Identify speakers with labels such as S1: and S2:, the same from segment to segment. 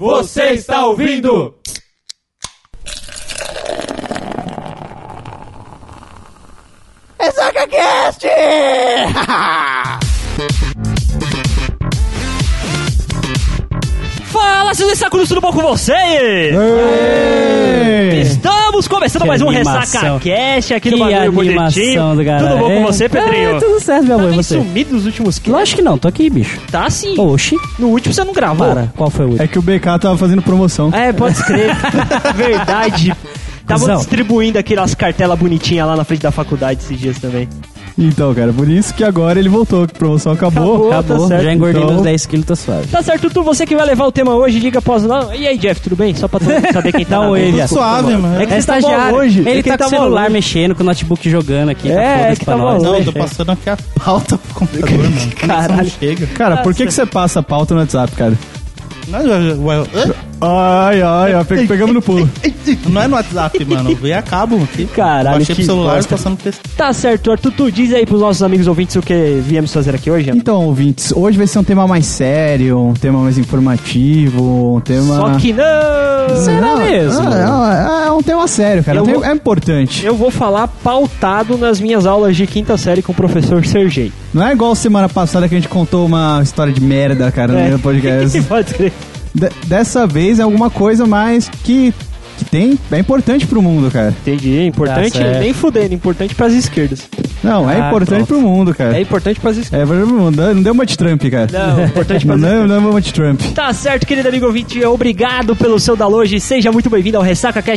S1: Você está ouvindo?
S2: É SacaCast!
S3: Fala, seus ressacudos, tudo bom com vocês? Estamos começando
S4: Que
S3: mais um
S4: animação.
S3: Ressaca Cash aqui no
S4: Que
S3: Barulho
S4: animação
S3: Bonitinho.
S4: do caralho.
S3: Tudo bom com
S4: É.
S3: você, Pedrinho?
S4: Ah, tudo certo, meu
S3: tá
S4: amor, e
S3: meio
S4: você?
S3: sumido nos últimos que...
S4: Lógico que não, tô aqui, bicho.
S3: Tá sim.
S4: Oxi,
S3: No último você não gravou.
S4: para. Qual foi o
S5: É
S4: último?
S5: que o BK tava fazendo promoção.
S3: É, pode escrever. Verdade. Tava
S4: Cusão.
S3: distribuindo aquelas cartelas bonitinhas lá na frente da faculdade esses dias também.
S5: Então, cara, por isso que agora ele voltou, que a promoção acabou.
S3: Acabou.
S4: Acabou,
S3: tá certo,
S4: já engordei
S5: então.
S4: meus 10 quilos, tô suave.
S3: Tá certo, Tutu, você que vai levar o tema hoje, diga após lá. E aí, Jeff, tudo bem? Só pra todo mundo saber quem tá
S4: Dá um
S3: na
S4: oi,
S3: mesa.
S4: viado.
S5: Suave, mano.
S3: É que você tá
S4: estagiário.
S3: mal hoje.
S4: Ele
S3: É que
S4: tá com o
S3: mal
S4: celular
S3: hoje.
S4: mexendo, com o notebook jogando aqui.
S3: É,
S4: foda-se
S3: é que
S4: pra
S3: tá mal
S4: nós.
S6: Não,
S3: hoje.
S6: tô passando aqui a pauta pro computador, mano. Caralho. Não chega.
S5: Cara, por que, que você passa a pauta no WhatsApp, cara?
S6: Não é, ué, ué,
S5: Ai, ai, ó, pe- pegamos no pulo.
S6: não é no WhatsApp, mano. Vem a cabo aqui.
S3: Caralho,
S6: Baixei
S3: que
S6: pro celular
S3: bosta.
S6: passando texto.
S3: Tá certo, Arthur, tu diz aí pros nossos amigos ouvintes o que viemos fazer aqui hoje, Ana.
S5: Então, ouvintes, hoje vai ser um tema mais sério, um tema mais informativo, um tema...
S3: Só que não!
S4: ah, Será mesmo?
S5: Ah, é, é um tema sério, cara.
S3: Eu
S5: Um tema-
S3: vou-
S5: É importante.
S3: Eu vou falar pautado nas minhas aulas de quinta série com o professor Sergei.
S5: Não é igual semana passada que a gente contou uma história de merda, cara, no
S3: É.
S5: meu podcast.
S3: Pode crer.
S5: De- dessa vez é alguma coisa mais que, que tem... É importante pro mundo, cara.
S3: Entendi, é importante,
S4: Tá certo.
S3: nem fudendo, importante pras esquerdas.
S5: Não, é
S4: Ah,
S5: importante
S4: pronto.
S5: pro mundo,
S3: É
S5: cara.
S3: importante pras esquerdas.
S5: É importante pro mundo. Não não deu uma de Trump, cara.
S3: Não, importante
S5: Não,
S3: pras
S5: não,
S3: esquerdas.
S5: não é uma de Trump.
S3: Tá certo, querido amigo ouvinte, obrigado pelo seu download hoje. Seja muito bem-vindo ao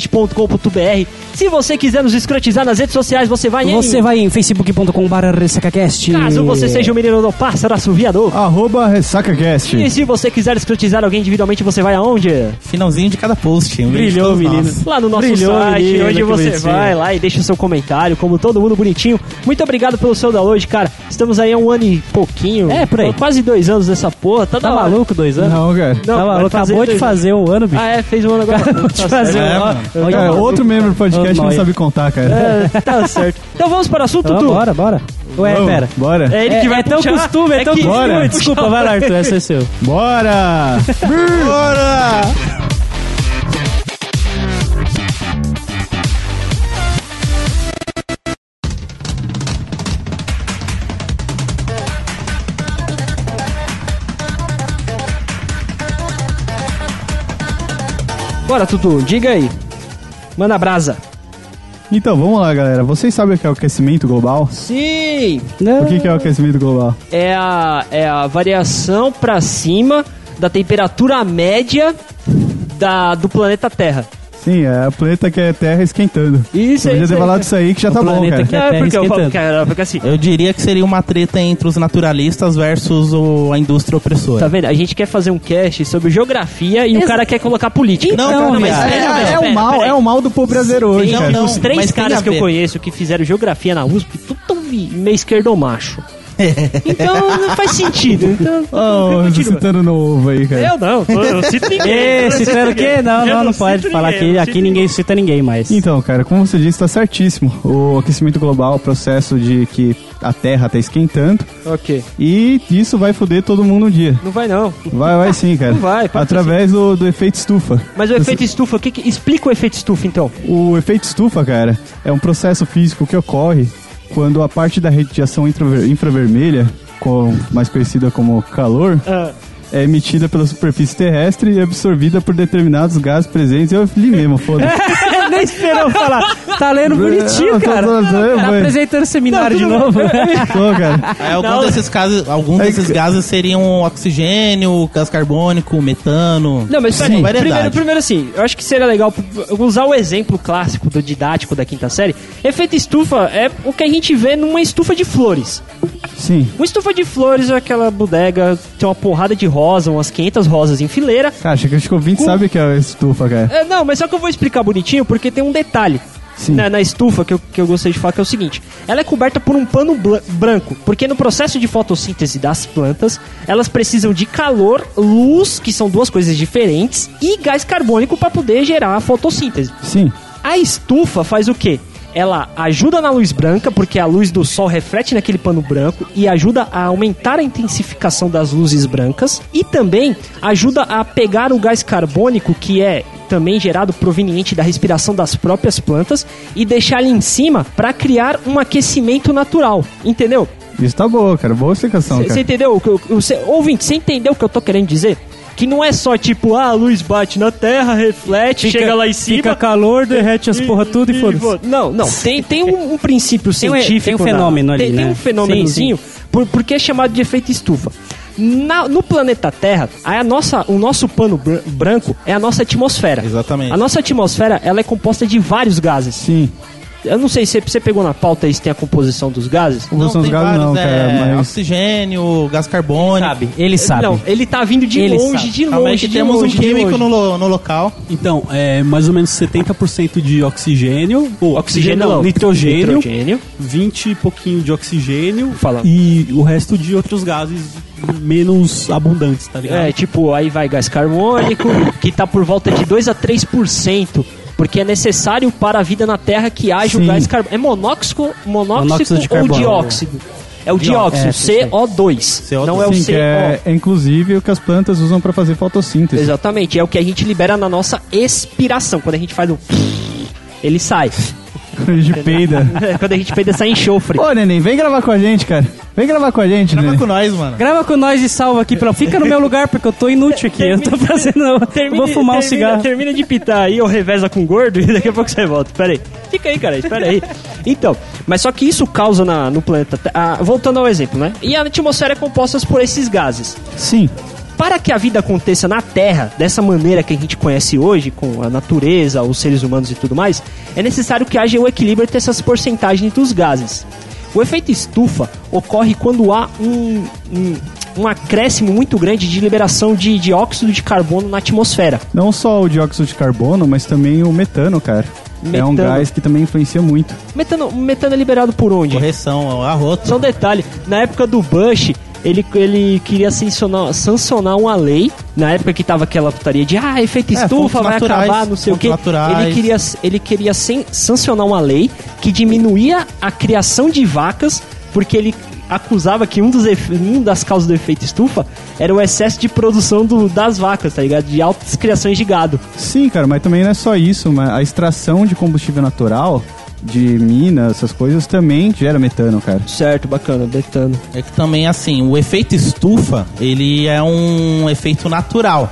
S3: ressacacast.com.br. Se você quiser nos escrotizar nas redes sociais, você vai em...
S4: Você vai em facebook.com.br ressacacast.
S3: Caso você seja o menino do pássaro assoviador.
S5: Arroba RessacaCast.
S3: E se você quiser escrotizar alguém individualmente, você vai aonde?
S6: Finalzinho de cada post. Um vídeo de
S4: Brilhou,
S6: todos
S4: menino.
S6: nós.
S3: lá no nosso
S4: Brilhou,
S3: site,
S4: menino,
S3: onde
S4: que
S3: você
S4: bonitinho.
S3: vai lá e deixa o seu comentário, como todo mundo bonitinho. Muito obrigado pelo seu download, cara. Estamos aí há um ano e pouquinho.
S4: É, por aí.
S3: Quase dois anos nessa porra. Tá,
S4: Tá
S3: da hora.
S4: maluco, dois anos?
S5: Não, cara.
S3: Não,
S4: tá
S3: vai
S4: maluco,
S3: fazer
S4: acabou de
S3: dois
S4: fazer um ano, bicho.
S3: Ah, é, fez um ano agora.
S4: Acabou de fazer
S6: certo.
S4: um
S6: É,
S4: ano.
S6: mano.
S4: Olha,
S5: Cara,
S4: maluco.
S5: outro membro do podcast
S4: Ô,
S5: que não
S4: nóia.
S5: sabe contar, cara.
S3: É, tá certo. Então vamos para o assunto,
S4: Então,
S3: Tutu?
S4: bora, bora. Ué,
S5: Vamos,
S4: pera.
S5: Bora.
S3: É ele que vai
S4: é tão
S3: puxar.
S4: costume, é,
S3: É
S4: tão
S3: que-
S4: costume.
S5: Bora.
S4: Desculpa, vai lá, Arthur, esse é seu.
S5: Bora! Bora!
S3: Bora, Tutu, diga aí. Manda brasa.
S5: Então, vamos lá, galera. Vocês sabem o que é o aquecimento global?
S3: Sim!
S5: O que que é o aquecimento global?
S3: É a, é a variação pra cima da temperatura média da, do planeta Terra.
S5: Sim, é o planeta que é Terra esquentando.
S3: Isso
S5: Eu
S3: aí,
S5: podia
S3: isso
S5: ter
S3: aí.
S5: falado isso aí que já tá bom, cara.
S4: planeta que é-
S3: Não,
S4: terra
S3: porque eu falo,
S4: esquentando.
S3: cara, porque assim,
S6: Eu diria que seria uma treta entre os naturalistas versus o- a indústria
S3: Tá
S6: opressora.
S3: vendo? A gente quer fazer um cast sobre geografia e o
S4: Ex-
S3: cara quer colocar política.
S6: Não,
S4: Então,
S6: cara,
S4: mas
S6: mas-
S3: pera,
S5: É,
S3: pera,
S5: é
S3: pera,
S5: o mal,
S3: pera.
S5: é o mal do povo brasileiro hoje,
S6: Sim,
S5: cara.
S6: não.
S3: Os três
S6: mas tem
S3: caras
S6: a
S3: que eu
S6: ver.
S3: conheço que fizeram geografia na USP, tudo tão vi- meio esquerdomacho. Então não faz sentido. Então,
S5: Oh,
S3: continua.
S5: citando novo aí, cara.
S3: eu não, eu, eu cito ninguém.
S4: Ê,
S3: Eu cito
S4: citando o quê?
S3: ninguém.
S4: Não,
S3: Eu
S4: não, não
S3: cito
S4: pode falar
S3: ninguém,
S4: que
S3: eu
S4: aqui
S3: cito
S4: ninguém cita ninguém mais.
S5: Então, cara, como você disse, tá certíssimo. O aquecimento global é o processo de que a Terra tá esquentando
S3: Ok.
S5: e isso vai foder todo mundo um dia.
S3: Não vai não.
S5: Vai, vai sim, cara.
S3: Não vai, pode
S5: Através do, do efeito estufa.
S3: Mas o efeito estufa, o que que- explica o efeito estufa então?
S5: O efeito estufa, cara, é um processo físico que ocorre quando a parte da radiação infraver- infravermelha, com- mais conhecida como calor, é emitida pela superfície terrestre e absorvida por determinados gases presentes. Eu li mesmo, foda-se.
S4: Nem esperou falar. Tá lendo bonitinho,
S5: Eu tô-
S4: cara.
S5: tô- tô- eu-
S4: Tá apresentando o seminário de novo.
S5: Tô, cara.
S6: Aí, algum desses casos, alguns
S5: Tá. É
S6: desses
S5: que-
S6: gases seriam oxigênio, gás carbônico, metano.
S3: Não, mas peraí,
S6: Sim.
S3: primeiro,
S6: Variedade.
S3: primeiro assim, eu acho que seria legal eu vou usar o exemplo clássico do didático da quinta série. Efeito estufa é o que a gente vê numa estufa de flores.
S5: Sim.
S3: Uma estufa de flores é aquela bodega, tem uma porrada de rosa, umas 500 rosas em fileira.
S5: Cara, acho que acho que o ouvinte sabe o que é estufa, cara.
S3: É, não, mas só que eu vou explicar bonitinho porque tem um detalhe. né,
S5: Sim.
S3: Na, na estufa que eu, que eu gostei de falar que é o seguinte: ela é coberta por um pano blan- branco, porque no processo de fotossíntese das plantas, elas precisam de calor, luz, que são duas coisas diferentes, e gás carbônico para poder gerar a fotossíntese.
S5: Sim.
S3: A estufa faz o quê? ela ajuda na luz branca, porque a luz do sol reflete naquele pano branco e ajuda a aumentar a intensificação das luzes brancas e também ajuda a pegar o gás carbônico que é também gerado proveniente da respiração das próprias plantas e deixar ele em cima para criar um aquecimento natural, entendeu?
S5: Isso tá boa, cara. Boa explicação,
S3: Você
S5: cara.
S3: entendeu? o que eu- o- cê- Ouvinte, você entendeu o que eu tô querendo dizer? Que não é só tipo, ah, a luz bate na terra, reflete, chega lá em cima.
S4: Fica calor, derrete as porra tudo e foda-se.
S3: Tipo, Não, não. Tem, tem um, um princípio
S4: Tem um-
S3: científico.
S4: tem um
S3: na-
S4: fenômeno ali,
S3: Tem, tem
S4: né?
S3: um fenômenozinho, por, porque é chamado de efeito estufa. Na- no planeta Terra, a nossa, o nosso pano br- branco é a nossa atmosfera.
S6: Exatamente.
S3: A nossa atmosfera ela é composta de vários gases.
S5: Sim.
S3: Eu não sei se você pegou na pauta aí se tem a composição dos gases.
S5: Combustão dos
S6: tem
S5: gases não,
S6: vários,
S5: cara.
S6: é,
S5: Mas
S6: Oxigênio, gás carbônico.
S4: Sabe, ele sabe.
S3: Não, ele tá vindo de
S4: Ele
S3: longe,
S4: sabe.
S3: de
S6: Calma aí
S3: longe,
S6: que
S3: de
S6: temos
S3: longe,
S6: um
S3: de
S6: químico
S3: longe.
S6: no, lo- no local.
S7: Então, é mais ou menos 70% de oxigênio. Ou,
S3: Oxigênio não.
S7: Nitrogênio,
S3: Nitrogênio.
S7: 20 e pouquinho de oxigênio.
S3: Fala.
S7: E o resto de outros gases menos abundantes, tá ligado?
S3: É, tipo, aí vai gás carbônico, que tá por volta de 2 a 3%, porque é necessário para a vida na Terra que haja o
S5: Sim.
S3: gás carbônico. É monóxido, monóxido,
S4: Monóxido de
S3: ou
S4: carbono.
S3: dióxido? É o dióxido,
S4: É, sim,
S3: CO2. Não é o
S5: Sim,
S3: CO.
S5: que é, é inclusive o que as plantas usam pra fazer fotossíntese.
S3: Exatamente, é o que a gente libera na nossa expiração. Quando a gente faz o. Ele sai. É
S5: De peida.
S3: Quando a gente peida, sai enxofre.
S5: Ô, neném, vem gravar com a gente, cara. Vem gravar com a gente,
S6: Grava
S5: neném.
S6: Tá com nós, mano.
S4: Grava com nós e salva aqui, pelo... fica no meu lugar, porque eu tô inútil aqui. Eu tô fazendo. Eu vou fumar um
S3: termina-
S4: cigarro.
S3: Termina de pitar aí, ou reveza com gordo e daqui a pouco você volta. Pera aí. Fica aí, cara. Espera aí. Então, mas só que isso causa na, no planeta. Te- ah, voltando ao exemplo, né? E a atmosfera é composta por esses gases.
S5: Sim.
S3: Para que a vida aconteça na Terra dessa maneira que a gente conhece hoje, com a natureza, os seres humanos e tudo mais, é necessário que haja o equilíbrio entre essas porcentagens dos gases. O efeito estufa ocorre quando há um, um, um acréscimo muito grande de liberação de dióxido de carbono na atmosfera.
S5: Não só o dióxido de carbono, mas também o metano, cara. É um
S3: Metano.
S5: gás que também influencia muito.
S3: Metano, metano é liberado por onde?
S6: Correção, ó, arroto.
S3: Só um detalhe, na época do Bush, ele, ele queria sancionar, sancionar uma lei, na época que tava aquela putaria de ah, efeito
S6: É,
S3: estufa,
S6: fontes
S3: vai
S6: naturais,
S3: acabar, não sei o
S6: fontes
S3: quê.
S6: naturais.
S3: Ele queria, ele queria sen- sancionar uma lei que diminuía a criação de vacas, porque ele acusava que um dos efe- um das causas do efeito estufa era o excesso de produção do- das vacas, tá ligado? De altas criações de gado.
S5: Sim, cara, mas também não é só isso. Mas a extração de combustível natural, de minas, essas coisas, também gera metano, cara.
S3: Certo, bacana, Betano.
S6: É que também, assim, o efeito estufa, ele é um efeito natural.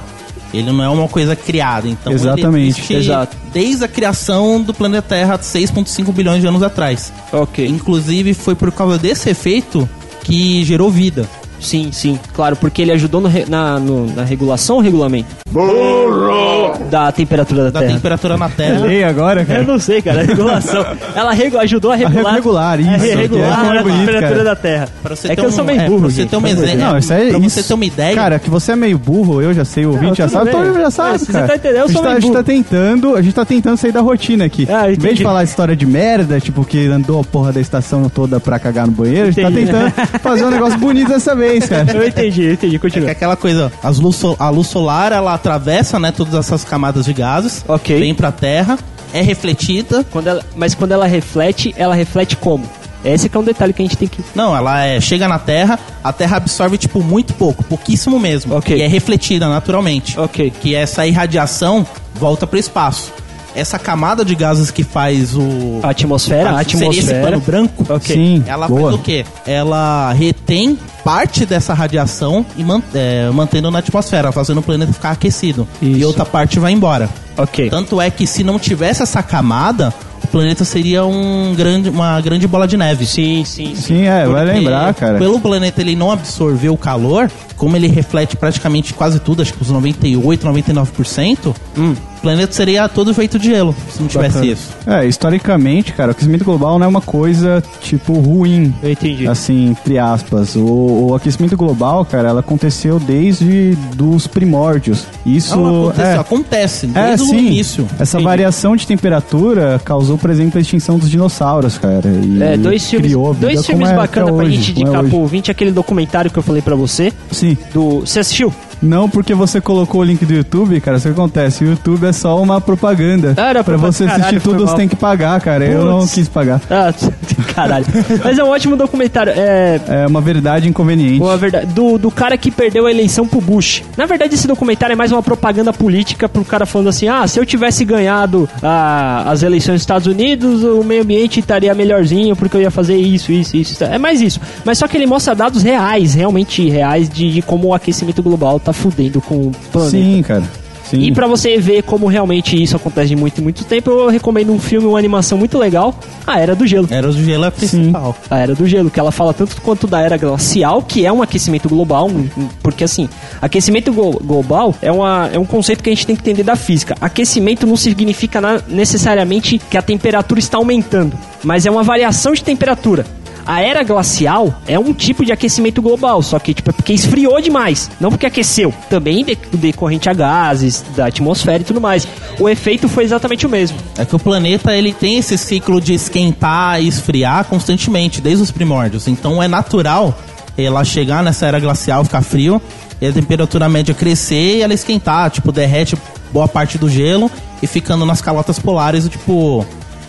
S6: Ele não é uma coisa criada, então... ele
S5: Exatamente,
S6: existe
S3: exato.
S6: Desde a criação do planeta Terra, 6,5 bilhões de anos atrás.
S3: Ok.
S6: Inclusive, foi por causa desse efeito que gerou vida.
S3: Sim, sim, claro, porque ele ajudou no re- na, no- na regulação ou regulamento? Burro! Da temperatura da,
S6: Da
S3: Terra.
S6: temperatura na
S5: É
S6: Terra.
S5: lei agora,
S3: Eu
S5: cara.
S3: não sei, cara, a regulação. Ela regu- ajudou a regular.
S5: regular, isso,
S3: a
S5: que é
S3: regular
S5: muito
S3: a
S5: bonito,
S3: temperatura
S5: cara.
S3: da Terra.
S6: Pra você
S3: é
S6: ter
S3: que eu
S6: um-
S3: sou meio
S6: é,
S3: burro.
S6: pra você
S3: gente.
S6: ter uma exemplo.
S5: Não, isso é
S6: pra
S5: isso.
S6: você ter uma ideia...
S5: Cara, que você é meio burro, eu já sei, o ouvinte já
S3: tudo
S5: sabe,
S3: bem.
S5: todo mundo já
S3: Ah,
S5: sabe,
S3: se você
S5: cara.
S3: tá entendendo, eu
S5: a, gente
S3: sou
S5: tá,
S3: meio
S5: a gente tá
S3: burro.
S5: tentando, a gente tá tentando sair da rotina aqui.
S3: Ah,
S5: em vez
S3: entendi.
S5: de falar história de merda, tipo, que andou a porra da estação toda pra cagar no banheiro,
S3: Entendi.
S5: a gente tá tentando fazer um negócio bonito dessa vez, cara.
S3: Eu entendi, eu entendi,
S6: É
S3: continua.
S6: aquela coisa, as luz sol- a luz solar, ela atravessa, né, todas essas camadas de gases,
S3: Ok.
S6: vem pra Terra, é refletida.
S3: Quando ela- mas quando ela reflete, ela reflete como? Esse que é um detalhe que a gente tem que.
S6: Não, ela é- chega na Terra, a Terra absorve, tipo, muito pouco, pouquíssimo mesmo.
S3: Ok.
S6: E é refletida naturalmente.
S3: Ok.
S6: Que essa irradiação volta pro espaço. Essa camada de gases que faz o...
S3: A atmosfera, a
S6: Ah, Seria esse
S3: atmosfera.
S6: pano branco?
S3: Ok.
S5: Sim,
S6: Ela
S5: boa.
S6: faz o quê? Ela retém parte dessa radiação e man- é, mantendo na atmosfera, fazendo o planeta ficar aquecido. E outra parte vai embora.
S3: Ok.
S6: Tanto é que se não tivesse essa camada, o planeta seria um grande, uma grande bola de neve.
S3: Sim, sim, sim.
S5: Sim, é, vai
S6: Porque
S5: lembrar, cara.
S6: Pelo planeta ele não absorver o calor, como ele reflete praticamente quase tudo, acho que os 98, 99%,
S5: Hum.
S6: o planeta seria todo feito de gelo, se não tivesse isso.
S5: É, historicamente, cara, o aquecimento global não é uma coisa, tipo, ruim.
S3: Eu entendi.
S5: Assim, entre aspas. O, o aquecimento global, cara, ela aconteceu desde dos primórdios. Isso
S6: Não, um acontece,
S5: é,
S6: acontece
S5: É,
S6: desde o
S5: sim.
S6: início.
S5: Essa variação de temperatura causou, por exemplo, a extinção dos dinossauros, cara. E
S3: É, dois filmes,
S5: criou a vida
S3: dois
S5: como
S3: filmes
S5: é até
S3: bacanas pra
S5: hoje,
S3: gente
S5: como é
S3: indicar
S5: hoje.
S3: pro ouvinte, aquele documentário que eu falei pra você,
S5: Sim.
S3: do. Você assistiu?
S5: Não porque você colocou o link do YouTube, cara. Isso que acontece. O YouTube é só uma propaganda.
S3: Ah, era
S5: pra
S3: propaganda.
S5: você assistir
S3: Caralho, foi
S5: tudo,
S3: mal.
S5: você tem que pagar, cara. Eu não
S3: Putz.
S5: quis pagar.
S3: Ah, caralho. Mas é um ótimo documentário. É.
S5: É uma verdade inconveniente.
S3: Boa verdade. Do, do cara que perdeu a eleição pro Bush. Na verdade, esse documentário é mais uma propaganda política pro cara falando assim: ah, se eu tivesse ganhado ah, as eleições dos Estados Unidos, o meio ambiente estaria melhorzinho porque eu ia fazer isso, isso, isso. isso." É mais isso. Mas só que ele mostra dados reais, realmente reais, de, de como o aquecimento global tá fudendo com o planeta.
S5: Sim, cara. Sim.
S3: E pra você ver como realmente isso acontece de muito em muito tempo, eu recomendo um filme, uma animação muito legal, A Era do Gelo.
S6: Era o gelo é a principal.
S3: A Era do Gelo, que ela fala tanto quanto da Era Glacial, que é um aquecimento global, um- um- porque assim, aquecimento glo- global é, uma, é um conceito que a gente tem que entender da física. Aquecimento não significa na- necessariamente que a temperatura está aumentando, mas é uma variação de temperatura. A era glacial é um tipo de aquecimento global, só que tipo, é porque esfriou demais, não porque aqueceu. Também de- decorrente a gases, da atmosfera e tudo mais. O efeito foi exatamente o mesmo.
S6: É que o planeta ele tem esse ciclo de esquentar e esfriar constantemente, desde os primórdios. Então é natural ela chegar nessa era glacial, ficar frio, e a temperatura média crescer e ela esquentar, tipo, derrete boa parte do gelo e ficando nas calotas polares, tipo,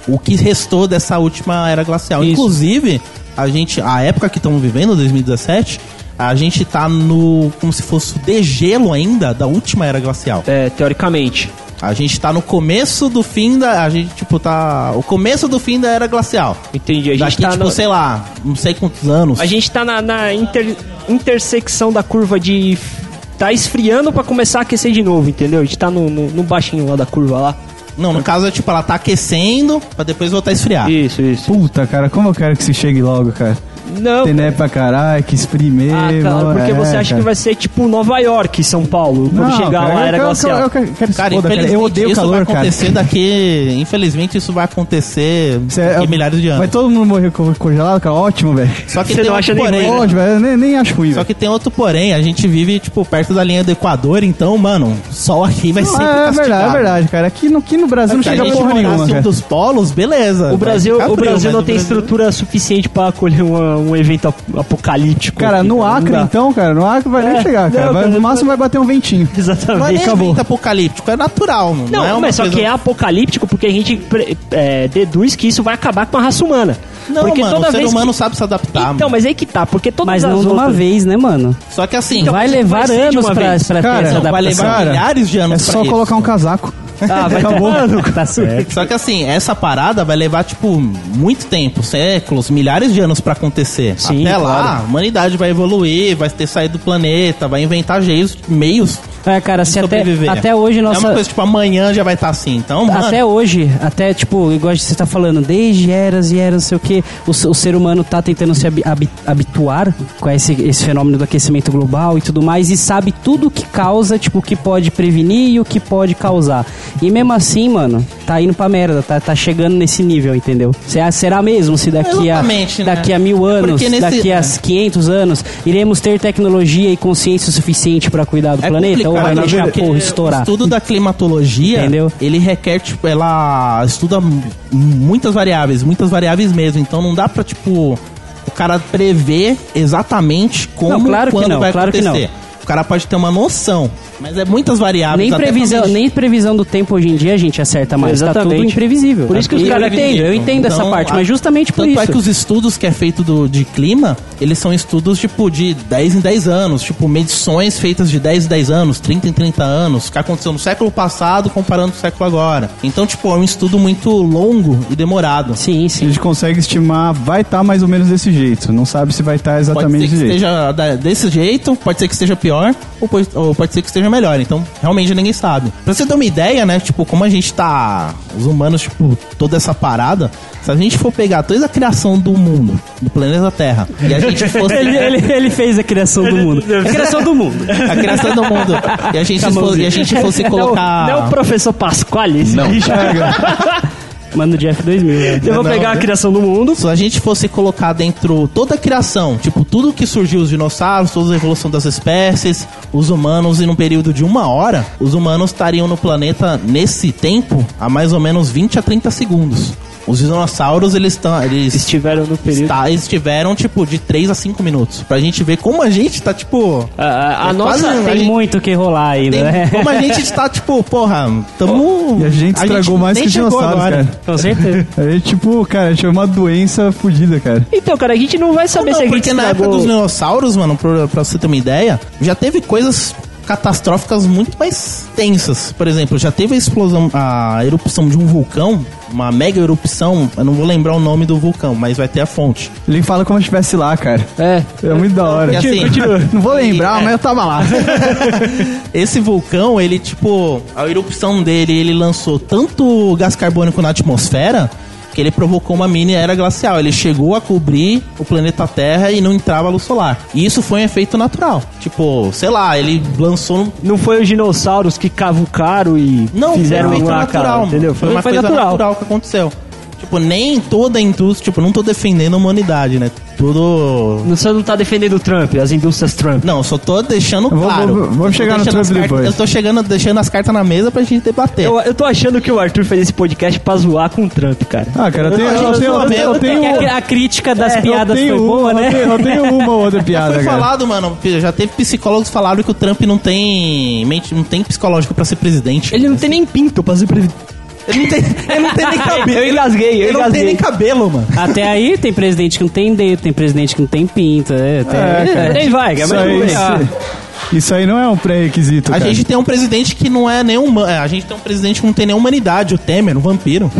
S6: o que restou dessa última era glacial. Inclusive, a gente, a época que estamos vivendo, 2017, a gente tá no como se fosse o degelo ainda da última era glacial.
S3: É, teoricamente.
S6: A gente tá no começo do fim da. A gente, tipo, tá. O começo do fim da era glacial.
S3: Entendi. A gente
S6: Daqui,
S3: tá
S6: tipo,
S3: no-
S6: sei lá, não sei quantos anos.
S3: A gente tá na, na inter- intersecção da curva de. Tá esfriando pra começar a aquecer de novo, entendeu? A gente tá no, no, no baixinho lá da curva lá.
S6: Não, no caso é tipo, ela tá aquecendo pra depois voltar a esfriar.
S3: Isso, isso.
S5: Puta, cara, como eu quero que se chegue logo, cara.
S3: Não.
S5: Tem neve pra caralho, que espremer.
S3: Ah, cara,
S5: mano,
S3: porque
S5: é,
S3: você acha
S5: cara.
S3: que vai ser tipo Nova York, São Paulo, quando
S5: Não,
S3: chegar
S5: cara,
S3: lá era
S5: eu, quero-
S3: glacial.
S5: Eu, quero- eu quero que se
S6: Cara,
S5: foda, cara.
S6: infelizmente
S5: eu odeio
S6: isso
S3: tá
S5: calor,
S6: vai
S5: cara.
S6: acontecer daqui. Infelizmente isso vai acontecer
S5: Cê-
S6: daqui
S5: é-
S6: milhares de anos.
S5: Vai todo mundo morrer co- congelado, cara. Ótimo, velho.
S6: Só que
S3: Você
S6: tem
S3: não
S6: outro
S3: acha nem
S6: porém.
S3: ruim,
S6: né?
S5: Ótimo, velho. Eu Nem, nem acho ruim,
S6: Só
S5: velho.
S6: que tem outro porém, a gente vive, tipo, perto da linha do Equador, então, mano, o sol aqui vai
S5: Não,
S6: sempre
S5: é verdade, é
S6: castigado.
S5: verdade, cara. Aqui no, aqui no Brasil não
S6: Se a
S5: chega
S6: gente
S5: porra
S6: morasse
S5: nenhuma,
S6: um
S5: cara.
S6: dos polos, beleza.
S3: O Brasil,
S6: vai ficar
S3: o
S6: frio,
S3: Brasil
S6: mas
S3: não
S6: o
S3: tem
S6: Brasil-
S3: estrutura suficiente pra acolher uma- um evento ap- apocalíptico.
S5: Cara,
S3: aqui,
S5: no
S3: não
S5: Acre,
S3: dá.
S5: então, cara, no Acre vai
S3: É,
S5: nem chegar, cara.
S3: não,
S5: Vai-
S3: cara,
S5: no
S3: eu-
S5: máximo vai bater um ventinho.
S6: Não é
S3: Exatamente.
S6: nem evento apocalíptico, é natural, mano.
S3: Não,
S6: é uma
S3: mas só
S6: coisa-
S3: que é apocalíptico porque a gente pre- é, deduz que isso vai acabar com a raça humana.
S6: Não,
S3: porque
S6: mano,
S3: toda
S6: o ser
S3: vez que-
S6: humano sabe se adaptar,
S3: Então,
S6: mano.
S3: mas aí que tá, porque todas
S4: Mas
S3: as
S4: não de uma
S3: outras...
S4: vez, né, mano?
S6: Só que assim,
S3: então
S4: vai levar
S3: ser de
S4: anos
S3: uma
S4: pra,
S3: vez.
S4: pra ter
S5: Cara,
S4: essa
S5: não,
S6: vai
S4: adaptação.
S6: levar
S5: Cara,
S6: milhares de anos
S5: É só
S6: pra
S5: colocar
S6: isso.
S5: um casaco.
S3: Ah, vai
S5: Acabou.
S3: ter... tá certo.
S6: Só que assim, essa parada vai levar, tipo, muito tempo, séculos, milhares de anos pra acontecer.
S3: Sim,
S6: Até lá,
S3: claro.
S6: a humanidade vai evoluir, vai ter saído do planeta, vai inventar jeitos, meios
S4: É, cara,
S6: de
S4: se até,
S6: sobreviver.
S4: até hoje
S6: É uma
S4: nossa...
S6: coisa, tipo, amanhã já vai estar assim. Então,
S3: Tá
S6: mano,
S4: Até hoje, até tipo, igual você tá falando, desde eras e eras, não sei o que, o, s- o ser humano tá tentando se habi- habi- habituar com esse, esse fenômeno do aquecimento global e tudo mais, e sabe tudo o que causa, tipo, o que pode prevenir e o que pode causar. E mesmo assim, mano, tá indo pra merda, tá, tá chegando nesse nível, entendeu? Será, será mesmo se daqui a,
S6: Exatamente, né?
S4: daqui a mil
S6: É
S4: anos,
S6: porque nesse-
S4: daqui a
S6: é.
S4: 500 anos, iremos ter tecnologia e consciência suficiente pra cuidar do
S6: é
S4: planeta? Ou vai
S6: complicado, na
S4: deixar a
S6: verdade,
S4: porra
S6: porque O
S4: estourar?
S6: estudo da climatologia,
S4: Entendeu?
S6: ele requer, tipo, ela estuda mu- muitas variáveis, muitas variáveis mesmo. Então não dá pra, tipo, o cara prever exatamente como
S4: Não, claro que
S6: quando
S4: não,
S6: vai
S4: claro que
S6: acontecer. O cara pode ter uma noção, mas é muitas
S4: Nem
S6: variáveis. até pra
S4: previsão,
S6: medir.
S4: nem previsão do tempo hoje em dia a gente acerta mais. Tá tudo
S3: Exatamente.
S4: imprevisível.
S3: Por isso que
S4: Eu
S3: os caras
S4: entendo, eu entendo essa
S6: Então,
S4: parte,
S6: é a-
S4: mas justamente por
S6: tanto
S4: isso.
S6: é que os estudos que é feito do, de clima, eles são estudos, tipo, de 10 em 10 anos. Tipo, medições feitas de 10 em 10 anos, 30 em 30 anos. O que aconteceu no século passado comparando com o século agora. Então, tipo, é um estudo muito longo e demorado.
S4: Sim,
S5: A
S4: sim.
S5: gente consegue estimar, vai estar mais ou menos desse jeito. Não sabe se vai estar
S6: Pode
S5: exatamente
S6: ser que
S5: desse jeito.
S6: esteja da- desse jeito, pode ser que esteja pior, ou pode, ou pode ser que esteja melhor. Então, realmente ninguém sabe. Pra você ter uma ideia, né? Tipo, como a gente tá. Os humanos, tipo, toda essa parada. Se a gente for pegar toda a criação do mundo, do planeta Terra, e a gente fosse.
S4: Ele, ele- ele fez a criação do mundo. A criação do mundo.
S6: A criação do mundo. E a gente, fosse, e a gente fosse colocar.
S3: Tá Não, é o professor Pasquale, esse bicho.
S4: Mano, Jeff 2000. né?
S3: Eu vou pegar a criação do mundo.
S6: Se a gente fosse colocar dentro toda a criação, tipo, tudo que surgiu, os dinossauros, toda a evolução das espécies, os humanos, e num período de uma hora, os humanos estariam no planeta, nesse tempo, a mais ou menos 20 a 30 segundos. Os dinossauros, eles estão. Eles
S3: Estiveram no período.
S6: está- eles tiveram, tipo, de 3 a 5 minutos. Pra gente ver como a gente tá, tipo.
S3: A, a- a
S6: É
S3: nossa.
S6: quase-
S4: Tem
S6: gente-
S4: muito o que rolar ainda,
S6: tem-
S4: né?
S6: como a gente tá, tipo, porra, tamo.
S5: E a gente estragou mais
S6: nem
S5: que os
S6: chegou
S5: dinossauros,
S6: agora.
S5: cara.
S4: Com certeza.
S5: A gente, tipo, cara, a gente é uma doença fodida, cara.
S3: Então, cara, a gente não vai saber se
S6: Não,
S3: a gente
S6: porque na época
S3: estragou.
S6: dos dinossauros, mano, pra, pra você ter uma ideia, já teve coisas catastróficas muito mais tensas. Por exemplo, já teve a explosão, a erupção de um vulcão, uma mega erupção, eu não vou lembrar o nome do vulcão, mas vai ter a fonte.
S5: Ele fala como se estivesse lá, cara.
S3: É.
S5: É muito da hora.
S6: E assim-
S5: Não vou lembrar, mas eu tava lá.
S6: é. Esse vulcão, ele tipo, a erupção dele, ele lançou tanto gás carbônico na atmosfera que ele provocou uma mini era glacial. Ele chegou a cobrir o planeta Terra e não entrava luz solar. E isso foi um efeito natural. Tipo, sei lá, ele lançou um-
S3: Não foi os dinossauros que cavucaram e
S6: Não,
S3: fizeram
S6: foi um
S3: uma
S6: efeito natural,
S3: cara,
S6: mano.
S3: entendeu?
S6: Foi uma coisa natural. que aconteceu. Tipo, nem toda a indústria, tipo, não tô defendendo a humanidade, né? Tudo.
S3: Você não tá defendendo o Trump, as indústrias Trump.
S6: Não, só tô deixando
S5: Vamos-
S6: claro.
S5: vamos- vamos
S6: Eu tô
S5: chegar no
S6: deixando as
S5: Trump
S6: cartas-
S5: depois.
S6: Eu tô chegando, deixando as cartas na mesa pra gente debater.
S3: Eu, eu tô achando que o Arthur fez esse podcast pra zoar com o Trump, cara.
S5: Ah, cara, eu tenho. Eu tenho, eu tenho, eu tenho, É,
S4: Porque a, a crítica das
S5: eu
S4: piadas
S5: tenho
S4: foi boa,
S5: uma,
S4: né?
S5: eu tenho- Eu tenho uma ou outra
S6: Já
S5: piada,
S6: foi
S5: cara.
S6: falado, mano. Já teve psicólogos que falaram que o Trump não tem mente, não tem psicológico pra ser presidente.
S3: Ele não tem nem pinto pra ser presidente.
S6: Ele não tem, ele não tem nem cabelo.
S3: Eu engasguei, eu
S6: Ele não
S3: engasguei.
S6: tem nem cabelo, mano.
S4: Até aí tem presidente que não tem dedo, tem presidente que não tem pinta. É, tem...
S5: É, cara.
S4: Aí vai,
S5: Isso
S4: Gabriel.
S5: aí, isso, isso aí não é um pré-requisito,
S6: A
S5: cara.
S6: gente tem um presidente que não é nem humano. A gente tem um presidente que não tem nem humanidade, o Temer, um vampiro.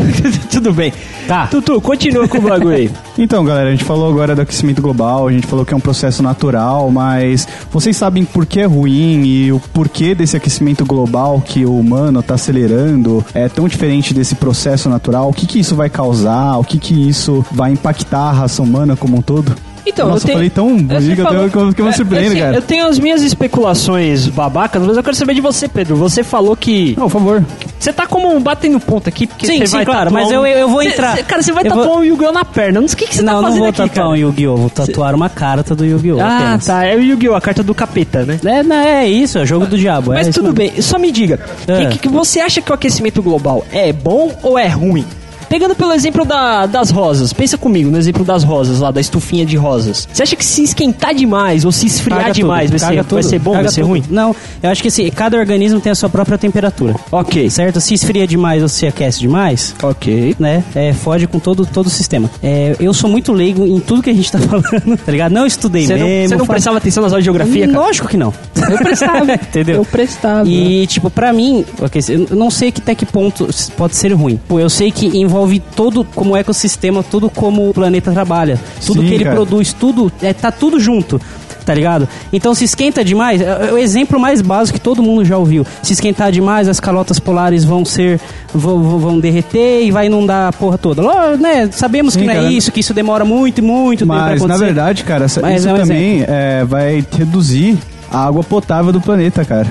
S3: Tudo bem.
S4: Tá.
S3: Tutu, continua com o bagulho aí.
S5: Então, galera, a gente falou agora do aquecimento global, a gente falou que é um processo natural, mas vocês sabem por que é ruim e o porquê desse aquecimento global que o humano está acelerando é tão diferente desse processo natural? O que, que isso vai causar? O que, que isso vai impactar a raça humana como um todo?
S3: Então,
S5: Nossa, eu,
S3: eu tenho...
S5: falei tão bonito
S3: você
S5: que eu-
S3: falou-
S5: que eu fiquei me
S3: É,
S5: surpreendo,
S3: assim, Eu
S5: cara.
S3: tenho as minhas especulações babacas, mas eu quero saber de você, Pedro. Você falou que.
S5: Não, por favor.
S3: Você tá como um batendo ponto aqui, porque
S4: Sim,
S3: você
S4: sim,
S3: vai
S4: claro,
S3: tatuar
S4: mas eu-
S3: um-
S4: eu vou
S3: Cê-
S4: entrar.
S3: cê- cara, você vai
S4: Eu
S3: tatuar
S4: vou-
S3: um Yu-Gi-Oh! na perna. Não sei o que, que você
S4: Não,
S3: tá
S4: não
S3: fazendo
S4: vou
S3: aqui,
S4: tatuar
S3: cara.
S4: um Yu-Gi-Oh! Vou tatuar uma carta do Yu-Gi-Oh!
S3: Ah,
S4: apenas.
S3: tá. É o Yu-Gi-Oh! A carta do capeta, né?
S4: É, não, é isso, é jogo do diabo. é
S3: Mas
S4: isso
S3: tudo
S4: mesmo.
S3: bem, só me diga,
S4: É.
S3: que, que- que você acha que o aquecimento global é bom ou é ruim? Pegando pelo exemplo da- das rosas, pensa comigo no exemplo das rosas lá, da estufinha de rosas. Você acha que se esquentar demais ou se esfriar
S4: Caga
S3: demais
S4: tudo,
S3: vai,
S4: caga
S3: ser, vai
S4: tudo,
S3: ser bom,
S4: caga
S3: vai ser
S4: tudo.
S3: ruim?
S4: Não, eu acho que assim, cada organismo tem a sua própria temperatura.
S3: Ok,
S4: Certo? Se esfria demais ou se aquece demais,
S3: ok.
S4: né? É, fode com todo, todo o sistema. É, eu sou muito leigo em tudo que a gente tá falando, tá ligado? Não estudei
S3: Você não,
S4: mesmo.
S3: você não
S4: faço-
S3: prestava atenção nas aulas de geografia, cara?
S4: Lógico que não. Eu prestava, entendeu? Eu prestava. E, tipo, pra mim, ok, eu não sei que até que ponto pode ser ruim. Pô, eu sei que envolve todo como ecossistema, tudo como o planeta trabalha. Tudo
S5: Sim,
S4: que ele
S5: cara.
S4: produz, tudo, é, tá tudo junto. Tá ligado? Então se esquenta demais, é é o exemplo mais básico que todo mundo já ouviu. Se esquentar demais, as calotas polares vão ser. vão, vão- vão derreter e vai inundar a porra toda. Ló- né, sabemos
S5: Sim,
S4: que não
S5: cara.
S4: é isso, que isso demora muito, muito tempo pra
S5: Mas,
S4: acontecer.
S5: na verdade, cara, essa-
S4: Mas
S5: isso
S4: é um
S5: também é, vai reduzir a água potável do planeta, cara.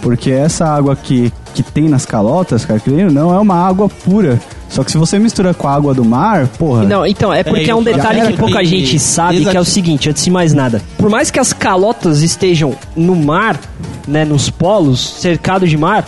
S5: Porque essa água que, que tem nas calotas, cara, querendo ou não é uma água pura. Só que se você mistura com a água do mar, porra.
S3: Não, então, é porque
S6: Peraí,
S3: é um
S6: eu-
S3: detalhe
S6: peraí,
S3: que pouca
S6: peraí.
S3: gente sabe, que é o
S6: Exato.
S3: seguinte, antes de mais nada. Por mais que as calotas estejam no mar, né, nos polos, cercados de mar,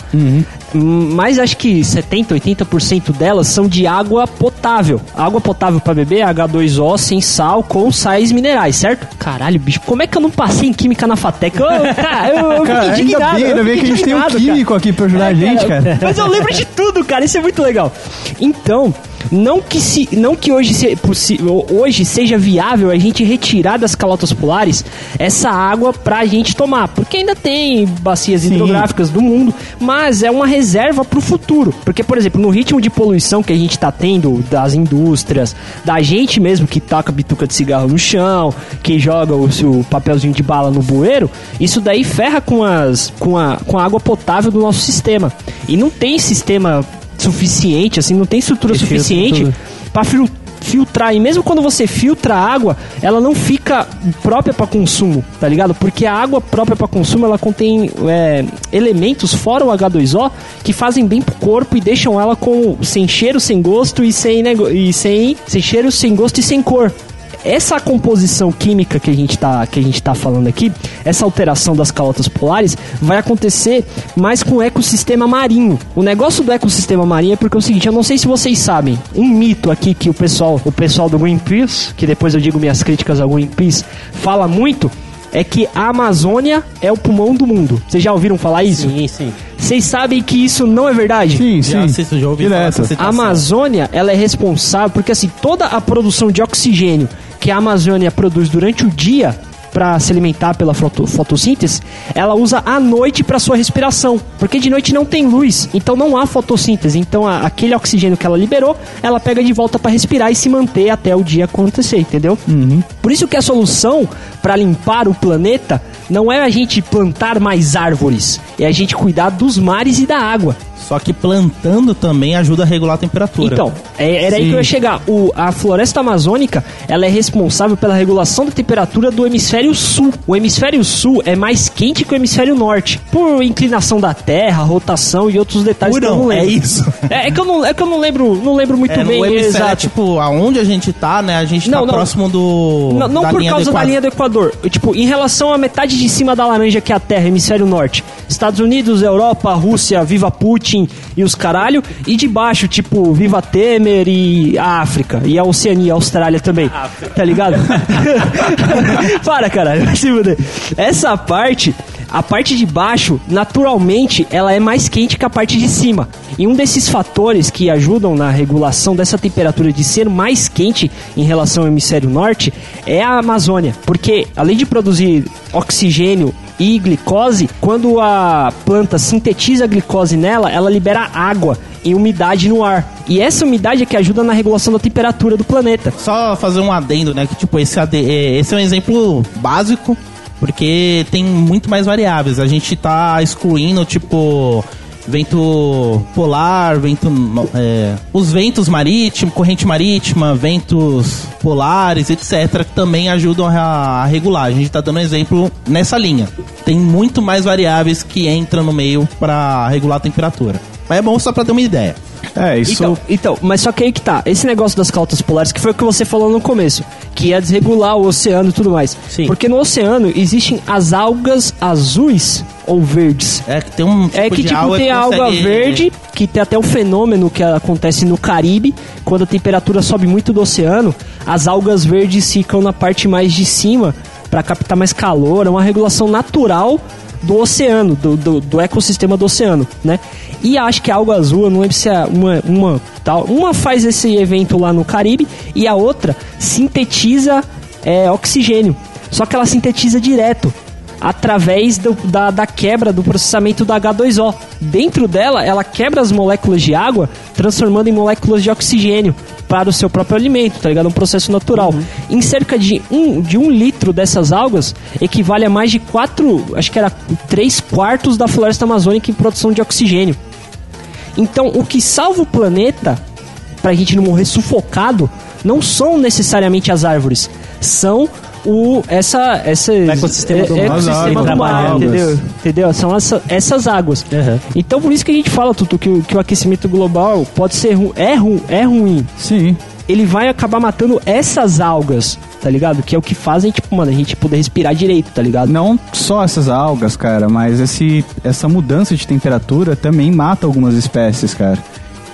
S3: hum, mas acho que 70, 80% delas são de água potável. Água potável pra beber, H2O, sem sal, com sais minerais, certo? Caralho, bicho, como é que eu não passei em química na Fateca? Eu, cara, eu, eu
S5: Cara,
S3: fiquei
S5: ainda
S3: indignado.
S5: bem, ainda
S3: eu
S5: bem que a
S3: fiquei
S5: gente tem um
S3: indignado, cara.
S5: químico aqui pra ajudar a gente, cara.
S3: Mas eu lembro de tudo, cara. Isso é muito legal. Então, não que se, não que hoje se, possi- hoje seja viável a gente retirar das calotas polares essa água pra gente tomar, porque ainda tem bacias hidrográficas do mundo, mas é uma reserva pro futuro. Porque por exemplo, no ritmo de poluição que a gente tá tendo das indústrias, da gente mesmo que taca bituca de cigarro no chão, que joga o seu papelzinho de bala no bueiro, isso daí ferra com as com a, com a água potável do nosso sistema. E não tem sistema suficiente, assim, não tem estrutura
S4: E filtra
S3: suficiente
S4: tudo.
S3: para filtrar. E mesmo quando você filtra a água, ela não fica própria para consumo, tá ligado? Porque a água própria para consumo ela contém é, elementos fora o H2O que fazem bem pro corpo e deixam ela com sem cheiro, sem gosto e sem nego- e sem, sem cheiro, sem gosto e sem cor. essa composição química que a gente tá, que a gente tá falando aqui, essa alteração das calotas polares, vai acontecer mais com o ecossistema marinho. O negócio do ecossistema marinho é porque é o seguinte, eu não sei se vocês sabem, um mito aqui que o pessoal, o pessoal do Greenpeace, que depois eu digo minhas críticas ao Greenpeace, fala muito, é que a Amazônia é o pulmão do mundo. Vocês já ouviram falar isso?
S6: Sim, sim.
S3: Vocês sabem que isso não é verdade?
S5: Sim, sim.
S6: Já, assisto, já ouvi falar
S5: Direto.
S6: dessa
S3: A
S6: citação.
S3: Amazônia, ela é responsável porque assim, toda a produção de oxigênio que a Amazônia produz durante o dia para se alimentar pela foto- fotossíntese, ela usa à noite para sua respiração, porque de noite não tem luz, então não há fotossíntese, então a- aquele oxigênio que ela liberou, ela pega de volta para respirar e se manter até o dia acontecer, entendeu? Por isso que a solução para limpar o planeta não é a gente plantar mais árvores, é a gente cuidar dos mares e da água.
S6: Só que plantando também ajuda a regular a temperatura.
S3: Então, é- era aí que eu ia chegar. O- a floresta amazônica, ela é responsável pela regulação da temperatura do hemisfério sul. O hemisfério sul é mais quente que o hemisfério norte, por inclinação da Terra, rotação e outros detalhes que eu não
S6: Purão, é
S3: lembro.
S6: isso.
S3: É, é que eu não, é que eu não lembro, não lembro muito
S6: É,
S3: bem.
S6: no hemisfério, é,
S3: exato.
S6: tipo, aonde a gente tá, né? A gente
S3: Não,
S6: tá
S3: não.
S6: próximo do.
S3: Não, não
S6: da
S3: por
S6: linha
S3: causa
S6: do
S3: da
S6: Equador.
S3: linha do Equador. Eu, tipo, em relação à metade de cima da laranja que é a Terra, hemisfério norte. Estados Unidos, Europa, Rússia, viva Putin e os caralho. E de baixo, tipo, viva Temer e a África. E a Oceania, a Austrália também. Tá ligado? Para, caralho. vai se fuder. Essa parte, a parte de baixo, naturalmente, ela é mais quente que a parte de cima. E um desses fatores que ajudam na regulação dessa temperatura de ser mais quente em relação ao hemisfério norte é a Amazônia. Porque além de produzir oxigênio e glicose, quando a planta sintetiza a glicose nela, ela libera água e umidade no ar. E essa umidade é que ajuda na regulação da temperatura do planeta.
S6: Só fazer um adendo, né? Que tipo, esse, AD, é, esse é um exemplo básico, porque tem muito mais variáveis. A gente tá excluindo, tipo, vento polar, vento. no- é, os ventos marítimos, corrente marítima, ventos polares, etc., que também ajudam a, a regular. A gente tá dando exemplo nessa linha. Tem muito mais variáveis que entram no meio pra regular a temperatura. Mas é bom só pra ter uma ideia.
S5: É, isso.
S3: Então, então, mas só que aí que tá. Esse negócio das calotas polares, que foi o que você falou no começo, que ia desregular o oceano e tudo mais.
S4: Sim.
S3: Porque no oceano existem as algas azuis ou verdes.
S6: É que tem um tipo
S3: é que
S6: de
S3: tipo
S6: alga
S3: tem
S6: que
S3: a alga
S6: consegue-
S3: verde, que tem até o fenômeno que acontece no Caribe, quando a temperatura sobe muito do oceano, as algas verdes ficam na parte mais de cima para captar mais calor, é uma regulação natural do oceano, do, do, do ecossistema do oceano, né? E acho que a alga azul, eu não lembro se é uma, uma tal, uma faz esse evento lá no Caribe e a outra sintetiza é, oxigênio. Só que ela sintetiza direto através do- da, da quebra do processamento da H2O. Dentro dela, ela quebra as moléculas de água, transformando em moléculas de oxigênio para o seu próprio alimento, tá ligado? Um processo natural. Em cerca de um, de um litro dessas algas, equivale a mais de 4, acho que era 3 quartos da floresta amazônica em produção de oxigênio. Então, o que salva o planeta, pra gente não morrer sufocado, não são necessariamente as árvores. São o essa essa
S4: ecossistema do mar.
S5: As
S3: ecossistema
S5: águas.
S3: do mar,
S5: Trabalhadas.
S3: entendeu? Entendeu? São essa- essas águas.
S4: Uhum.
S3: Então por isso que a gente fala Tutu, que, o- que o aquecimento global pode ser ru, é, ru, é ruim.
S5: Sim.
S3: Ele vai acabar matando essas algas, tá ligado? Que é o que fazem tipo, mano, a gente poder respirar direito, tá ligado?
S5: Não só essas algas, cara, mas esse, essa mudança de temperatura também mata algumas espécies, cara.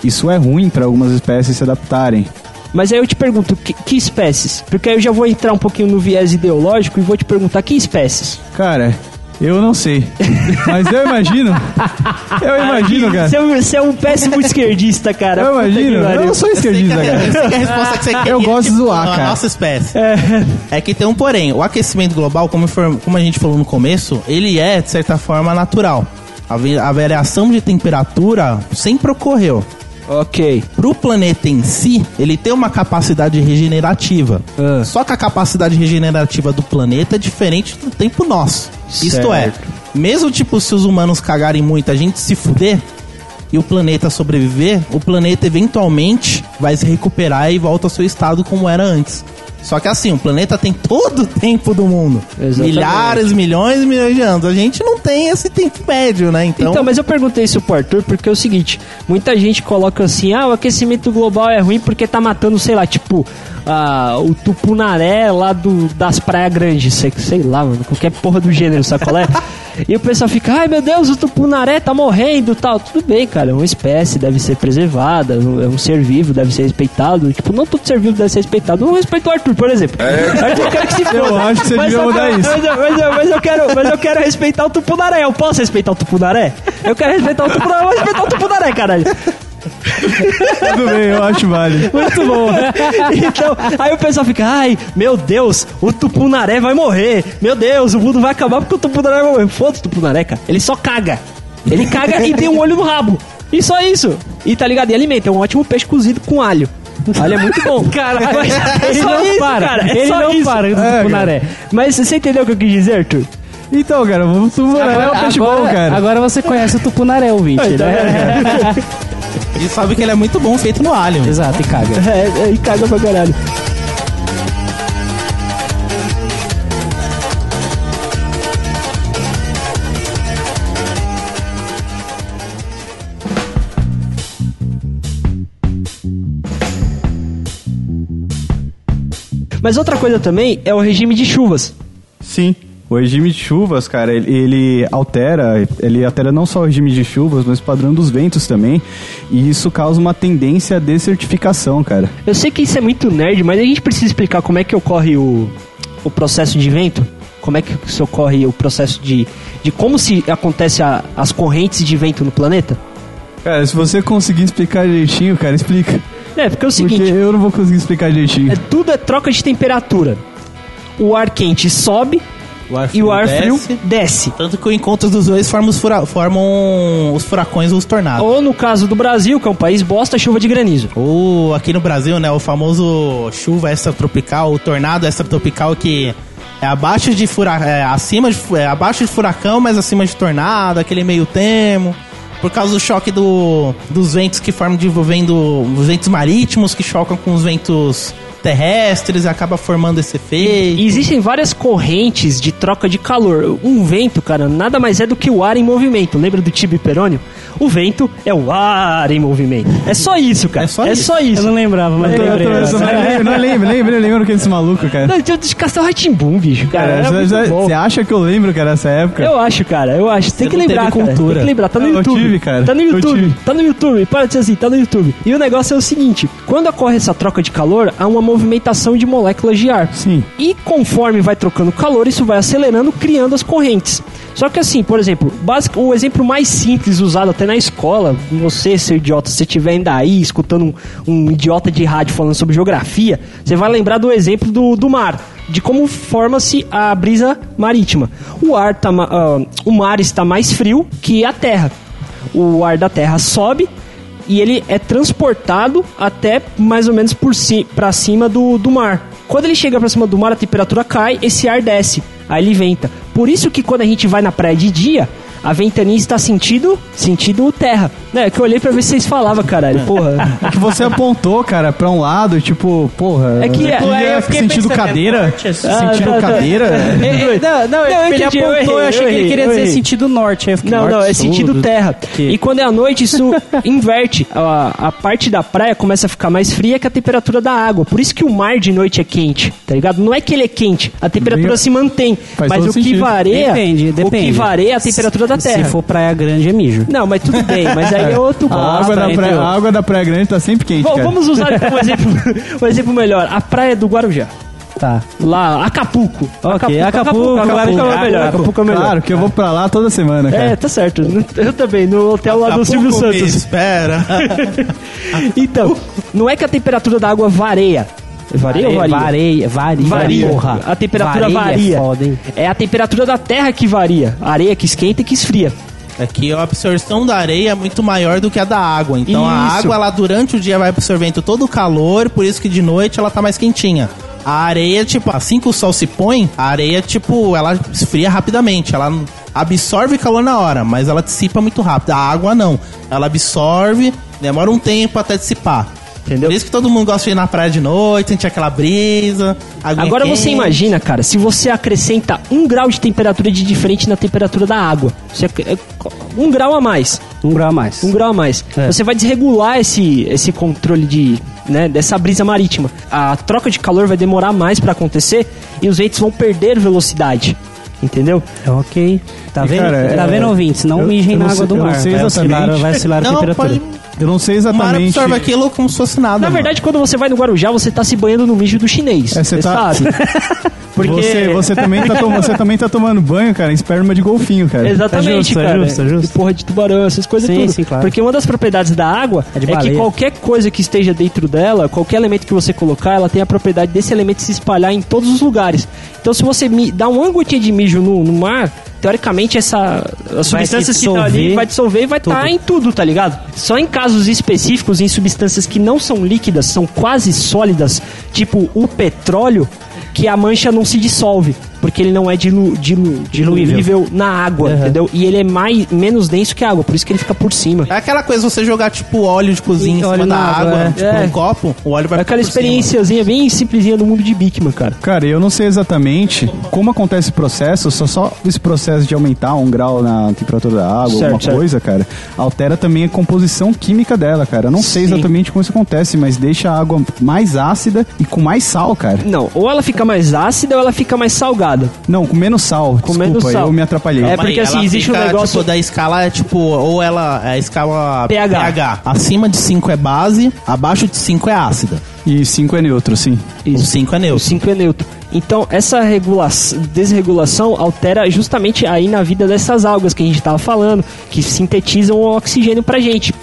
S5: Isso é ruim para algumas espécies se adaptarem.
S3: Mas aí eu te pergunto, que, que espécies? Porque aí eu já vou entrar um pouquinho no viés ideológico e vou te perguntar que espécies?
S5: Cara, eu não sei. Mas eu imagino. Eu imagino, cara.
S3: Você é um- Você é um péssimo esquerdista, cara.
S5: Eu
S3: Puta que
S5: imagino.
S3: pariu.
S5: Eu não sou esquerdista,
S6: Eu sei que a-
S5: cara.
S6: eu sei que a resposta que você quer
S5: Eu
S6: é
S5: gosto de
S6: tipo,
S5: zoar,
S6: a
S5: cara.
S6: nossa espécie. É. que tem um porém. O aquecimento global, como, for- como a gente falou no começo, ele é, de certa forma, natural. A, vi- a variação de temperatura sempre ocorreu.
S3: Ok.
S6: Pro planeta em si, ele tem uma capacidade regenerativa.
S3: Ah.
S6: Só que a capacidade regenerativa do planeta é diferente do tempo nosso. Isto é, mesmo tipo se os humanos cagarem muito, a gente se fuder e o planeta sobreviver, o planeta eventualmente vai se recuperar e volta ao seu estado como era antes. Só que assim, o planeta tem todo o tempo do mundo.
S3: Exatamente.
S6: Milhares, milhões e milhões de anos. A gente não tem esse tempo médio, né? Então,
S3: Então, mas eu perguntei isso pro Arthur porque é o seguinte: muita gente coloca assim, ah, o aquecimento global é ruim porque tá matando, sei lá, tipo, ah, o tupunaré lá do, das praias grandes, sei, sei lá, mano, qualquer porra do gênero, sabe qual é? E o pessoal fica, ai meu Deus, o tupunaré tá morrendo tal. Tudo bem, cara, é uma espécie, deve ser preservada, é um ser vivo, deve ser respeitado. Tipo, não todo ser vivo deve ser respeitado. Eu respeito o Arthur, por exemplo. Arthur, eu quero que se foda.
S5: Eu acho que você devia
S3: eu
S5: mudar
S3: quero-
S5: isso.
S3: mas eu, mas eu- mas eu quero, mas eu quero respeitar o Tupunaré. Eu posso respeitar o Tupunaré? Eu quero respeitar o Tupunaré. Eu vou respeitar o Tupunaré, caralho.
S5: Tudo bem, eu acho válido.
S3: Muito bom. Então, aí o pessoal fica, ai, meu Deus, o Tupunaré vai morrer. Meu Deus, o mundo vai acabar porque o Tupunaré vai morrer. Foda-se o Tupunaré, cara. Ele só caga. Ele caga e tem um olho no rabo. E só isso. E tá ligado? E alimenta. É um ótimo peixe cozido com alho. Alho é muito bom. Caralho, mas é
S4: Ele
S3: só
S4: não
S3: isso,
S4: para.
S3: cara. É
S4: Ele
S3: só
S4: não
S3: isso.
S4: para, o Tupunaré.
S3: Mas você entendeu o que eu quis dizer, Arthur?
S5: Então, cara, vamos tubular. É o peixe bom, cara.
S4: agora você conhece o Tupunaré,
S3: É,
S4: ouvinte,
S3: tá então,
S4: né?
S6: e sabe que ele é muito bom feito no alien.
S4: Exato, e caga.
S3: É, é, e caga pra caralho. Mas outra coisa também é o regime de chuvas.
S5: Sim. O regime de chuvas, cara, ele, ele altera, ele altera não só o regime de chuvas, mas o padrão dos ventos também. E isso causa uma tendência à desertificação, cara.
S3: Eu sei que isso é muito nerd, mas a gente precisa explicar como é que ocorre o, o processo de vento. Como é que se ocorre o processo de. de como se acontece a- as correntes de vento no planeta?
S5: Cara, se você conseguir explicar direitinho, cara, explica.
S3: É, porque é o seguinte:
S5: Porque eu não vou conseguir explicar direitinho.
S3: é, tudo é troca de temperatura. O ar quente sobe
S6: O ar
S3: e o ar frio
S6: desce.
S3: desce.
S6: Tanto que o encontro dos dois forma os fura- formam os furacões ou os tornados.
S3: Ou no caso do Brasil, que é um país bosta, chuva de granizo.
S6: Ou aqui no Brasil, né, o famoso chuva extratropical, o tornado extratropical que é abaixo de furacão, é, acima de, fu- é abaixo de furacão, mas acima de tornado, aquele meio termo. Por causa do choque do, dos ventos que formam de vendo os ventos marítimos que chocam com os ventos terrestres e acaba formando esse efeito.
S3: E existem várias correntes de troca de calor. Um vento, cara, nada mais é do que o ar em movimento. Lembra do Tibi Perônio? O vento é o ar em movimento. É só isso, cara.
S6: É só isso.
S4: Eu não lembrava, mas
S5: Eu
S4: lembrei.
S5: tô- eu tô-
S4: agora.
S5: lembro, não lembro, lembro, lembro que esse maluco, cara.
S3: Não, tinha o de Castelo Ratimbum, bicho, cara.
S5: Cara,
S3: era
S5: É, você-
S3: muito
S5: você
S3: bom.
S5: você acha que eu lembro, cara, essa época?
S3: Eu acho, cara, eu acho. Tem
S6: Você
S3: que
S6: não
S3: lembrar,
S6: teve
S3: cara. Tem
S6: cultura.
S3: que lembrar, tá no
S5: Eu
S3: YouTube.
S5: tive, cara.
S3: Tá no
S5: Eu
S3: YouTube,
S5: tive.
S3: tá no YouTube. Para de ser assim, tá no YouTube. E o negócio é o seguinte: quando ocorre essa troca de calor, há uma movimentação de moléculas de ar.
S5: Sim.
S3: E conforme vai trocando calor, isso vai acelerando, criando as correntes. Só que assim, por exemplo, basic, o exemplo mais simples usado até na escola, você, seu idiota, se você estiver ainda aí escutando um, um idiota de rádio falando sobre geografia, você vai lembrar do exemplo do, do mar, de como forma-se a brisa marítima. O, ar tá, ma- ah, o mar está mais frio que a terra. O ar da terra sobe, e ele é transportado até mais ou menos por ci para cima do, do mar. Quando ele chega pra cima do mar, a temperatura cai, esse ar desce, aí ele venta. Por isso que quando a gente vai na praia de dia, a ventania está sentido, sentido terra. Né, que eu olhei pra ver se vocês falavam, caralho. Porra.
S5: É que você apontou, cara, pra um lado, tipo, porra.
S3: É que-
S5: aqui
S3: é,
S5: é
S3: eu fiquei
S5: sentido
S3: pensando,
S5: cadeira? Sentido
S3: Ah, tá, tá.
S5: cadeira?
S4: É, Não, não,
S3: Não, eu
S4: ele
S3: entendi, eu
S4: apontou,
S3: errei,
S4: eu
S3: eu
S4: achei que ele
S3: errei,
S4: queria
S3: eu
S4: dizer
S3: errei.
S4: sentido norte. aí eu fiquei,
S3: Não,
S4: norte,
S3: não, é
S4: sul,
S3: sentido
S4: do-
S3: terra.
S4: Que-
S3: E quando é à noite, isso inverte. A, a parte da praia começa a ficar mais fria que a temperatura da água. Por isso que o mar de noite é quente, tá ligado? Não é que ele é quente, a temperatura
S5: Meio-
S3: se mantém.
S5: Faz
S3: mas
S5: todo
S3: o que
S5: sentido.
S3: varia.
S4: Depende, depende.
S3: O que varia é a temperatura da
S4: Se-
S3: terra.
S4: Se for praia grande, é mijo.
S3: Não, mas tudo bem, mas aí é outro
S5: A água,
S3: bosta,
S5: da praia, é
S3: entendeu?
S5: a água da Praia Grande tá sempre quente,
S3: Bom,
S5: cara.
S3: vamos usar um exemplo, um exemplo melhor. A praia do Guarujá.
S4: Tá.
S3: Lá, Acapulco.
S4: Ok, Acapulco,
S3: Acapulco, é
S4: Guarujá,
S3: melhor. Acapulco é melhor.
S5: Claro que eu vou pra lá toda semana, cara.
S3: É, tá certo. Eu também, no hotel lá do Silvio
S6: Pouco me
S3: Santos.
S6: Espera.
S3: Então, não é que a temperatura da água varia. Varia ou varia?
S4: Vareia, varia.
S3: Varia.
S4: Porra.
S3: A temperatura
S4: Vareia
S3: varia.
S4: É foda, hein?
S3: É a temperatura da terra que varia. A areia que esquenta e que esfria.
S6: É que a absorção da areia é muito maior do que a da água. Então a
S3: Isso.
S6: água, ela durante o dia vai absorvendo todo o calor, por isso que de noite ela tá mais quentinha. A areia, tipo, assim que o sol se põe, a areia, tipo, ela esfria rapidamente. Ela absorve calor na hora, mas ela dissipa muito rápido. A água não. Ela absorve, demora um tempo até dissipar.
S3: Entendeu?
S6: Por isso que todo mundo gosta de ir na praia de noite, sentir aquela brisa. aguinha
S3: Agora você
S6: quente.
S3: imagina, cara, se você acrescenta um grau de temperatura de diferente na temperatura da água. Você ac- é co- um grau a mais.
S4: Um grau a mais.
S3: Um grau a mais.
S4: É.
S3: Você vai desregular esse, esse controle de, né, dessa brisa marítima. A troca de calor vai demorar mais pra acontecer e os ventos vão perder velocidade. Entendeu?
S4: Ok. Tá
S5: E,
S4: vendo?
S5: cara,
S4: tá
S5: é-
S4: vendo, ouvintes? Não
S5: eu-
S4: mijem
S5: eu
S4: na
S5: não
S4: água
S5: sei-
S4: do
S5: eu não
S4: mar.
S5: sei
S4: vai oscilar,
S5: exatamente.
S4: vai oscilar a
S6: Não,
S4: temperatura.
S6: pode...
S5: Eu não sei
S6: O mar
S5: exatamente.
S6: absorve aquilo como se fosse nada.
S3: Na
S6: mano.
S3: verdade, quando você vai no Guarujá, você tá se banhando no mijo do chinês.
S5: É, você
S3: Você
S5: tá-
S3: sabe? Porque...
S5: Você, você também tá tom- você também tá tomando banho, cara, em esperma de golfinho, cara.
S4: É
S3: Exatamente,
S4: justo, é
S3: cara.
S4: justo, é justo.
S3: De porra de tubarão, essas coisas
S4: Sim,
S3: tudo.
S4: sim, claro.
S3: Porque uma das propriedades da água
S4: É
S3: é,
S4: de
S3: que
S4: baleia.
S3: qualquer coisa que esteja dentro dela, qualquer elemento que você colocar, ela tem a propriedade desse elemento se espalhar em todos os lugares. Então, se você mi- dá uma gotinha de mijo no, no mar, teoricamente, essa, as
S4: Vai
S3: substâncias
S4: se
S3: que estão ali
S4: dissolver
S3: vai dissolver e vai estar em tudo, tá ligado? Só em casos específicos, em substâncias que não são líquidas, são quase sólidas, tipo o petróleo, que a mancha não se dissolve. Porque ele não é dilu, dilu, diluível na água, entendeu? E ele é mais, menos denso que a água, por isso que ele fica por cima.
S6: É aquela coisa, você jogar, tipo, óleo de cozinha
S4: E
S6: em cima
S4: óleo
S6: da
S4: na água,
S6: água,
S4: é.
S6: tipo,
S3: É.
S6: num copo, o óleo vai
S3: É aquela
S6: ficar por cima.
S3: experiênciazinha bem simplesinha do mundo de Bikman, cara.
S5: Cara, eu não sei exatamente como acontece esse processo, só só esse processo de aumentar um grau na temperatura da água,
S3: Certo,
S5: alguma
S3: certo.
S5: coisa, cara, altera também a composição química dela, cara. Eu não sei
S3: Sim.
S5: exatamente como isso acontece, mas deixa a água mais ácida e com mais sal, cara.
S3: Não, ou ela fica mais ácida ou ela fica mais salgada.
S5: Não, com menos sal.
S3: Com
S5: Desculpa,
S3: menos sal.
S5: eu me atrapalhei.
S3: É,
S6: Mas
S3: porque,
S6: ela
S3: assim, existe um
S6: fica,
S3: negócio-
S6: tipo, da escala é tipo, ou ela é a escala
S3: pH.
S6: Acima de 5 é base, abaixo de 5 é ácida.
S5: E 5 é neutro, sim.
S6: O 5 é
S3: O
S6: neutro.
S3: 5 é neutro. Então, essa regula- desregulação altera justamente aí na vida dessas algas que a gente tava falando, que sintetizam o oxigênio pra gente.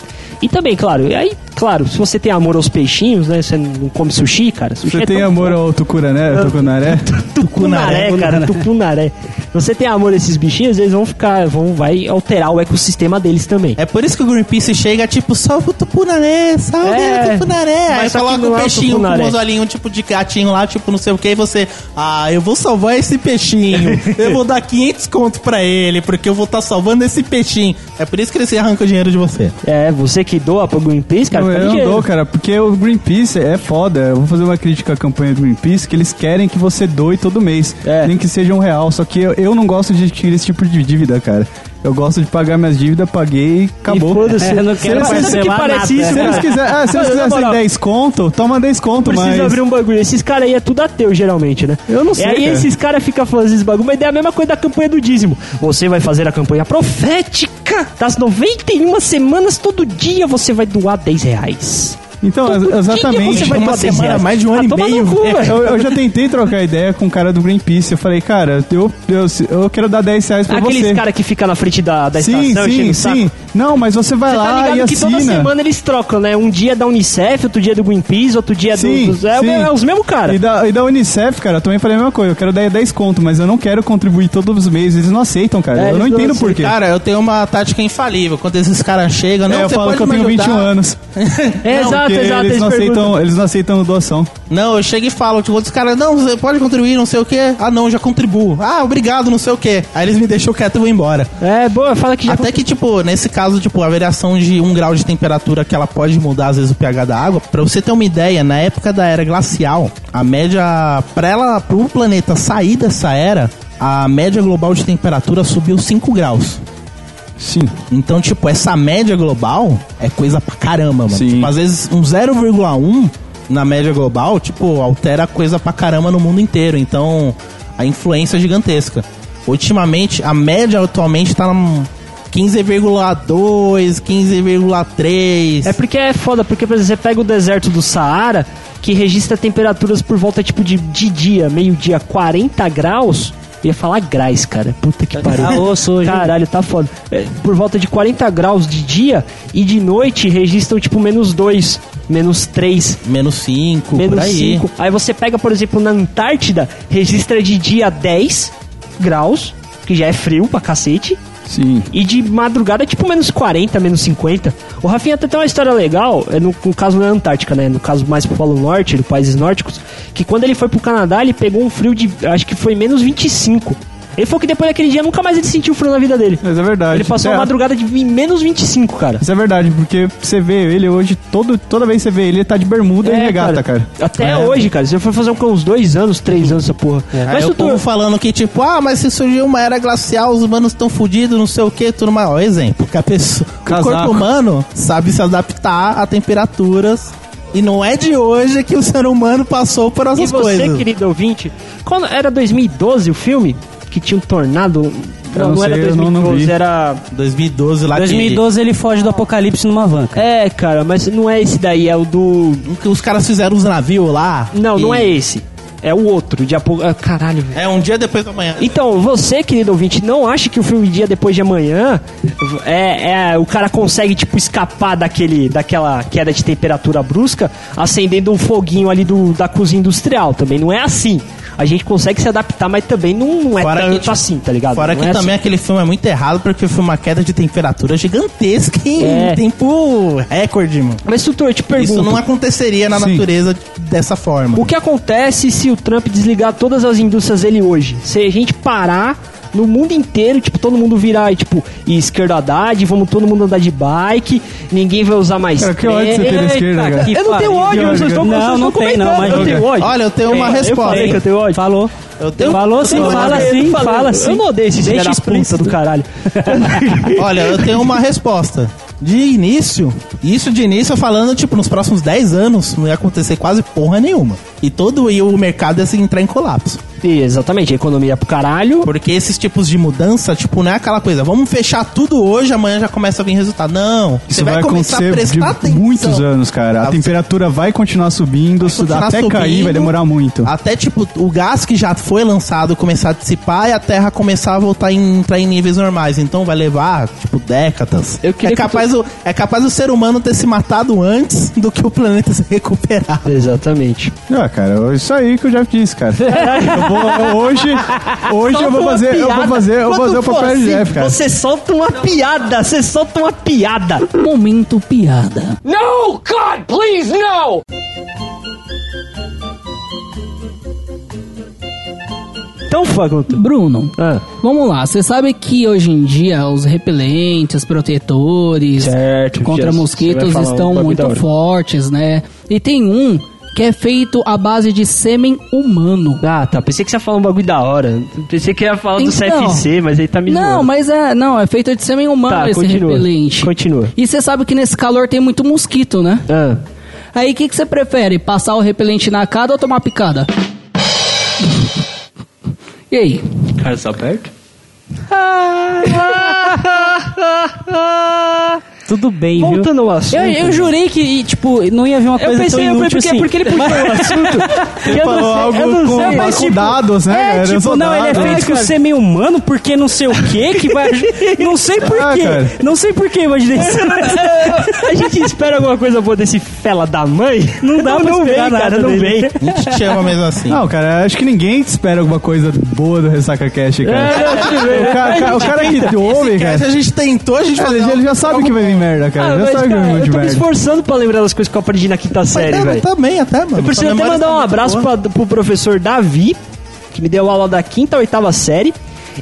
S3: E também, claro, e aí, claro, se você tem amor aos peixinhos, né? Você não come sushi, cara. Sushi
S5: Você
S3: é
S5: tem
S3: tão
S5: amor ao né? tucunaré, tucunaré?
S3: tucunaré,
S6: Tucunaré,
S3: cara, tucunaré. Você tem amor a esses bichinhos, eles vão ficar, vão, vai alterar o ecossistema deles também.
S6: É por isso que o Greenpeace chega, tipo, salve o tupunaré, salve
S3: É.
S6: o tupunaré.
S3: Mas
S6: Aí
S3: só que
S6: coloca
S3: não
S6: um
S3: é o
S6: peixinho com
S3: tucunaré.
S6: uns olhinhos, tipo, de gatinho lá, tipo, não sei o que, e você, ah, eu vou salvar esse peixinho, eu vou dar 500 conto pra ele, porque eu vou estar salvando esse peixinho. É por isso que eles arrancam o dinheiro de você.
S3: É, você que doa pro Greenpeace, cara,
S5: Não,
S3: fica
S5: eu não
S3: ligeiro.
S5: dou, cara, porque o Greenpeace é foda. Eu vou fazer uma crítica à campanha do Greenpeace, que eles querem que você doe todo mês.
S3: É.
S5: Nem que seja um real. Só que eu, eu não gosto de tirar esse tipo de dívida, cara. Eu gosto de pagar minhas dívidas, paguei e acabou.
S3: E foda-se.
S4: É, eu não
S3: Você
S4: quero
S3: sabe o que
S4: parcelar
S3: parece
S4: nada.
S3: isso,
S5: Se
S3: cara?
S5: eles quiserem, ah, se eles
S3: Mano, na
S5: quisessem
S3: moral,
S5: 10 conto, toma 10 conto,
S3: Precisa
S5: mas...
S3: abrir um bagulho. Esses caras aí é tudo ateu, geralmente, né?
S5: Eu não sei,
S3: E aí
S5: cara.
S3: esses caras ficam fazendo esses bagulho, mas é a mesma coisa da campanha do dízimo. Você vai fazer a campanha profética das 91 semanas, todo dia você vai doar 10 reais.
S5: Então,
S3: Todo dia
S5: exatamente.
S3: você vai
S6: uma
S3: doar 10
S6: semana,
S3: reais.
S6: mais de um
S3: Ah,
S6: ano e
S3: toma no
S6: meio,
S3: cu,
S6: velho.
S3: velho.
S5: Eu, eu já tentei trocar ideia com o cara do Greenpeace. Eu falei, cara, eu, eu, eu quero dar 10 reais pra
S3: Aqueles
S5: você.
S3: caras que ficam na frente da, da
S5: sim,
S3: estação, enchendo
S5: sim,
S3: o saco.
S5: sim. Não, mas você vai
S3: Você
S5: lá
S3: tá
S5: e
S3: ligado que
S5: assina.
S3: toda semana eles trocam, né? Um dia é da Unicef, outro dia é do Greenpeace, outro dia é do,
S5: Sim,
S3: dos... É,
S5: sim.
S3: é os mesmos caras.
S5: E da, e da Unicef, cara, eu também falei a mesma coisa. Eu quero dar 10 conto, mas eu não quero contribuir todos os meses. Eles não aceitam, cara.
S3: É,
S5: eu não
S3: eles não
S5: entendo por quê.
S6: Cara, eu tenho uma tática infalível. Quando esses caras chegam, não,
S5: é, eu
S6: você
S5: falo
S6: pode
S5: que eu
S6: me
S5: tenho 21
S6: ajudar?
S5: anos.
S3: É, exato,
S5: porque
S3: exato.
S5: eles,
S3: perguntam.
S5: não aceitam, eles não aceitam doação.
S6: Não, eu chego e falo, tipo, outros caras, não, você pode contribuir, não sei o quê. Ah, não, já contribuo. Ah, obrigado, não sei o quê. Aí eles me deixam quieto e vão embora.
S3: É, boa, fala que já
S6: Até que, tipo, nesse caso, tipo, a variação de um grau de temperatura que ela pode mudar, às vezes, o pH da água. Pra você ter uma ideia, na época da era glacial, a média. Pra ela, pro planeta sair dessa era, a média global de temperatura subiu 5 graus.
S5: Sim.
S6: Então, tipo, essa média global é coisa pra caramba, mano.
S5: Sim.
S6: Tipo, às vezes um 0,1 na média global, tipo, altera coisa pra caramba no mundo inteiro. Então, a influência é gigantesca. Ultimamente, a média atualmente tá num 15,2, 15,3.
S3: É porque é foda, porque, por exemplo, você pega o deserto do Saara, que registra temperaturas por volta, tipo, de, de dia, meio-dia, 40 graus. Eu ia falar gás, cara. Puta
S6: Tá
S3: que pariu.
S4: Alô, sou eu.
S3: Caralho, tá foda. É, Por volta de 40 graus de dia e de noite registram, tipo, menos 2, menos 3,
S6: Menos 5, por
S3: menos
S6: aí.
S3: 5. Aí você pega, por exemplo, na Antártida, registra de dia 10 graus, que já é frio pra cacete.
S5: Sim.
S3: E de madrugada, tipo, menos 40, menos 50. O Rafinha até tem uma história legal, é no, no caso da Antártica, né? No caso mais pro Polo Norte, dos países nórdicos, que quando ele foi pro Canadá, ele pegou um frio de, acho que foi menos 25. Ele falou que depois daquele dia nunca mais ele sentiu frio na vida dele.
S5: Mas é verdade.
S3: Ele passou
S5: É,
S3: uma madrugada de vi- menos 25, cara.
S5: Isso é verdade, porque você vê ele hoje, todo, toda vez que você vê ele, ele tá de bermuda e
S3: É,
S5: regata, cara. É.
S3: Até hoje, cara. Você foi fazer um- uns dois anos, três anos essa porra.
S6: Aí
S3: Mas
S6: o povo
S3: Tutu,
S6: falando que, tipo, ah, mas se surgir uma era glacial, os humanos estão fodidos, não sei o que, tudo mais. Ó, exemplo, que a pessoa, o
S5: Casaco.
S6: corpo humano sabe se adaptar a temperaturas e não é de hoje que o ser humano passou por
S3: E
S6: essas
S3: você,
S6: coisas.
S3: querido ouvinte, quando era 2012 o filme? Que tinha um tornado.
S5: Eu não
S3: era
S5: sei, eu não- não vi.
S3: era.
S6: 2012 lá
S4: 2012 ele foge do apocalipse numa van, cara.
S3: É, cara, mas não é esse daí, é o do.
S6: que, que os caras fizeram os navios lá.
S3: Não,
S6: e-
S3: não é esse. É o outro, de apo... ah, Caralho, velho.
S6: É um dia depois da manhã.
S3: Então, você, querido ouvinte, não acha que o filme Dia Depois de Amanhã é, é- o cara consegue, tipo, escapar daquele, daquela queda de temperatura brusca acendendo um foguinho ali do, da cozinha industrial. Também não é assim. A gente consegue se adaptar, mas também não, não é
S6: Fora que
S3: tanto
S6: ti-
S3: assim, tá ligado?
S6: Fora
S3: Não
S6: que
S3: é
S6: também aquele filme é muito errado, porque foi uma queda de temperatura gigantesca em
S3: É.
S6: tempo recorde, mano.
S3: assim. Mas, Tutor, eu te pergunto...
S6: Isso não é aconteceria na
S5: Sim.
S6: natureza dessa forma.
S3: O que acontece se o Trump desligar todas as indústrias dele hoje? Se a gente parar no mundo inteiro, tipo, todo mundo virar, e, tipo, esquerda Haddad, vamos todo mundo andar de bike, ninguém vai usar mais
S5: Cara, que ódio você tem da
S3: trem.
S5: esquerda,
S3: Eita,
S5: cara.
S3: que Eu não tenho
S4: pariu.
S3: ódio, eu só estou,
S4: Não,
S3: eu só estou
S4: não tem, não,
S3: comentando, eu
S4: mas-
S3: tenho ódio.
S6: Olha, eu tenho uma
S3: Eu
S6: resposta.
S3: falei que eu tenho ódio.
S4: Falou.
S6: Eu tenho-
S4: Falou sim,
S6: eu tenho uma
S4: fala
S3: Eu
S4: sim,
S3: falei,
S4: fala sim.
S3: Eu não odeio esse filho
S4: Deixa
S3: da puta
S4: explícito.
S3: do caralho.
S6: Olha, eu tenho uma resposta. De início, isso de início falando, tipo, nos próximos 10 anos não ia acontecer quase porra nenhuma. E todo e o mercado ia se entrar em colapso.
S3: E, exatamente, a economia é pro caralho.
S6: Porque esses tipos de mudança, tipo, não é aquela coisa, vamos fechar tudo hoje, amanhã já começa a vir resultado. Não, você
S5: Isso
S6: vai,
S5: vai,
S6: começar a
S5: acontecer de
S6: prestar atenção.
S5: muitos anos, cara. A
S6: Tá,
S5: temperatura vai continuar subindo,
S6: Vai continuar
S5: até cair
S6: subindo.
S5: vai demorar muito.
S6: Até tipo o gás que já foi lançado começar a dissipar e a Terra começar a voltar em, entrar em níveis normais. Então vai levar tipo décadas.
S3: Eu queria
S6: é
S3: que
S6: capaz o, é capaz o ser humano ter se matado antes do que o planeta se recuperar.
S3: Exatamente.
S5: Ah, cara, é isso aí que o Jeff disse, cara. Eu vou- hoje hoje
S3: Solta
S5: eu vou
S3: uma
S5: fazer, eu vou
S3: piada.
S5: fazer, eu vou
S3: Quando
S5: fazer o
S3: for
S5: papel de
S3: assim,
S5: Jeff, cara.
S3: Você solta uma piada, você solta uma piada.
S4: Momento piada.
S1: No, God, please, no!
S3: Então, Fagunto.
S8: Bruno,
S3: Ah,
S8: vamos lá. Você sabe que hoje em dia os repelentes, protetores
S3: Certo,
S8: contra
S3: Jesus, você vai
S8: mosquitos
S3: falar um
S8: estão
S3: bagulho
S8: muito
S3: da hora.
S8: fortes, né? E tem um que é feito à base de sêmen humano.
S3: ah, tá. Pensei que você ia falar um bagulho da hora. Pensei que ia falar do
S8: Então.
S3: CFC, mas aí tá me
S8: Não,
S3: zoando.
S8: mas é, não, é feito de sêmen humano
S3: Tá,
S8: esse
S3: continua.
S8: repelente.
S3: Continua.
S8: E você sabe que nesse calor tem muito mosquito, né?
S3: Ah.
S8: Aí o que que você prefere? Passar o repelente na cara ou tomar picada? E aí?
S3: Cara, só perto?
S4: Tudo bem, viu?
S3: Voltando ao assunto.
S4: Eu, eu jurei que, e, tipo, não ia vir uma
S3: né? Eu
S4: coisa
S3: pensei,
S4: tão
S3: eu,
S4: inútil
S3: porque,
S4: assim.
S3: porque ele puxou o assunto. Ele
S5: falou algo com- com
S3: tipo,
S5: dados, né,
S4: É,
S5: cara? Eu
S4: tipo,
S5: sou
S4: não, ele é
S5: dado.
S4: feito com ser meio humano, porque não sei o que que vai... não sei por
S5: Ah,
S4: quê.
S5: cara.
S4: Não sei por quê, imaginei isso.
S3: A gente espera alguma coisa boa desse fela da mãe?
S4: Não dá pra
S3: não vem,
S4: esperar
S3: cara,
S4: nada
S3: não
S4: dele.
S3: vem.
S6: A gente chama mesmo assim.
S5: Não, cara, acho que ninguém espera alguma coisa boa do Ressaca Cash, cara.
S3: É,
S5: O cara, o cara que ouve, cara,
S6: Se a gente tentou, a gente
S5: ele,
S6: fazer
S5: ele já
S6: algo-
S5: sabe que vai vir merda, cara.
S3: Ah,
S5: já
S3: mas,
S5: sabe que
S3: cara,
S5: vai vir
S3: eu tô
S5: de
S3: me
S5: merda.
S3: esforçando pra lembrar das coisas que eu aprendi na quinta
S6: Mas,
S3: série,
S6: cara,
S5: tá.
S3: velho.
S6: também, até, mano. tá
S3: Eu preciso até mandar um abraço pra, pro professor Davi, que me deu aula da quinta a oitava série,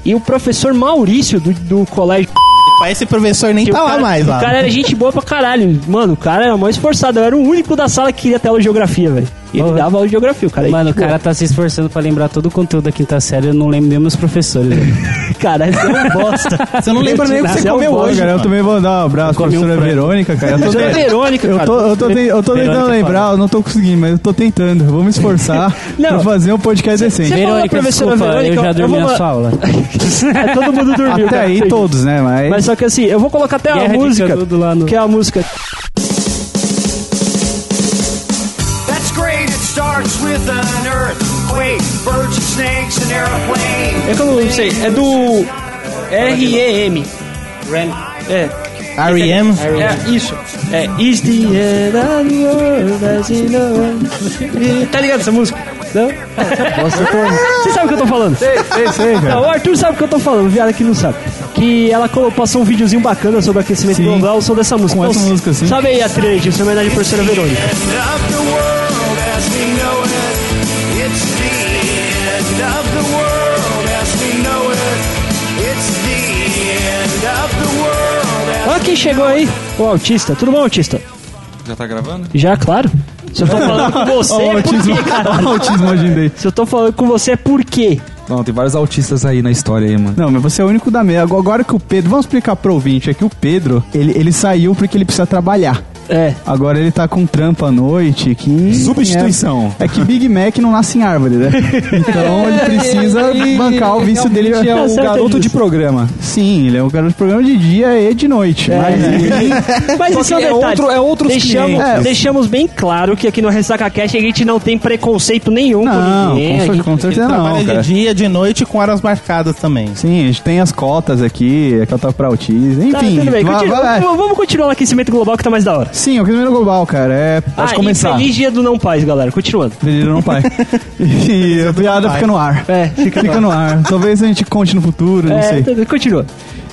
S3: e o professor Maurício, do, do colégio.
S5: Tá
S6: Pra esse professor nem
S3: que o
S6: tá lá
S3: cara-
S6: mais, lá.
S3: O cara é era gente boa pra caralho. Mano, o cara era mó esforçado. Eu era o único da sala que queria ter aula de geografia, velho. E ele
S4: Porra.
S3: dava aula de geografia, o cara. é
S4: Mano, o cara tá se esforçando pra lembrar todo o conteúdo da quinta série, eu não lembro nem meus professores. velho.
S3: Cara, esse é um bosta.
S6: Você não lembra nem o que você
S3: Esse é um
S6: comeu
S3: bom,
S6: hoje.
S5: Cara, eu
S6: mano.
S5: também vou dar um abraço pra
S4: comi um
S5: professora
S4: frango.
S5: Verônica, cara. Eu tô,
S3: Professora Verônica,
S5: eu
S3: cara.
S5: tô, eu tô, te- eu tô
S4: Verônica
S5: tentando
S4: é
S5: lembrar,
S4: foda.
S5: eu não tô conseguindo, mas eu tô tentando. Eu Vou me esforçar
S3: Não.
S5: pra fazer um podcast decente.
S3: Você falou,
S4: Verônica,
S3: professora
S4: desculpa,
S3: Verônica,
S4: eu já
S3: eu
S4: dormi
S3: vou
S4: na
S3: ma-
S4: sua aula.
S3: É, todo mundo dormiu.
S5: Até
S3: cara.
S5: aí todos, né?
S3: Mas
S5: Mas
S3: só que assim, eu vou colocar até
S4: Guerra
S3: a
S4: de
S3: música.
S4: canudo lá no-
S3: Que é a música.
S9: That's great. It starts with an earthquake, birds and snakes and airplanes.
S3: É que eu não sei. É do. R.E.M. É.
S6: R.E.M.
S3: É, isso. É It's the end of the world as you know. Tá ligado essa música? Não? Nossa, eu tô... Você sabe o que eu tô falando?
S5: sei, sei, cara.
S3: Não, o Arthur sabe o que eu tô falando, o viado que não sabe. Que ela colo- passou um videozinho bacana sobre aquecimento
S5: Sim.
S3: global, o som dessa música.
S5: Com essa
S3: Então,
S5: música, sim.
S3: Sabe aí a trilha, isso é homenagem à professora Verônica.
S9: End of the world as we know it. It's the end of the world as as we know it, it's the end of the world. as
S3: Olha quem chegou aí, o autista. Tudo bom, autista?
S10: Já tá gravando?
S3: Já, claro. Se eu tô falando com você, é por
S5: autismo,
S3: quê, cara?
S5: Ó o autismo agendei.
S3: Se eu tô falando com você, é por quê?
S10: Não, tem vários autistas aí na história aí, mano.
S5: Não, mas você é o único da meia. Agora- Agora que o Pedro. Vamos explicar pro ouvinte: é que o Pedro, ele, ele saiu porque ele precisa trabalhar.
S3: É.
S5: Agora ele tá com trampa à noite.
S10: é.
S5: Que
S10: Substituição.
S5: É, é que Big Mac não nasce em árvore, né? Então ele precisa bancar o vício dele.
S10: Realmente É o
S3: certo
S10: garoto de
S3: disso.
S10: programa.
S5: Sim, ele é o garoto de programa de dia e de noite.
S3: É,
S5: Mas
S3: Mas
S10: Só
S3: isso é um
S10: que é
S3: detalhe.
S10: outro- é outros
S3: deixamos,
S10: clientes.
S3: é, deixamos bem claro que aqui no Ressaca Cash a gente não tem preconceito nenhum com
S5: Não,
S3: ninguém.
S5: com,
S3: A
S5: cer-
S3: gente-
S5: com certeza não,
S6: trabalha
S5: cara.
S6: de dia, de noite e com horas marcadas também.
S5: Sim, a gente tem as cotas aqui, é a cota pra autismo,
S3: Tá,
S5: enfim.
S3: tudo bem.
S5: vá-
S3: Continua-
S5: vá-
S3: v- Vamos continuar no aquecimento global que tá mais da hora.
S5: Sim, o primeiro global, cara, é...
S3: ah,
S10: começar.
S3: Feliz dia do não paz, galera. Continuando.
S5: Pediram não pai. E a piada fica no ar.
S3: É, fica
S5: Fica no ar. Talvez a gente conte no futuro, não
S3: é,
S5: sei.
S3: tudo- continua.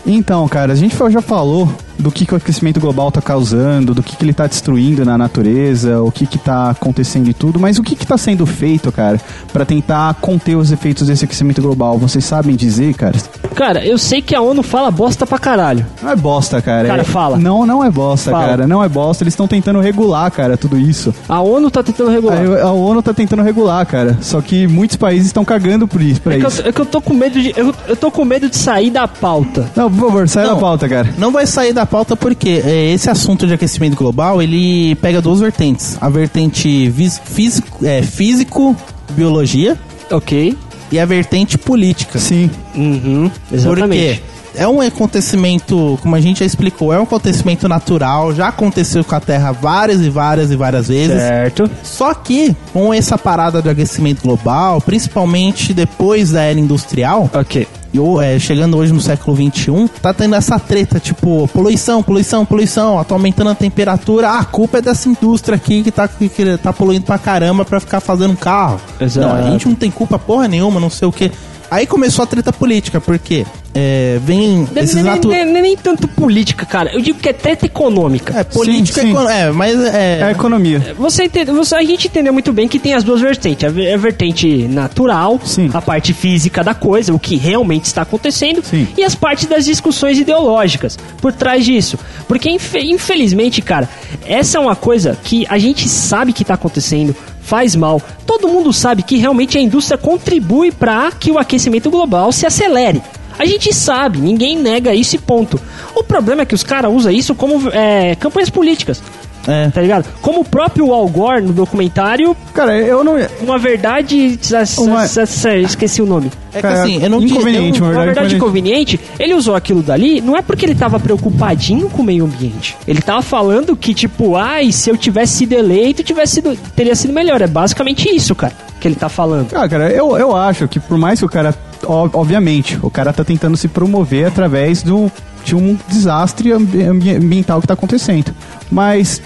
S5: Então, cara, a gente fa- já falou do que, que o aquecimento global tá causando, do que, que ele tá destruindo na natureza, o que que tá acontecendo e tudo, mas o que que tá sendo feito, cara, pra tentar conter os efeitos desse aquecimento global? Vocês sabem dizer, cara?
S3: Cara, eu sei que a ONU fala bosta pra caralho.
S5: Não é bosta, cara.
S3: Cara,
S5: É-
S3: fala.
S5: Não, não é bosta,
S3: Fala.
S5: cara. Não é bosta. Eles estão tentando regular, cara, tudo isso.
S3: A ONU tá tentando regular.
S5: A, a ONU tá tentando regular, cara. Só que muitos países estão cagando por isso, pra
S3: É que,
S5: isso.
S3: eu, é que eu tô com medo de. Eu, eu tô com medo de sair da pauta.
S5: Não, por favor, sai
S6: Não.
S5: da pauta, cara.
S6: Não vai sair da pauta porque é, esse assunto de aquecimento global ele pega duas vertentes: a vertente vis- físico, é, físico biologia
S3: Ok.
S6: e a vertente política.
S5: Sim.
S3: Uhum. Exatamente.
S6: Porque é um acontecimento, como a gente já explicou, é um acontecimento natural, já aconteceu com a Terra várias e várias e várias vezes.
S3: Certo.
S6: Só que com essa parada do aquecimento global, principalmente depois da era industrial,
S3: Ok.
S6: e o- é, chegando hoje no século XXI, tá tendo essa treta, tipo, poluição, poluição, poluição, ó, tá aumentando a temperatura, ah, a culpa é dessa indústria aqui que tá, que, que tá poluindo pra caramba pra ficar fazendo carro.
S3: Exato.
S6: Não, a gente não tem culpa porra nenhuma, não sei o quê. Aí começou a treta política, porque é, vem
S3: Nem,
S6: esses
S3: nem-
S6: natu...
S3: nem- nem- nem tanto política, cara. Eu digo que é treta econômica.
S6: É, política,
S5: Sim, sim.
S6: econo- é, mas
S5: É a
S6: é...
S5: economia.
S3: Você entende, você- a gente entendeu muito bem que tem as duas vertentes. A, ver- a vertente natural,
S5: Sim.
S3: a parte física da coisa, o que realmente está acontecendo,
S5: Sim.
S3: e as partes das discussões ideológicas por trás disso. Porque, infe- infelizmente, cara, essa é uma coisa que a gente sabe que está acontecendo, faz mal. Todo mundo sabe que realmente a indústria contribui para que o aquecimento global se acelere. A gente sabe, ninguém nega isso e ponto. O problema é que os caras usam isso como é, campanhas políticas
S6: é.
S3: tá ligado? Como o próprio Al Gore no documentário,
S5: Cara, eu não...
S3: uma verdade. sa- sa-
S5: Uma-
S3: sa- sa- Esqueci o nome.
S6: É que
S5: Cara,
S6: assim, eu não tinha-
S5: inconveniente,
S6: eu-
S5: uma
S3: Uma
S5: verdade,
S3: verdade
S5: inconveniente.
S3: conveniente, ele usou aquilo dali, não é porque ele tava preocupadinho com o meio ambiente. Ele tava falando que, tipo, ai, se eu tivesse sido eleito, tivesse sido, teria sido melhor. É basicamente isso, cara, que ele tá falando.
S5: Ah, cara, eu, eu acho que por mais que o cara. ó- Obviamente, o cara tá tentando se promover através do, de um desastre ambi- ambi- ambiental que tá acontecendo. Mas,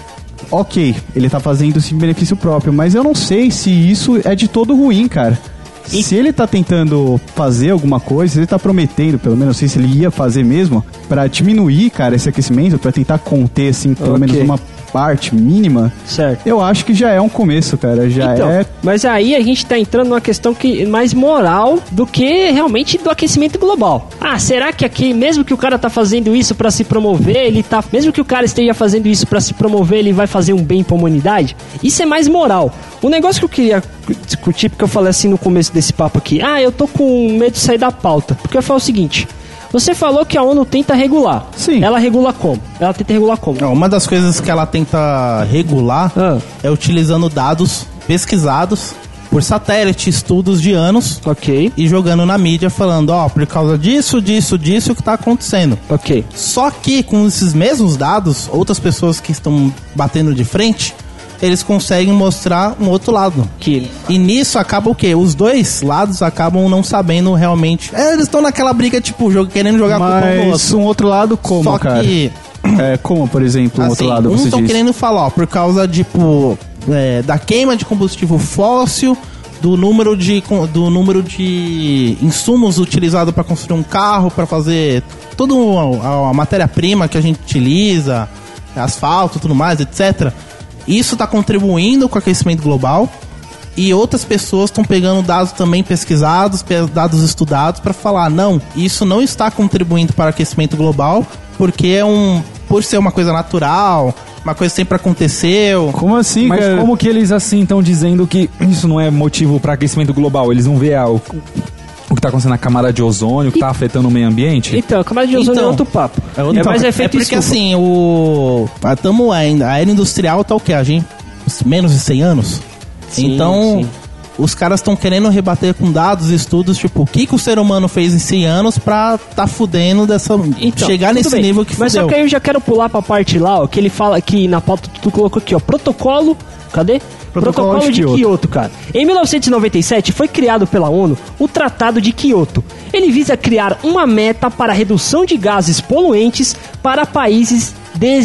S5: ok, ele tá fazendo isso em benefício próprio, mas eu não sei se isso é de todo ruim, cara.
S3: E-
S5: Se ele tá tentando fazer alguma coisa, se ele tá prometendo, pelo menos, não sei se ele ia fazer mesmo, pra diminuir, cara, esse aquecimento, pra tentar conter, assim, pelo
S3: Ok.
S5: menos uma parte mínima,
S3: Certo.
S5: eu acho que já é um começo, cara. Já
S3: Então,
S5: é
S3: mas aí a gente tá entrando numa questão que mais moral do que realmente do aquecimento global. Ah, será que aqui, mesmo que o cara tá fazendo isso pra se promover, ele tá, mesmo que o cara esteja fazendo isso pra se promover, ele vai fazer um bem pra humanidade? Isso é mais moral. O negócio que eu queria discutir, porque eu falei assim no começo desse papo aqui, ah, eu tô com medo de sair da pauta, porque eu falo o seguinte, você falou que a ONU tenta regular.
S5: Sim.
S3: Ela regula como? Ela tenta regular como?
S6: Ó, Uma das coisas que ela tenta regular
S3: Ah.
S6: é utilizando dados pesquisados por satélite, estudos de anos
S3: Ok,
S6: e jogando na mídia falando, ó, por causa disso, disso, disso o que tá acontecendo.
S3: ok.
S6: Só que com esses mesmos dados, outras pessoas que estão batendo de frente, eles conseguem mostrar um outro lado.
S3: Que
S6: E nisso acaba o quê? Os dois lados acabam não sabendo realmente. É, eles estão naquela briga, tipo, jogo, querendo jogar com o no
S5: Mas
S6: outro.
S5: um outro lado como,
S6: Só
S5: cara?
S6: que
S5: É, como, por exemplo, um outro
S6: Assim,
S5: lado,
S6: uns
S5: você
S6: tão
S5: diz?
S6: querendo falar, ó, por causa, tipo, é, da queima de combustível fóssil, do número de, con- do número de insumos utilizados para construir um carro, para fazer toda a, a matéria-prima que a gente utiliza, tá asfalto, tudo mais, etc. Isso está contribuindo com o aquecimento global. E outras pessoas estão pegando dados também pesquisados, pe- dados estudados, para falar: não, isso não está contribuindo para o aquecimento global, porque é um. Por ser uma coisa natural, uma coisa que sempre aconteceu.
S5: Como assim,
S10: Mas
S5: cara?
S10: como que eles assim estão dizendo que isso não é motivo para aquecimento global? Eles não veem ah, o, o que tá acontecendo na camada de ozônio, o que tá afetando o meio ambiente?
S3: Então, a camada de ozônio
S6: Então.
S3: é outro papo. É,
S6: Então,
S3: mais
S6: é
S3: efeito
S6: porque
S3: estufa.
S6: assim, o. a- Tamo ainda. A área industrial tá o quê? A gente. Menos de 100 anos?
S3: Sim,
S6: então.
S3: sim.
S6: Os caras estão querendo rebater com dados, estudos, tipo, o que, que o ser humano fez em 100 anos pra tá fudendo dessa.
S3: Então,
S6: chegar
S3: tudo
S6: nesse
S3: bem.
S6: nível que
S3: Mas
S6: fudeu.
S3: só que aí eu já quero pular pra parte lá, ó, que ele fala que na pauta tu colocou aqui, ó, protocolo, cadê?
S5: Protocolo de
S3: de
S5: Kyoto.
S3: Kyoto, cara. Em 1997 foi criado pela ONU o Tratado de Kyoto. Ele visa criar uma meta para a redução de gases poluentes para países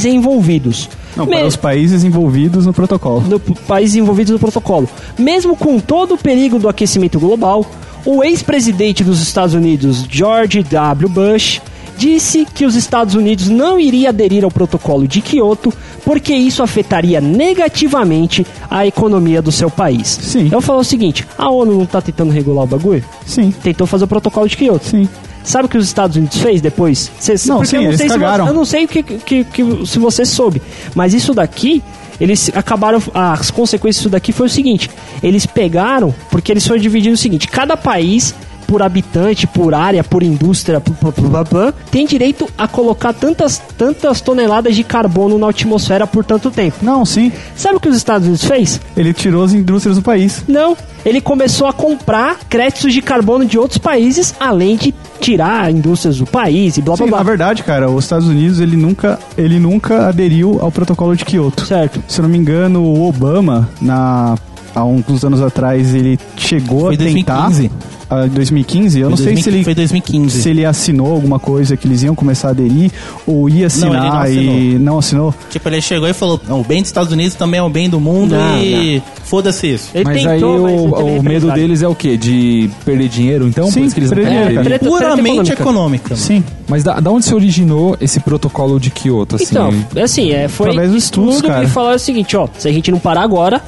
S3: desenvolvidos.
S5: Não,
S3: Me-
S5: para os países envolvidos no protocolo.
S3: no p- países envolvidos no protocolo. Mesmo com todo o perigo do aquecimento global, o ex-presidente dos Estados Unidos, George W. Bush, disse que os Estados Unidos não iria aderir ao protocolo de Kyoto porque isso afetaria negativamente a economia do seu país.
S5: Sim.
S3: Eu falo o seguinte: a ONU não está tentando regular o bagulho?
S5: Sim,
S3: Tentou fazer o protocolo de Kyoto.
S5: sim.
S3: Sabe o que os Estados Unidos fez depois? Cê,
S5: Não,
S3: porque
S5: sim,
S3: eu não
S5: eles
S3: sei se
S5: cagaram.
S3: você, eu não sei que, que, que- se você soube, mas isso daqui eles acabaram as consequências disso daqui foi o seguinte, eles pegaram porque eles foram divididos o seguinte, cada país por habitante, por área, por indústria, por- por- por- blá, blá, tem direito a colocar tantas tantas toneladas de carbono na atmosfera por tanto tempo.
S5: Não, sim.
S3: Sabe o que os Estados Unidos fez?
S5: Ele tirou as indústrias do país.
S3: Não, ele começou a comprar créditos de carbono de outros países, além de tirar indústrias do país e blá blá
S5: Sim, na
S3: blá.
S5: verdade, cara, os Estados Unidos ele nunca, ele nunca aderiu ao protocolo de Kyoto.
S3: Certo.
S5: Se eu não me engano, o Obama, na, há uns anos atrás, ele chegou
S6: Foi
S5: a tentar.
S6: 2015.
S5: Ah, 2015? Eu não
S6: Foi
S5: sei
S6: 2015,
S5: se ele
S6: Foi 2015.
S5: se ele assinou alguma coisa que eles iam começar a aderir ou ia assinar
S6: Não, ele não
S5: e não assinou.
S6: Tipo, ele chegou e falou: não, o bem dos Estados Unidos também é o bem do mundo
S3: Não,
S6: e. Foda-se isso.
S3: Ele
S10: mas aí
S3: tentou,
S10: o,
S3: mas não teve
S10: o medo
S3: represália.
S10: deles é o quê? De perder dinheiro, então?
S5: Sim,
S10: Por isso que eles não
S5: perder
S10: querem
S5: dinheiro, cara.
S10: aderir?
S3: Treta- treta
S6: Puramente
S3: é econômica.
S6: econômica.
S5: Sim,
S10: Mas da, da onde se originou esse protocolo de Kyoto, assim?
S3: Então, assim, é, foi
S5: Através dos estudos,
S3: estudo
S5: cara.
S3: e falaram o seguinte, ó, se a gente não parar agora,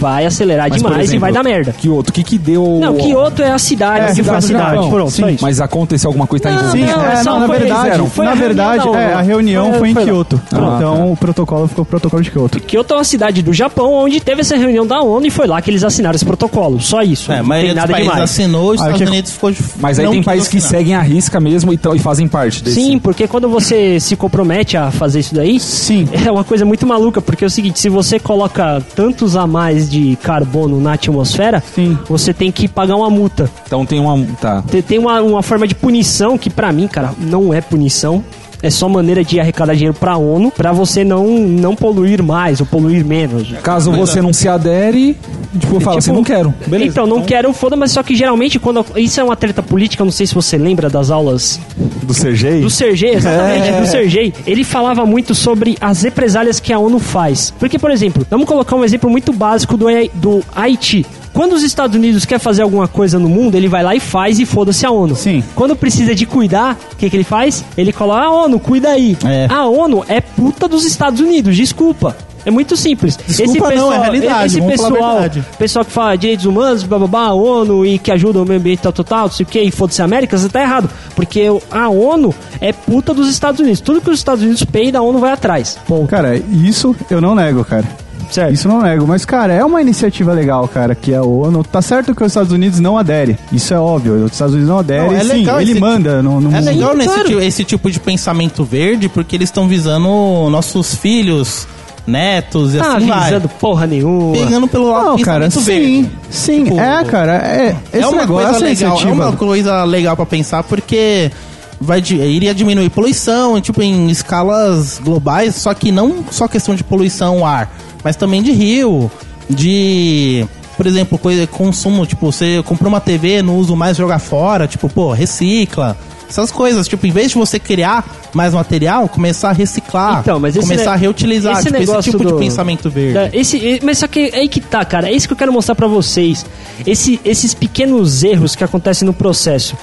S3: vai acelerar
S10: Mas, por
S3: demais e
S10: exemplo,
S3: vai dar merda.
S10: Kyoto, o que que deu...
S3: Não, Kyoto é a cidade,
S5: É,
S3: onde
S5: cidade
S3: foi a
S5: do
S3: cidade.
S5: Japão.
S3: Pronto, só
S5: Sim,
S3: isso.
S10: Mas aconteceu alguma coisa que tá
S3: Não,
S10: envolvida?
S5: sim.
S3: não,
S5: é,
S3: só
S5: não, na
S3: foi-
S5: verdade,
S3: foi
S5: na
S3: a reunião da
S5: verdade, é,
S3: ONU.
S5: a reunião
S3: Foi-
S5: foi em
S3: foi lá.
S5: Kyoto.
S10: Ah,
S5: então o protocolo ficou o protocolo de Kyoto.
S3: Kyoto é uma cidade do Japão onde teve essa reunião da ONU e foi lá que eles assinaram esse protocolo. Só isso.
S6: É, a
S3: não tem
S6: maioria dos
S3: nada
S6: países
S3: demais.
S6: assinou, os
S5: Aí
S6: Estados
S5: que-
S6: Unidos ficou. de-
S10: Mas aí
S6: não
S10: tem
S6: quis
S10: países que
S6: assinar.
S10: seguem a risca mesmo e, tão- e fazem parte desse...
S3: Sim, porque quando você se compromete a fazer isso daí,
S5: Sim.
S3: É uma coisa muito maluca, porque é o seguinte, se você coloca tantos a mais de carbono na atmosfera,
S5: Sim.
S3: você tem que pagar uma multa.
S10: Então tem uma... Tá.
S3: Tem- Tem uma, uma forma de punição que pra mim, cara, não é punição. É só maneira de arrecadar dinheiro pra ONU pra você não, não poluir mais ou poluir menos.
S10: Caso você não se adere, tipo, fala assim,
S3: Tipo,
S10: não quero. Beleza.
S3: Então, não quero, foda, mas só que geralmente quando. Isso é uma treta política, eu não sei se você lembra das aulas
S10: Do CG?
S3: do Sergei, exatamente, do Sergei, ele falava muito sobre as represálias que a ONU faz. Porque, por exemplo, vamos colocar um exemplo muito básico do, Hai- do Haiti. Quando os Estados Unidos quer fazer alguma coisa no mundo, ele vai lá e faz e foda-se a ONU.
S5: Sim.
S3: Quando precisa de cuidar, o que, que ele faz? Ele coloca a ONU, cuida aí.
S6: É.
S3: A ONU é puta dos Estados Unidos, desculpa. É muito simples.
S6: Desculpa não, é realidade,
S3: Esse
S6: vamos falar a
S3: pessoal,
S6: verdade.
S3: pessoal que fala direitos humanos, bababá, ONU e que ajuda o meio ambiente tal, tal, tal, não sei o que, e foda-se a América, você tá errado. Porque a ONU é puta dos Estados Unidos. Tudo que os Estados Unidos peida, a ONU vai atrás. Ponto.
S5: Cara, isso eu não nego, cara.
S3: Certo.
S5: Isso eu não nego, mas cara, é uma iniciativa legal, cara, que a ONU. Tá certo que os Estados Unidos não adere. Isso é óbvio. Os Estados Unidos não aderem.
S6: Não, é
S5: sim,
S6: legal
S5: ele
S6: esse-
S5: manda no, no
S6: É
S5: mundo.
S6: legal nesse
S3: claro.
S6: ti- esse tipo de pensamento verde, porque eles estão visando nossos filhos, netos e
S3: Tá
S6: assim vai.
S3: avisando porra nenhuma.
S6: Pegando pelo lado
S5: Não,
S6: do
S5: cara,
S6: pensamento
S5: sim.
S6: é verde.
S5: Sim,
S6: Tipo,
S5: é, cara. É, um esse
S6: é uma
S5: negócio,
S6: coisa
S5: essa
S6: legal, é
S5: iniciativa.
S6: uma coisa legal pra pensar, porque vai di- iria diminuir poluição, tipo em escalas globais, só que não só questão de poluição ar, mas também de rio, de por exemplo, coisa consumo, tipo, você comprou uma TV, não usa mais, joga fora, tipo, pô, recicla. Essas coisas, tipo, em vez de você criar mais material, começar a reciclar,
S3: Então, mas esse
S6: começar
S3: ne-
S6: a reutilizar,
S3: esse
S6: tipo,
S3: negócio
S6: tipo
S3: do-
S6: de pensamento verde.
S3: Da- Tá, Esse, e- mas só que aí que tá, cara. É isso que eu quero mostrar pra vocês. Esse- esses pequenos erros que acontecem no processo.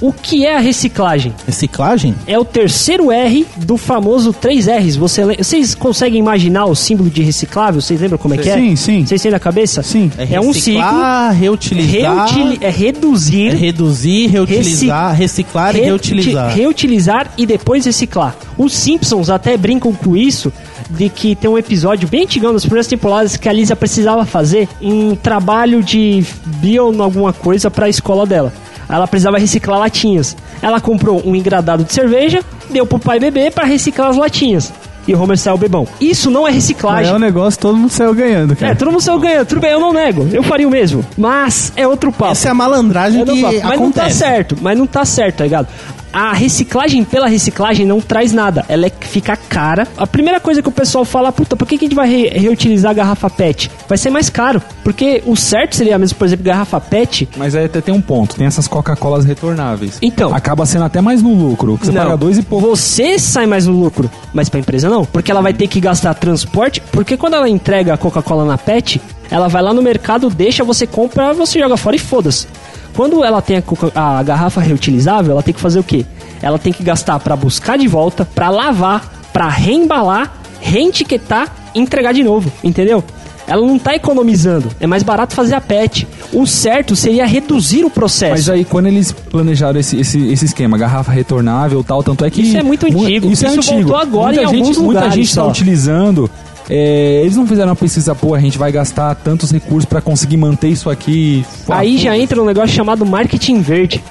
S3: O que é a reciclagem?
S6: Reciclagem?
S3: É o terceiro R do famoso 3Rs. Você le- Vocês conseguem imaginar o símbolo de reciclável? Vocês lembram como é que é?
S5: Sim, sim.
S3: Vocês têm na cabeça?
S5: Sim.
S3: É um ciclo.
S6: reciclar, Reutilizar.
S3: Reutili- é reduzir,
S6: é reduzir, reutilizar, reciclar e
S3: Re-
S6: reutilizar.
S3: te- reutilizar e depois reciclar. Os Simpsons até brincam com isso, de que tem um episódio bem antigão das primeiras temporadas que a Lisa precisava fazer um trabalho de bio alguma coisa para a escola dela. Ela precisava reciclar latinhas. Ela comprou um engradado de cerveja, deu pro pai beber para reciclar as latinhas. E o Homer saiu bebão. Isso não é
S5: Mas
S3: reciclagem.
S5: é um negócio que todo mundo saiu ganhando,
S3: É,
S5: cara.
S3: todo mundo saiu ganhando. Tudo bem, eu não nego. Eu faria o mesmo. Mas é outro papo.
S6: Essa é a malandragem
S3: Eu não
S6: que
S3: falo, mas não tá
S6: acontece.
S3: certo, mas não tá certo, tá ligado? A reciclagem pela reciclagem não traz nada, ela é que fica cara. A primeira coisa que o pessoal fala, puta, por que, que a gente vai re- reutilizar a garrafa PET? Vai ser mais caro, porque o certo seria mesmo, por exemplo, garrafa PET.
S10: Mas aí até tem um ponto, tem essas Coca-Colas retornáveis.
S3: Então.
S10: Acaba sendo até mais no lucro, que você
S3: não,
S10: paga dois e pouco.
S3: Você sai mais no lucro, mas pra empresa não, porque ela vai ter que gastar transporte, porque quando ela entrega a Coca-Cola na PET, ela vai lá no mercado, deixa, você compra, você joga fora e foda-se. Quando ela tem a, Coca- a garrafa reutilizável, ela tem que fazer o quê? Ela tem que gastar pra buscar de volta, pra lavar, pra reembalar, reetiquetar e entregar de novo, entendeu? Ela não tá economizando, é mais barato fazer a PET. O certo seria reduzir o processo.
S10: Mas aí, quando eles planejaram esse, esse, esse esquema, garrafa retornável e tal, tanto é que.
S3: Isso é muito
S10: mu-
S3: antigo.
S10: Isso, é
S3: Isso
S10: antigo.
S3: voltou agora
S10: muita
S3: em
S10: gente,
S3: alguns
S10: Muita
S3: lugares
S10: gente
S3: só.
S10: tá utilizando. é, eles não fizeram uma pesquisa, pô, a gente vai gastar tantos recursos pra conseguir manter isso aqui. Pô,
S3: Aí já entra um negócio chamado marketing verde.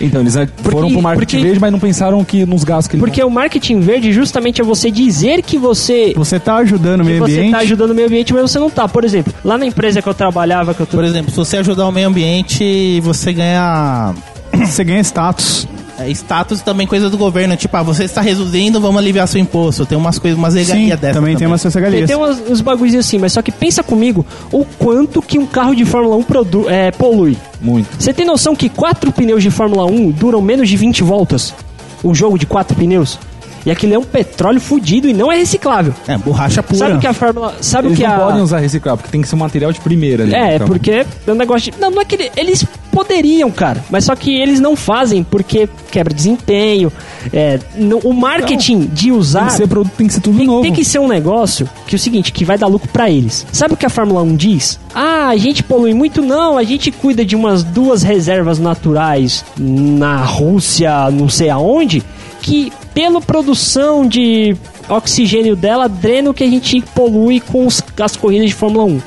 S10: Então, eles né, foram pro marketing
S3: porque-
S10: verde, mas não pensaram que nos gastos que eles
S3: Porque o marketing verde justamente é você dizer que você
S5: Você tá ajudando o
S3: que
S5: meio
S3: você
S5: ambiente.
S3: tá ajudando o meio ambiente, mas você não tá. Por exemplo, lá na empresa que eu trabalhava, que eu tô...
S6: Por exemplo, se você ajudar o meio ambiente, você ganha
S5: Você ganha status.
S6: é, status e também coisa do governo. Tipo, ah, você está reduzindo, vamos aliviar seu imposto. Tem umas coisas, umas
S5: Sim,
S6: regalias
S5: também,
S6: dessa também.
S5: tem umas
S3: Tem,
S5: sessegalias.
S3: tem umas- uns bagulhinhos assim, mas só que pensa comigo o quanto que um carro de Fórmula 1 produ- é, polui.
S10: Muito.
S3: Você tem noção que quatro pneus de Fórmula 1 duram menos de 20 voltas? Um jogo de quatro pneus? E aquilo é um petróleo fudido e não é reciclável.
S6: É, borracha pura.
S3: Sabe o que a Fórmula. Sabe o
S10: Eles
S3: que
S10: não
S3: a.
S10: podem usar reciclar, porque tem que ser um material de primeira ali.
S3: É,
S10: então.
S3: porque é um negócio de... Não, não é que ele- eles poderiam, cara, mas só que eles não fazem porque quebra desempenho. é, no- o marketing de usar
S10: Tem que ser, produto, tem que ser tudo
S3: tem,
S10: novo.
S3: tem que ser um negócio que é o seguinte, que vai dar lucro pra eles. Sabe o que a Fórmula 1 diz? Ah, a gente polui muito? Não, a gente cuida de umas duas reservas naturais na Rússia, não sei aonde, que pela produção de oxigênio dela, drena o que a gente polui com os- as corridas de Fórmula 1.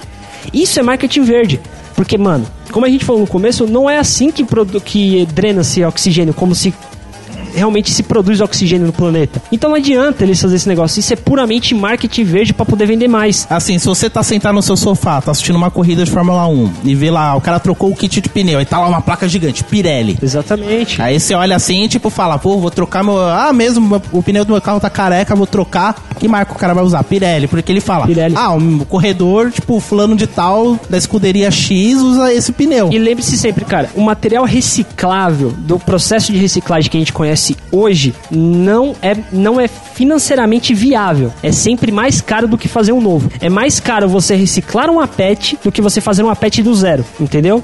S3: Isso é marketing verde. Porque, mano, como a gente falou no começo, não é assim que, produ- que drena-se oxigênio, como se realmente se produz oxigênio no planeta. Então não adianta eles fazerem esse negócio. Isso é puramente marketing verde pra poder vender mais.
S6: Assim, se você tá sentado no seu sofá, tá assistindo uma corrida de Fórmula 1 e vê lá, o cara trocou o kit de pneu, aí tá lá uma placa gigante, Pirelli.
S3: Exatamente.
S6: Aí você olha assim e tipo fala, pô, vou trocar meu. Ah, mesmo, meu- o pneu do meu carro tá careca, vou trocar. Que marca o cara vai usar? Pirelli, porque ele fala,
S3: Pirelli.
S6: ah, um corredor, tipo, fulano de tal, da escuderia X, usa esse pneu.
S3: E lembre-se sempre, cara, o material reciclável do processo de reciclagem que a gente conhece hoje não é, não é financeiramente viável. É sempre mais caro do que fazer um novo. É mais caro você reciclar uma PET do que você fazer uma PET do zero, entendeu?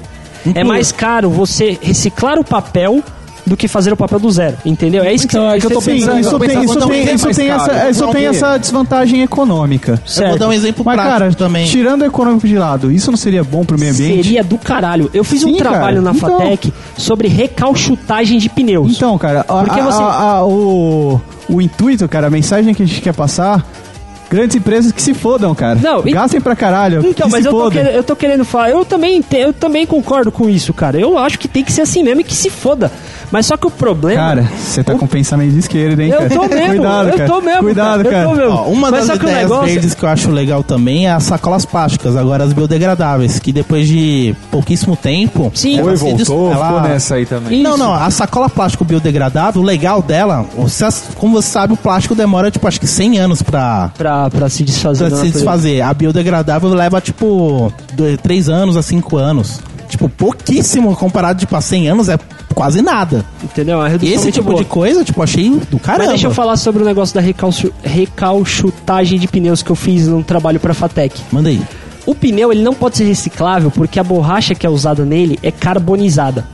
S3: É mais
S10: Uhum.
S3: caro você reciclar o papel do que fazer o papel do zero, entendeu? É isso que,
S10: Então, é que eu tô
S3: isso
S5: Sim,
S10: pensando-
S5: isso
S10: pensando
S5: tem, isso
S10: quanto é
S5: tem,
S10: mais
S5: isso tem,
S10: caro,
S5: essa, isso
S10: quanto
S5: tem
S10: é.
S5: essa desvantagem econômica.
S6: Eu
S3: certo.
S6: vou dar um exemplo
S5: Mas,
S6: prático
S5: cara,
S6: também.
S5: tirando o econômico de lado, isso não seria bom pro meio ambiente?
S3: Seria do caralho. Eu fiz um
S5: Sim,
S3: trabalho
S5: cara.
S3: na
S5: Então.
S3: FATEC sobre recalchutagem de pneus.
S5: Então, cara, a-
S3: Porque
S5: a-
S3: você-
S5: a- a- o, o intuito, cara, a mensagem que a gente quer passar, grandes empresas que se fodam, cara.
S3: Não, e-
S5: Gastem pra caralho.
S3: Então,
S5: que
S3: mas
S5: se
S3: eu tô,
S5: fodam.
S3: querendo, eu tô querendo falar. Eu também, te- eu também concordo com isso, cara. Eu acho que tem que ser assim mesmo e que se foda. Mas só que o problema.
S5: Cara, você tá com pensamento de esquerda, hein,
S3: eu
S5: cara?
S3: tô mesmo,
S5: Cuidado,
S3: eu
S5: cara.
S3: tô mesmo.
S5: Cuidado, cara.
S3: Eu tô mesmo.
S6: Ó,
S3: mas
S6: uma das
S3: só que o
S6: ideias
S3: negócio.
S6: verdes que eu acho legal também é as sacolas plásticas, agora as biodegradáveis, que depois de pouquíssimo tempo.
S3: Sim.
S6: ela
S10: Foi,
S6: se des-
S10: voltou,
S6: ela-
S10: ficou nessa aí também.
S6: Não, não, a sacola plástico biodegradável, o legal dela, você- como você sabe, o plástico demora, tipo, acho que 100 anos pra,
S3: Pra, pra se desfazer.
S6: pra
S3: da
S6: Tá se
S3: natureza.
S6: desfazer. A biodegradável leva, tipo, 3 anos a 5 anos. Tipo, pouquíssimo comparado, tipo, a 100 anos é quase nada.
S3: Entendeu? É uma redução
S6: Esse
S3: muito
S6: tipo
S3: boa.
S6: de coisa, tipo, achei do caramba.
S3: Mas deixa eu falar sobre o negócio da recalchu- recalchutagem de pneus que eu fiz num trabalho pra Fatec.
S6: Manda aí.
S3: O pneu ele não pode ser reciclável porque a borracha que é usada nele é carbonizada.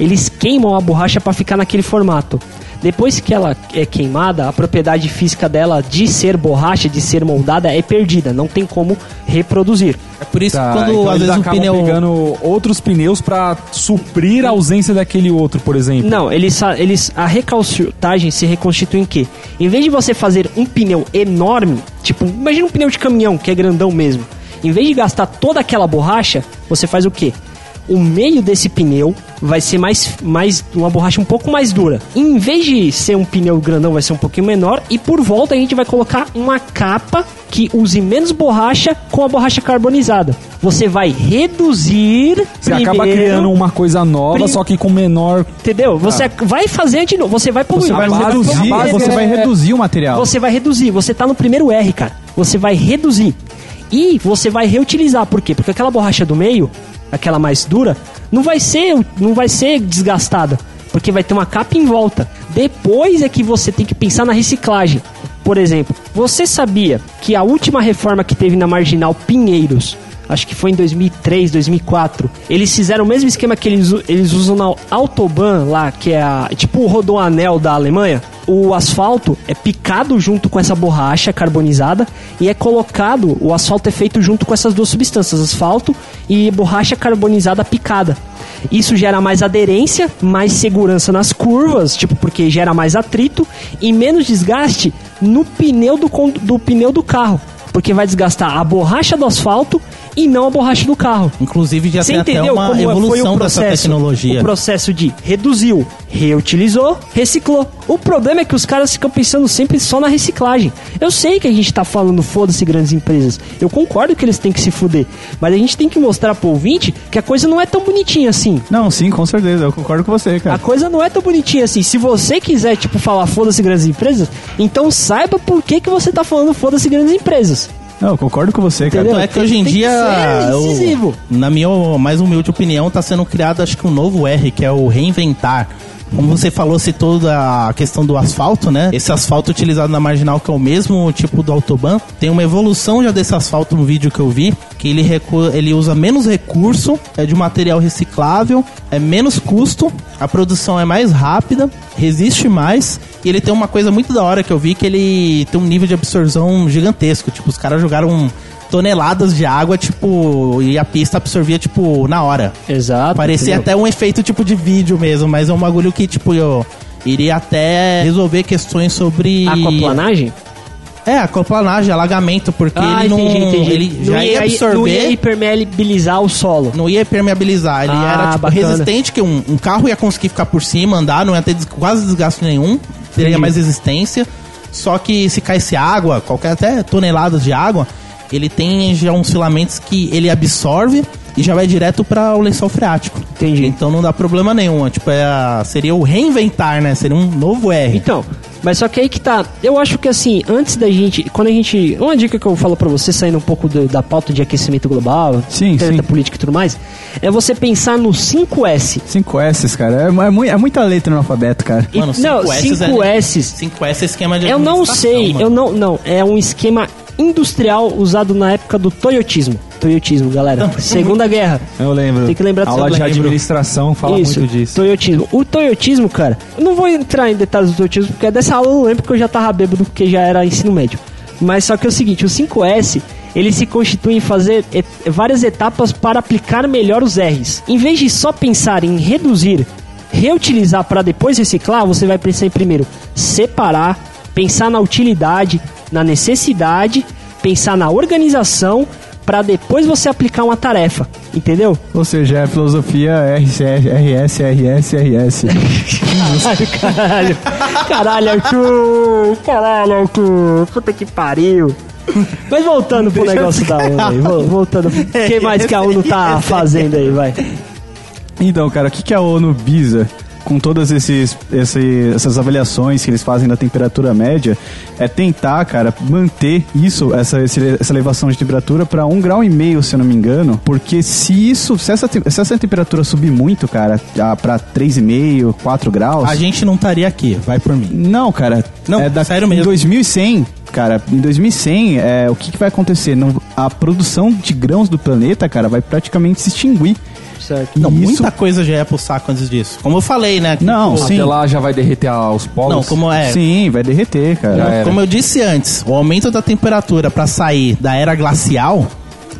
S3: eles queimam a borracha para ficar naquele formato. Depois que ela é queimada, a propriedade física dela de ser borracha, de ser moldada, é perdida. Não tem como reproduzir.
S6: É por isso
S10: Tá,
S6: que quando
S10: então
S6: às
S10: eles
S6: vezes um
S10: acabam
S6: pneu.
S10: pegando outros pneus pra suprir a ausência daquele outro, por exemplo.
S3: Não, eles, sa- eles a recalcitagem se reconstitui em quê? Em vez de você fazer um pneu enorme, tipo, imagina um pneu de caminhão, que é grandão mesmo. Em vez de gastar toda aquela borracha, você faz o quê? O meio desse pneu vai ser mais, mais uma borracha um pouco mais dura. Em vez de ser um pneu grandão, vai ser um pouquinho menor. E por volta a gente vai colocar uma capa que use menos borracha com a borracha carbonizada. Você vai reduzir.
S10: Você acaba
S3: primeiro-
S10: criando um uma coisa nova,
S3: Prim-
S10: só que com menor.
S3: Entendeu? Você ac- vai fazer de novo. Você vai poluir.
S5: Ah. Você vai
S3: Mas é-
S5: reduzir,
S3: Você,
S5: você vai reduzir o material.
S3: né? você vai reduzir. Você tá no primeiro R, cara. Você vai reduzir. E você vai reutilizar. Por quê? Porque aquela borracha do meio, aquela mais dura, não vai ser, não vai ser desgastada. Porque vai ter uma capa em volta. Depois é que você tem que pensar na reciclagem. Por exemplo, você sabia que a última reforma que teve na Marginal Pinheiros acho que foi em 2003, 2004. Eles fizeram o mesmo esquema que eles, u- eles usam na Autobahn lá, que é a, tipo o rodoanel da Alemanha. O asfalto é picado junto com essa borracha carbonizada e é colocado, o asfalto é feito junto com essas duas substâncias, asfalto e borracha carbonizada picada. Isso gera mais aderência, mais segurança nas curvas, tipo porque gera mais atrito e menos desgaste no pneu do, con- do pneu do carro porque vai desgastar a borracha do asfalto e não a borracha do carro.
S6: Inclusive já
S3: Você
S6: tem até
S3: entendeu
S6: uma
S3: como é- foi o
S6: evolução
S3: processo?
S6: dessa tecnologia.
S3: O processo de reduziu, reutilizou, reciclou. O problema é que os caras ficam pensando sempre só na reciclagem. Eu sei que a gente tá falando foda-se grandes empresas. Eu concordo que eles têm que se fuder. Mas a gente tem que mostrar pro ouvinte que a coisa não é tão bonitinha assim.
S5: Não, sim, com certeza. Eu concordo com você,
S3: A
S5: cara.
S3: coisa não é tão bonitinha assim. Se você quiser, tipo, falar foda-se grandes empresas, então saiba por que, que você tá falando foda-se grandes empresas.
S5: Não, eu concordo com você, cara.
S3: Entendeu?
S6: Tanto é que hoje em
S3: Tem que
S6: dia,
S3: ser
S6: o-
S3: incisivo.
S6: na minha mais humilde opinião, tá sendo criado acho que um novo R, que é o reinventar. Como você falou, citou da questão do asfalto, né? Esse asfalto utilizado na marginal, que é o mesmo tipo do Autobahn, tem uma evolução já desse asfalto no vídeo que eu vi, que ele, recu- ele usa menos recurso, é de material reciclável, é menos custo, a produção é mais rápida, resiste mais, e ele tem uma coisa muito da hora que eu vi, que ele tem um nível de absorção gigantesco. Tipo, os caras jogaram toneladas de água, tipo, e a pista absorvia, tipo, na hora.
S3: Exato.
S6: Parecia até um efeito tipo de vídeo mesmo, mas é um bagulho que, tipo, eu iria até resolver questões sobre.
S3: Aquaplanagem?
S6: É, aquaplanagem, alagamento, porque ele não. Ele já
S3: Ah, não Não
S6: ia
S3: ia
S6: absorver.
S3: hipermeabilizar o solo.
S6: Não ia permeabilizar, ele
S3: Ah,
S6: era tipo,
S3: bacana.
S6: resistente, que um, um carro ia conseguir ficar por cima, andar, não ia ter des- quase desgaste nenhum, teria
S3: Entendi.
S6: mais resistência. Só que se caísse água, qualquer até toneladas de água, ele tem já uns filamentos que ele absorve e já vai direto para o lençol freático.
S3: Entendi.
S6: Então não dá problema nenhum. é, Tipo, é, a- seria o reinventar, né? Seria um novo R.
S3: Então, mas só que aí que tá. Eu acho que assim, antes da gente. Quando a gente. Uma dica que eu falo pra você, saindo um pouco do- da pauta de aquecimento global,
S5: Sim,
S3: treta
S5: sim.
S3: política e tudo mais, é você pensar no 5S.
S5: 5 S, cara. É, mu- é mu- é muita letra no alfabeto, cara.
S3: E-
S6: Mano,
S3: não, 5S.
S6: 5S 5S é esquema de
S3: Eu não
S6: administração,
S3: sei,
S6: mano.
S3: eu não, não, é um esquema industrial usado na época do toyotismo. Toyotismo, galera. Segunda Guerra.
S10: Eu lembro.
S3: Tem que lembrar
S10: Aula
S3: disso,
S10: de
S3: eu lembro.
S10: administração fala
S3: Isso,
S10: muito disso.
S3: Toyotismo. O Toyotismo, cara, eu não vou entrar em detalhes do Toyotismo, porque dessa aula eu não lembro que eu já tava bêbado, porque já era ensino médio. Mas só que é o seguinte, o 5S, ele se constitui em fazer et- várias etapas para aplicar melhor os R's. Em vez de só pensar em reduzir, reutilizar para depois reciclar, você vai pensar em primeiro separar, pensar na utilidade, na necessidade, pensar na organização, para depois você aplicar uma tarefa, entendeu?
S5: Ou seja, é a filosofia RCS, RS, RS, RS.
S3: Caralho, caralho, Arthur! Caralho, Arthur! Puta que pariu! Mas voltando pro negócio da ONU aí, vo- voltando. O que mais que a ONU tá fazendo aí, vai?
S5: Então, cara, o que, que a ONU visa com todas esses, esse- essas avaliações que eles fazem da temperatura média? É tentar, cara, manter isso, essa, esse- essa elevação de temperatura para um grau e meio, se eu não me engano. Porque se isso, se essa, te- se essa temperatura subir muito, cara, para 3,5, 4 graus.
S6: A gente não estaria aqui, vai por mim.
S5: Não, cara.
S6: Não,
S5: é da,
S6: sério
S5: Em
S6: mesmo.
S5: 2100, cara, em 2100, é, o que, que vai acontecer? Não, a produção de grãos do planeta, cara, vai praticamente se extinguir.
S3: certo.
S6: Não,
S5: Isso-
S6: muita coisa já é pro saco antes disso. Como eu falei, né?
S5: Não,
S6: Pô,
S5: sim.
S10: Até lá já vai derreter a- os polos.
S6: Não, como é.
S5: Sim, vai derreter,
S10: Já
S5: cara.
S10: era.
S6: Como eu disse antes, o aumento da temperatura para sair da era glacial,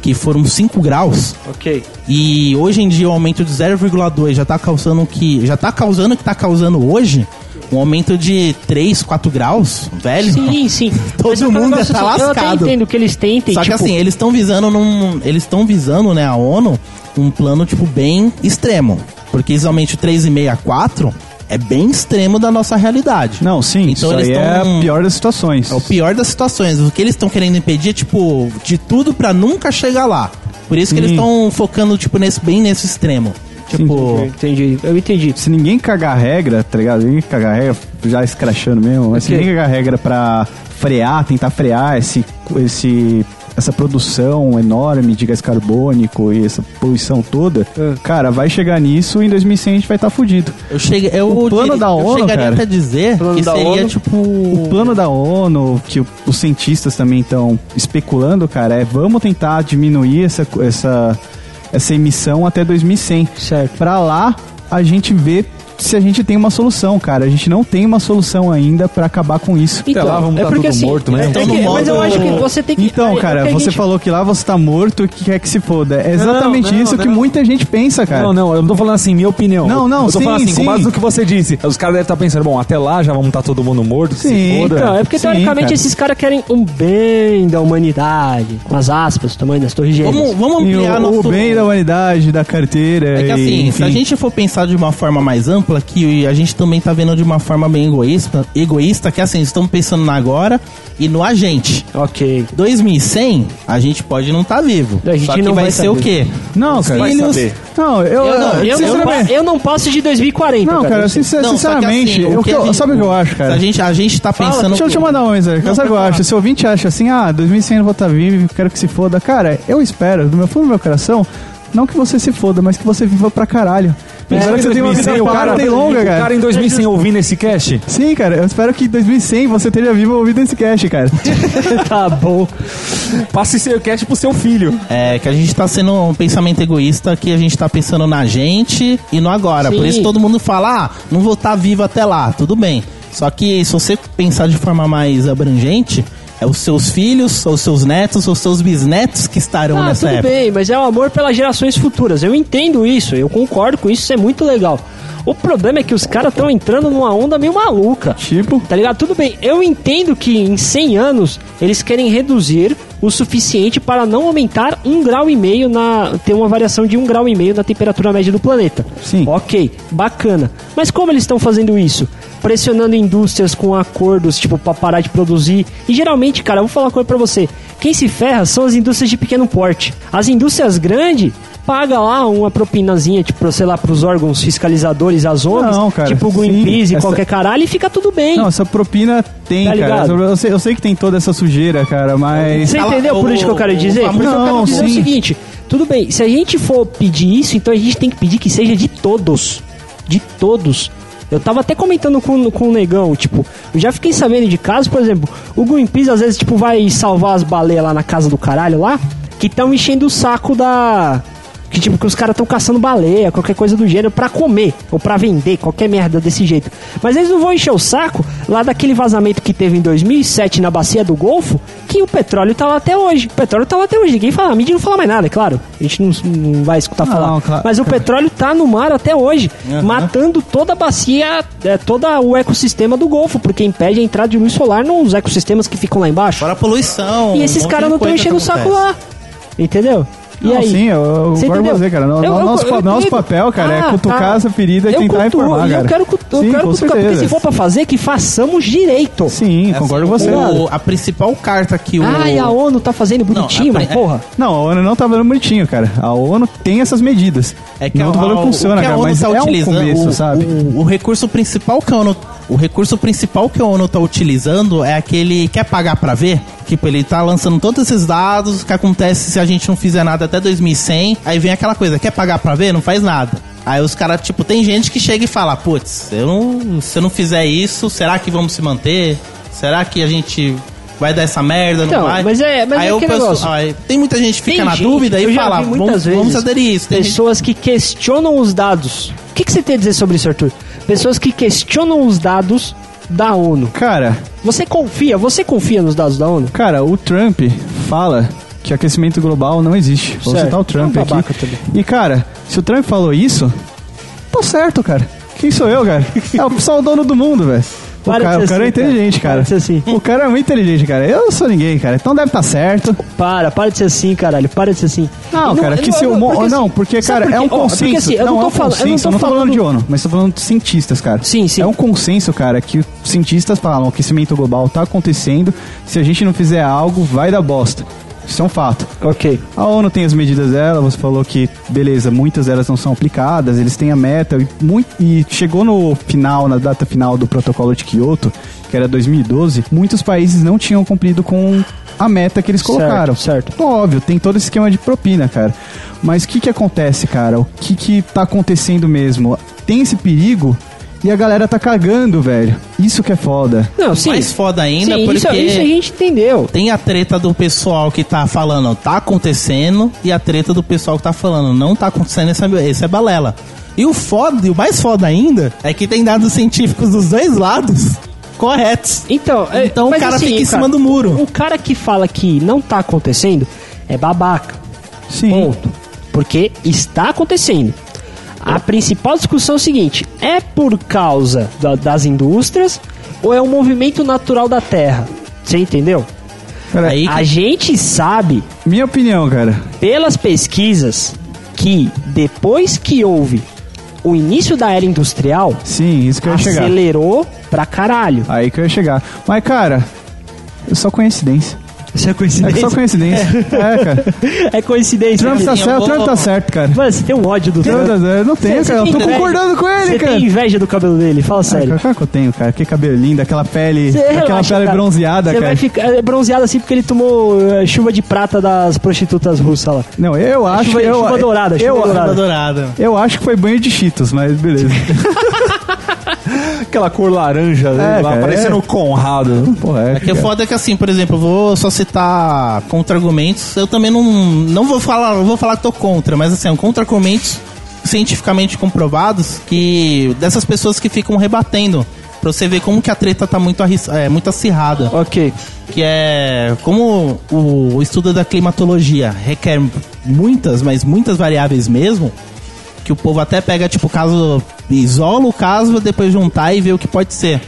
S6: que foram 5 graus,
S3: Ok.
S6: e hoje em dia o aumento de 0,2 já tá causando o que já tá causando o que tá causando hoje, um aumento de 3, 4 graus, velho.
S3: Sim, sim.
S6: Todo
S3: é um
S6: mundo
S3: negócio
S6: tá
S3: assim, Eu até
S6: lascado.
S3: entendo que eles tentem,
S6: Só que
S3: tipo,
S6: assim, eles estão visando num. Eles estão visando, né, a ONU, um plano, tipo, bem extremo. Porque esse aumento de 3,5 a 4 é bem extremo da nossa realidade.
S5: Não, sim,
S6: Então
S5: isso
S6: eles
S5: aí é
S6: tão-
S5: a pior das situações.
S6: É o pior das situações. O que eles estão querendo impedir é, tipo, de tudo pra nunca chegar lá. Por isso que eles estão focando, tipo, nesse, bem nesse extremo. Tipo,
S3: eu entendi, eu entendi.
S5: Se ninguém cagar a regra, tá ligado? Ninguém cagar a regra, já escrachando mesmo,
S6: É
S5: mas se
S3: Ok.
S5: ninguém cagar a regra pra frear, tentar frear esse, esse, essa produção enorme de gás carbônico e essa poluição toda,
S6: É.
S5: cara, vai chegar nisso e em 2100 a gente vai estar tá fudido.
S6: eu cheguei. Eu,
S5: O plano
S6: diri-
S5: da
S6: eu
S5: ONU,
S6: chegaria
S5: cara.
S6: até dizer
S3: Plano
S6: que
S3: da
S6: seria,
S3: ONU.
S6: tipo.
S5: O plano da ONU, que o- os cientistas também estão especulando, cara, é vamos tentar diminuir essa, co- essa, essa emissão até 2100.
S3: Certo.
S5: Pra lá a gente vê se a gente tem uma solução, cara. A gente não tem uma solução ainda pra acabar com isso.
S10: Até lá, vamos tá tudo morto
S3: é,
S10: mesmo.
S3: é
S6: Então,
S3: que-
S6: no
S3: mas eu
S6: modo-
S3: acho que você tem que... é-
S5: Então,
S3: é
S5: cara,
S3: que a
S5: você
S3: gente-
S5: falou que lá você tá morto, o que quer que se foda. É exatamente
S10: não,
S5: isso
S10: não,
S5: que
S10: não.
S5: muita gente pensa,
S3: é-
S5: cara.
S10: Não, não, eu não tô falando assim, minha opinião.
S5: Não, não,
S10: eu tô
S5: sim,
S10: falando assim,
S5: sim.
S10: com base no que você disse. Os caras devem estar pensando, bom, até lá já vamos estar todo mundo morto, se
S5: Sim, então,
S10: foda.
S5: cara.
S3: Não, é porque
S5: Sim,
S3: teoricamente
S5: cara.
S3: esses caras querem um bem da humanidade, com as aspas, o tamanho das torres gêmeas.
S6: Vamos, vamos
S5: E
S6: ampliar
S5: o,
S6: nosso.
S5: o bem da humanidade, da carteira.
S6: É que assim,
S5: e,
S6: se a
S5: enfim.
S6: gente for pensar de uma forma mais ampla, que a gente também tá vendo de uma forma bem egoísta, egoísta que assim, estamos pensando na agora e no a gente.
S3: Ok.
S6: 2100, a gente pode não estar vivo.
S3: A gente
S6: Só que
S3: não
S6: vai,
S3: vai
S5: tá
S6: ser o
S3: saber.
S6: quê?
S5: Não,
S6: Os
S5: cara.
S6: filhos-
S5: Não, eu.
S6: Eu não,
S3: Eu, não, pa-
S5: sinceramente-
S3: eu não passo de 2040,
S5: Não, cara,
S3: Você-
S5: sincer-
S6: Então, Não, só que
S5: sinceramente,
S6: assim,
S5: eu-
S6: que a
S5: eu-
S6: gente-
S5: sabe o que eu acho, cara?
S6: A gente, a gente tá pensando.
S5: Deixa eu te mandar uma mensagem, cara. Sabe o que eu acho? Se o ouvinte acha assim, ah, 2100 eu não vou estar vivo, quero que se foda. Cara, eu espero, do meu fundo do meu coração, não que você se foda, mas que você viva pra caralho.
S6: É,
S5: Eu espero que você tenha uma vida
S10: 2100, o cara-
S5: parada e longa,
S10: né? O cara
S5: cara.
S10: em 2100 ouvindo esse cast?
S5: Sim, cara, eu espero que em 2100 você tenha vivo ouvido esse cast, cara.
S10: Tá bom. Passa esse cast pro seu filho.
S6: É, que a gente tá sendo um pensamento egoísta que a gente tá pensando na gente e no agora.
S3: Sim.
S6: Por isso todo mundo fala, ah, não vou estar vivo até lá, tudo bem. Só que se você pensar de forma mais abrangente, é os seus filhos, ou os seus netos, ou os seus bisnetos que estarão
S3: Ah,
S6: nessa
S3: tudo
S6: época.
S3: bem, mas é o amor pelas gerações futuras. Eu entendo isso, eu concordo com isso, isso é muito legal. O problema é que os caras estão entrando numa onda meio maluca.
S5: Tipo,
S3: Tá ligado? Tudo bem, eu entendo que em 100 anos eles querem reduzir o suficiente para não aumentar um grau e meio na ter uma variação de um grau e meio na temperatura média do planeta.
S5: Sim.
S3: Ok, bacana. Mas como eles estão fazendo isso? Pressionando indústrias com acordos, tipo, pra parar de produzir. E geralmente, cara, eu vou falar uma coisa pra você. Quem se ferra são as indústrias de pequeno porte. As indústrias grandes paga lá uma propinazinha, tipo, sei lá, pros órgãos fiscalizadores, as ONGs,
S5: Não, cara,
S3: tipo
S5: sim.
S3: Greenpeace e
S5: Essa-
S3: qualquer caralho, e fica tudo bem.
S5: não, essa propina tem,
S3: Tá
S5: cara.
S3: ligado?
S5: Eu sei, eu sei que tem toda essa sujeira, cara, mas.
S3: Você
S6: Ela-
S3: entendeu por isso que eu quero
S6: o-
S3: dizer?
S6: o
S3: Por isso que eu quero
S5: famoso-
S3: dizer o
S5: Não, sim.
S3: seguinte: tudo bem, se a gente for pedir isso, então a gente tem que pedir que seja de todos. De todos. Eu tava até comentando com, com o negão, tipo, eu já fiquei sabendo de casos, por exemplo, o Greenpeace às vezes, tipo, vai salvar as baleias lá na casa do caralho lá, que estão enchendo o saco da. Que tipo, que os caras estão caçando baleia, qualquer coisa do gênero, pra comer ou pra vender, qualquer merda desse jeito. Mas eles não vão encher o saco lá daquele vazamento que teve em 2007 na bacia do Golfo, que o petróleo tá lá até hoje. O petróleo tá lá até hoje. Ninguém fala, a mídia não fala mais nada, é claro. A gente não, não vai escutar falar.
S5: claro.
S3: Mas o petróleo tá no mar até hoje, matando toda a bacia, é, todo o ecossistema do Golfo, porque impede a entrada de luz solar nos ecossistemas que ficam lá embaixo.
S6: Fora a poluição.
S3: E esses
S6: um monte
S3: caras
S6: de
S3: não estão
S6: coisa que
S3: enchendo o saco
S6: acontece.
S3: lá. Entendeu? E
S5: Não,
S3: aí?
S5: sim, eu, eu
S3: Você
S5: guardo
S3: entendeu?
S5: você, cara. No-
S3: Eu- eu-
S5: nosso,
S3: eu
S5: nosso
S3: entendo.
S5: papel, cara,
S3: Ah,
S5: é cutucar
S3: tá.
S5: essa ferida e
S3: eu
S5: tentar
S3: cutuco,
S5: informar,
S3: e
S5: cara.
S3: Eu quero, cut- eu
S5: Sim,
S3: quero
S5: com
S3: cutucar, porque
S5: certeza.
S3: se for pra fazer, que façamos direito.
S5: Sim,
S6: É
S5: concordo com
S6: assim,
S5: você.
S6: o- a principal carta que o.
S3: Ah, e a ONU tá fazendo bonitinho,
S6: a
S3: mas
S6: pre-
S3: porra.
S5: Não, a ONU não tá falando bonitinho, cara. A ONU tem essas medidas.
S6: É que
S5: não
S6: a,
S5: tô falando
S6: a-
S5: que
S6: o
S5: funciona,
S6: que a
S5: cara,
S6: ONU
S5: mas
S6: tá
S5: é um
S6: utilizando,
S5: começo,
S6: o,
S5: sabe?
S6: O, o recurso principal que a ONU, o recurso principal que a ONU tá utilizando é aquele quer pagar pra ver, tipo ele tá lançando todos esses dados, o que acontece se a gente não fizer nada até 2100, aí vem aquela coisa, quer pagar pra ver, não faz nada. Aí os caras, tipo, tem gente que chega e fala, putz, eu não, se eu não fizer isso, será que vamos se manter? Será que a gente vai dar essa merda,
S3: Então,
S6: não vai.
S3: mas é- mas
S6: aí
S3: é
S6: o
S3: aquele
S6: pessoal-
S3: negócio.
S6: aí tem muita gente que fica
S3: Tem
S6: na
S3: gente,
S6: dúvida
S3: eu
S6: e
S3: já
S6: fala,
S3: vi muitas
S6: vamos,
S3: vezes
S6: vamos aderir a isso. Tem gente-
S3: pessoas que questionam os dados. O que, que você tem a dizer sobre isso, Arthur? Pessoas que questionam os dados da ONU.
S5: Cara,
S3: Você confia? Você confia nos dados da ONU?
S5: cara, o Trump fala que aquecimento global não existe. Vou
S3: Certo.
S5: citar o Trump
S3: É um babaca
S5: aqui.
S3: também.
S5: E, cara, se o Trump falou isso, tá certo, cara. Quem sou eu, cara? É o só o dono do mundo, velho. O
S3: Para de
S5: cara,
S3: ser
S5: o cara é
S3: assim, cara.
S5: inteligente,
S3: Para
S5: cara.
S3: de ser assim.
S5: O cara é muito inteligente, cara. Eu não sou ninguém, cara. Então deve estar tá certo.
S3: Para, para de ser assim, caralho. Para de ser assim.
S5: Não, cara, que se o mo- Não, porque,
S3: sabe
S5: cara,
S3: por
S5: é
S3: quê?
S5: um
S3: Ó, porque
S5: consenso.
S3: assim, eu não tô
S5: é um
S3: falando- eu não
S5: consenso,
S3: tô
S5: eu não tô
S3: falando-
S5: falando de ONU, mas tô falando de cientistas, cara.
S3: Sim, sim.
S5: É um consenso, cara, que os cientistas falam: o aquecimento global tá acontecendo, se a gente não fizer algo, vai dar bosta. Isso é um fato.
S3: Ok.
S5: A ONU tem as medidas dela, você falou que, beleza, muitas delas não são aplicadas, eles têm a meta, e, mui- e chegou no final, na data final do protocolo de Kyoto, que era 2012, muitos países não tinham cumprido com a meta que eles colocaram. Então,
S3: Certo, certo.
S5: Óbvio, tem todo esse esquema de propina, cara. Mas o que que acontece, cara? O que que tá acontecendo mesmo? Tem esse perigo e a galera tá cagando, velho. Isso que é foda.
S3: Não, sim.
S6: Mais foda ainda,
S3: sim,
S6: porque
S3: isso, é- isso a gente entendeu.
S6: tem a treta do pessoal que tá falando tá acontecendo e a treta do pessoal que tá falando não tá acontecendo, essa, essa é balela. E o foda, e o mais foda ainda, é que tem dados científicos dos dois lados corretos.
S3: Então, é-
S6: Então o
S3: mas
S6: cara
S3: assim,
S6: fica em
S3: cara,
S6: cima do muro.
S3: O cara que fala que não tá acontecendo é babaca.
S5: Sim.
S3: Ponto. Porque está acontecendo. A principal discussão é o seguinte: é por causa da- das indústrias ou é um movimento natural da Terra? Você entendeu?
S5: Cara,
S6: Aí
S3: A gente sabe
S5: minha opinião, cara.
S3: pelas pesquisas que depois que houve o início da era industrial,
S5: Sim, isso que eu ia chegar.
S3: acelerou pra caralho.
S5: Aí que eu ia chegar. Mas, cara, é só coincidência.
S3: Isso é
S5: É
S3: coincidência?
S5: só coincidência. É, cara.
S3: É coincidência.
S5: Trump tá
S6: eu
S5: certo,
S6: vou-
S5: Trump tá certo, cara.
S3: Mano, você tem um ódio do
S5: Eu
S3: Trump.
S5: não- eu não tenho,
S3: Você-
S5: cara.
S3: você
S5: Eu tô
S3: tem inveja.
S5: concordando com ele,
S3: Você
S5: cara.
S3: tem inveja do cabelo dele, fala
S5: Ah,
S3: sério.
S5: cara, Qual que eu tenho, cara? Que cabelo lindo, aquela pele.
S3: Você
S5: aquela
S3: relaxa,
S5: pele
S3: cara.
S5: bronzeada,
S3: Você
S5: cara.
S3: vai ficar é, bronzeado assim porque ele tomou eh, chuva de prata das prostitutas russas lá.
S5: Não, eu acho
S3: chuva-
S5: que. Eu,
S3: chuva dourada, chuva
S5: eu,
S3: dourada.
S6: dourada.
S5: eu acho que foi banho de Cheetos, mas beleza.
S10: Aquela cor laranja,
S5: É,
S10: lá,
S5: cara,
S10: parecendo
S5: é.
S10: o Conrado.
S5: Porra, é.
S6: É que o foda é que assim, por exemplo, eu vou só citar contra-argumentos. Eu também não, não vou falar, eu vou falar que tô contra, mas assim, é um contra-argumentos cientificamente comprovados que dessas pessoas que ficam rebatendo. Pra você ver como que a treta tá muito, arris- é, muito acirrada.
S3: Ok.
S6: Que é como o, o estudo da climatologia requer muitas, mas muitas variáveis mesmo. Que o povo até pega, tipo, caso. Isola o caso, depois juntar e vê o que pode ser.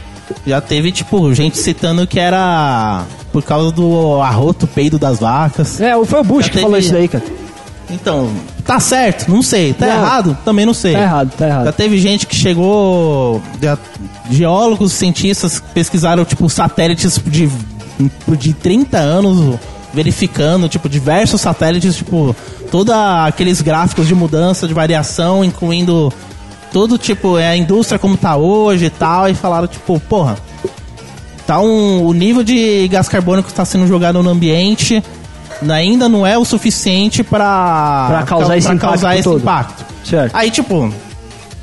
S6: Já teve, tipo, gente citando que era por causa do arroto peido das vacas.
S3: É, foi o Bush
S6: Já
S3: que falou
S6: teve-
S3: isso daí, cara.
S6: Então, tá certo, não sei. Tá
S3: Não.
S6: errado, também não sei.
S3: Tá errado, tá
S6: Já
S3: errado.
S6: teve gente que chegou. já- geólogos, cientistas que pesquisaram, tipo, satélites de, de 30 anos, verificando, tipo, diversos satélites, tipo, todos aqueles gráficos de mudança, de variação, incluindo todo tipo, é a indústria como tá hoje e tal, e falaram, tipo, porra, tá um, o nível de gás carbônico que está sendo jogado no ambiente ainda não é o suficiente para
S3: Pra causar esse impacto todo. Certo.
S6: Aí, tipo,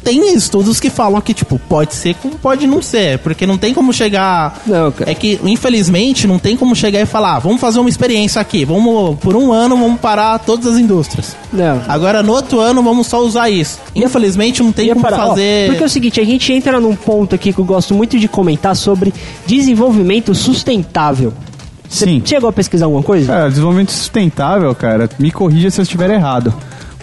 S6: tem estudos que falam que, tipo, pode ser como pode não ser, porque não tem como chegar.
S3: Não, cara.
S6: É que, infelizmente, não tem como chegar e falar, "Ah, vamos fazer uma experiência aqui, vamos, por um ano, vamos parar todas as indústrias.
S3: Não.
S6: Agora, no outro ano, vamos só usar isso. Infelizmente, não tem
S3: Ia
S6: como
S3: parar. Ó,
S6: fazer.
S3: porque é o seguinte, a gente entra num ponto aqui que eu gosto muito de comentar sobre desenvolvimento sustentável. Você
S5: Sim.
S3: chegou a pesquisar alguma coisa?
S5: Cara, desenvolvimento sustentável, cara, me corrija se eu estiver errado.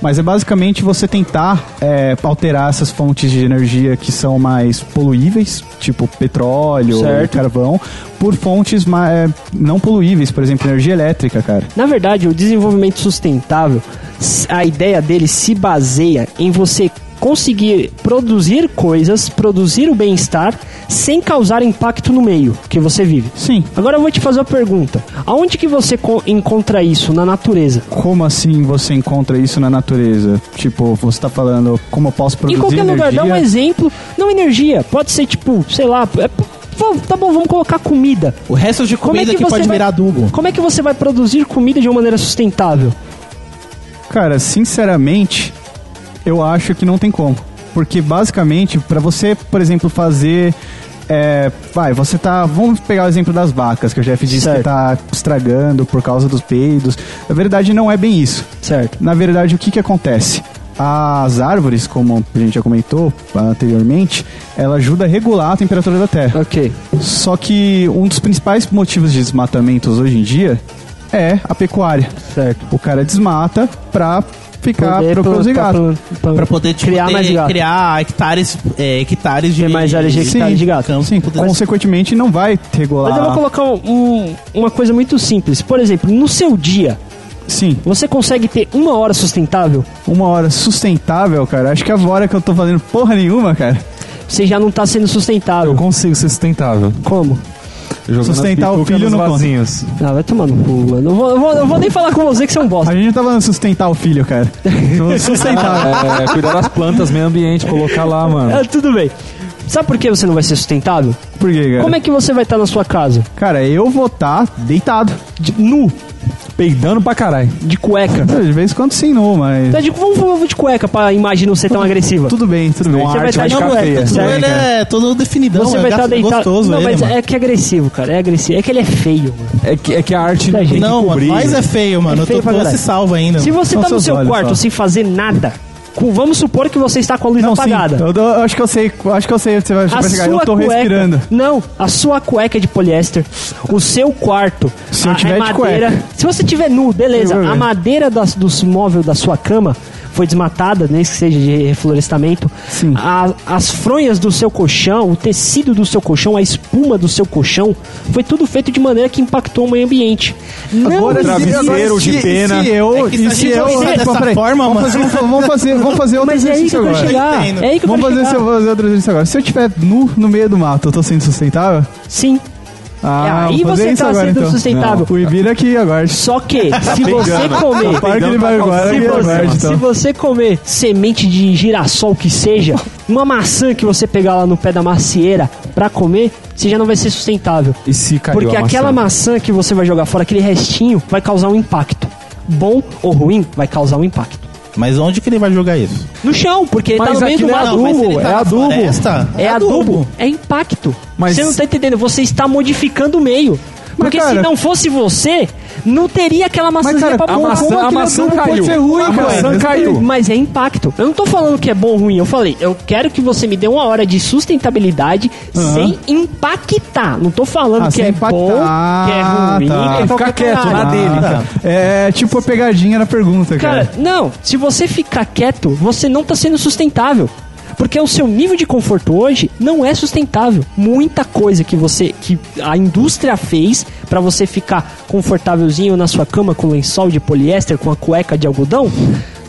S5: Mas é basicamente você tentar é, alterar essas fontes de energia que são mais poluíveis, tipo petróleo,
S3: Certo.
S5: carvão, por fontes ma- é, não poluíveis, por exemplo, energia elétrica, cara.
S3: Na verdade, o desenvolvimento sustentável, a ideia dele se baseia em você conseguir produzir coisas, produzir o bem-estar sem causar impacto no meio que você vive.
S5: Sim.
S3: Agora eu vou te fazer uma pergunta. Aonde que você co- encontra isso na natureza?
S5: Como assim você encontra isso na natureza? Tipo, você está falando como eu posso
S3: Em
S5: produzir
S3: qualquer lugar,
S5: energia?
S3: dá um exemplo. Não energia, pode ser tipo, sei lá, é, p- v- tá bom, vamos colocar comida.
S6: O resto de
S3: Como é
S6: comida
S3: que
S6: que,
S3: você
S6: pode
S3: vai-
S6: virar adubo.
S3: Como é que você vai produzir comida de uma maneira sustentável?
S5: Cara, sinceramente, eu acho que não tem como. Porque basicamente, para você, por exemplo, fazer é, vai, você tá. Vamos pegar o exemplo das vacas, que o Jeff disse que
S3: Certo.
S5: tá estragando por causa dos peidos. Na verdade, não é bem isso.
S3: Certo.
S5: Na verdade, o que que acontece? As árvores, como a gente já comentou anteriormente, ela ajuda a regular a temperatura da terra.
S3: Ok.
S5: Só que um dos principais motivos de desmatamentos hoje em dia é a pecuária.
S3: Certo.
S5: O cara desmata pra ficar
S2: Poder
S5: pra
S2: pro-
S5: produzir
S2: pra
S5: gato.
S2: pro- pra-
S6: Pra poder tipo,
S2: Criar mais gato.
S6: criar hectares, é, hectares de.
S2: Ter mais áreas de hectare de gato.
S6: campo.
S5: Sim, consequentemente não vai regular.
S3: Mas
S6: Ah.
S3: eu vou colocar um- um- uma coisa muito simples. Por exemplo, no seu dia,
S5: Sim,
S3: você consegue ter uma hora sustentável?
S5: uma hora sustentável, cara. Acho que a hora que eu tô fazendo porra nenhuma, cara.
S3: Você já não tá sendo
S10: Eu
S3: sustentável.
S10: consigo ser sustentável.
S3: Como?
S10: Jogando
S5: Sustentar
S10: as
S5: o
S10: pitucas
S5: filho no
S10: nos
S5: conto.
S10: vasinhos.
S3: Ah, vai tomar no cu, mano. Eu vou, eu vou- eu vou nem falar com você que você é um bosta.
S5: A gente não tá falando sustentar o filho, cara. sustentável.
S10: É, cuidar das plantas, meio ambiente, colocar lá, mano.
S3: Ah, tudo bem. Sabe por que você não vai ser sustentável?
S5: Por quê, cara?
S3: Como é que você vai estar na sua casa?
S5: Cara, eu vou tá deitado.
S3: De- nu,
S10: Peidando pra caralho.
S3: de cueca.
S5: De vez em quando sim, não, mas.
S3: Então, eu digo, vamos, vamos de cueca pra imagem não ser tão agressiva.
S5: Tudo bem, tudo bem.
S10: Não, a
S3: vai
S10: arte
S3: tá
S10: vai
S3: de
S10: ficar
S3: cueca,
S10: feia.
S6: Então
S3: certo?
S6: ele
S10: né,
S6: é todo definidão,
S3: Você
S6: é
S3: vai
S6: gato,
S3: estar deitado.
S6: gostoso
S3: não,
S6: ele,
S3: mas
S6: mano.
S3: é que é agressivo, cara. É agressivo. É que ele é feio, mano.
S10: É que, é que a arte
S3: Tá,
S10: tem que
S3: gente.
S6: Não, mano,
S10: cobrir. né?
S6: mas é feio, mano.
S3: É feio
S6: eu tô
S3: pra
S6: doce
S3: caralho.
S6: salvo ainda.
S3: Se você
S5: São
S3: tá no
S5: seus
S3: seu
S5: olhos
S3: quarto
S5: só.
S3: sem fazer nada, com- vamos supor que você está com a luz
S5: Não, sim.
S3: apagada.
S5: Eu, eu acho que eu sei, eu acho que eu sei, você vai
S3: A
S5: vai chegar. Eu
S3: sua
S5: tô
S3: cueca.
S5: respirando.
S3: Não, a sua cueca é de poliéster, o seu quarto,
S5: Se eu
S3: a,
S5: tiver
S3: a
S5: de
S3: madeira.
S5: cueca.
S3: Se você tiver nu, beleza.
S5: Eu vou ver.
S3: A madeira das, dos móveis da sua cama foi desmatada, nem que seja de reflorestamento.
S5: Sim.
S3: A- as fronhas do seu colchão, o tecido do seu colchão, a espuma do seu colchão, foi tudo feito de maneira que impactou o meio ambiente. Não
S5: Agora, se-
S3: existe-
S10: é travesseiro de
S5: se-
S10: pena.
S5: Se eu,
S6: É que se
S3: tá
S6: a
S5: e se
S6: gente
S5: eu,
S6: pensar
S5: Peraí,
S6: dessa
S5: peraí,
S6: forma,
S5: vamos
S6: mano.
S5: fazer, vamos- vamos fazer, vamos fazer outro
S3: Mas é aí que
S5: exercício
S3: eu quero
S5: agora. Tá
S3: chegar.
S6: Entendo.
S3: É aí que eu
S5: Vamos
S3: quero
S5: fazer,
S3: chegar.
S5: se eu vou fazer outro exercício agora. Se eu tiver nu no meio do mato, eu tô sendo sustentável?
S3: Sim.
S5: Ah,
S3: aí
S5: vou fazer
S3: você
S5: isso
S3: tá
S5: agora,
S3: sendo
S5: então.
S3: sustentável.
S5: O Ibira aqui agora.
S3: Só que,
S10: Tá
S3: se você
S10: Vegano.
S3: comer.
S5: O parque ele vai
S10: Tá
S5: agora
S3: Se
S5: e
S3: você,
S5: aguarde,
S3: se
S5: então.
S3: você comer semente de girassol que seja, uma maçã que você pegar lá no pé da macieira pra comer, você já não vai ser sustentável.
S10: E se caiu
S3: porque
S10: a maçã?
S3: aquela maçã que você vai jogar fora, aquele restinho, vai causar um impacto. Bom ou ruim, vai causar um impacto.
S6: Mas onde que ele vai jogar isso?
S3: No chão, porque ele tá
S10: Mas
S3: no meio de
S10: aquilo
S3: uma
S10: é
S6: mas se ele tá
S10: adubo, é
S6: na
S10: adubo.
S6: floresta,
S3: É adubo, é impacto.
S10: Mas-
S3: Você não tá entendendo, você está modificando o meio. Porque se
S5: cara-
S3: não fosse você, não teria aquela maçãzinha
S5: cara,
S3: pra
S10: A
S3: pôr.
S10: maçã,
S5: como
S10: a
S5: aquele
S10: maçã
S5: adubo pode
S10: caiu.
S5: ser ruim,
S10: a
S5: cara?
S10: maçã
S5: Mas-
S10: caiu.
S3: Mas é impacto. Eu não tô falando que é bom ou ruim. Eu falei, eu quero que você me dê uma hora de sustentabilidade sem impactar. Não tô falando
S5: Ah,
S3: que
S5: sem
S3: é
S5: impactar.
S3: bom, que é ruim.
S5: Tá.
S3: que é qualquer
S10: Fica quieto,
S3: caralho.
S10: na dele. cara.
S5: É tipo a pegadinha na pergunta, cara.
S3: Cara, não. Se você ficar quieto, você não tá sendo sustentável. Porque o seu nível de conforto hoje não é sustentável. Muita coisa que você que a indústria fez pra você ficar confortávelzinho na sua cama com lençol de poliéster, com a cueca de algodão,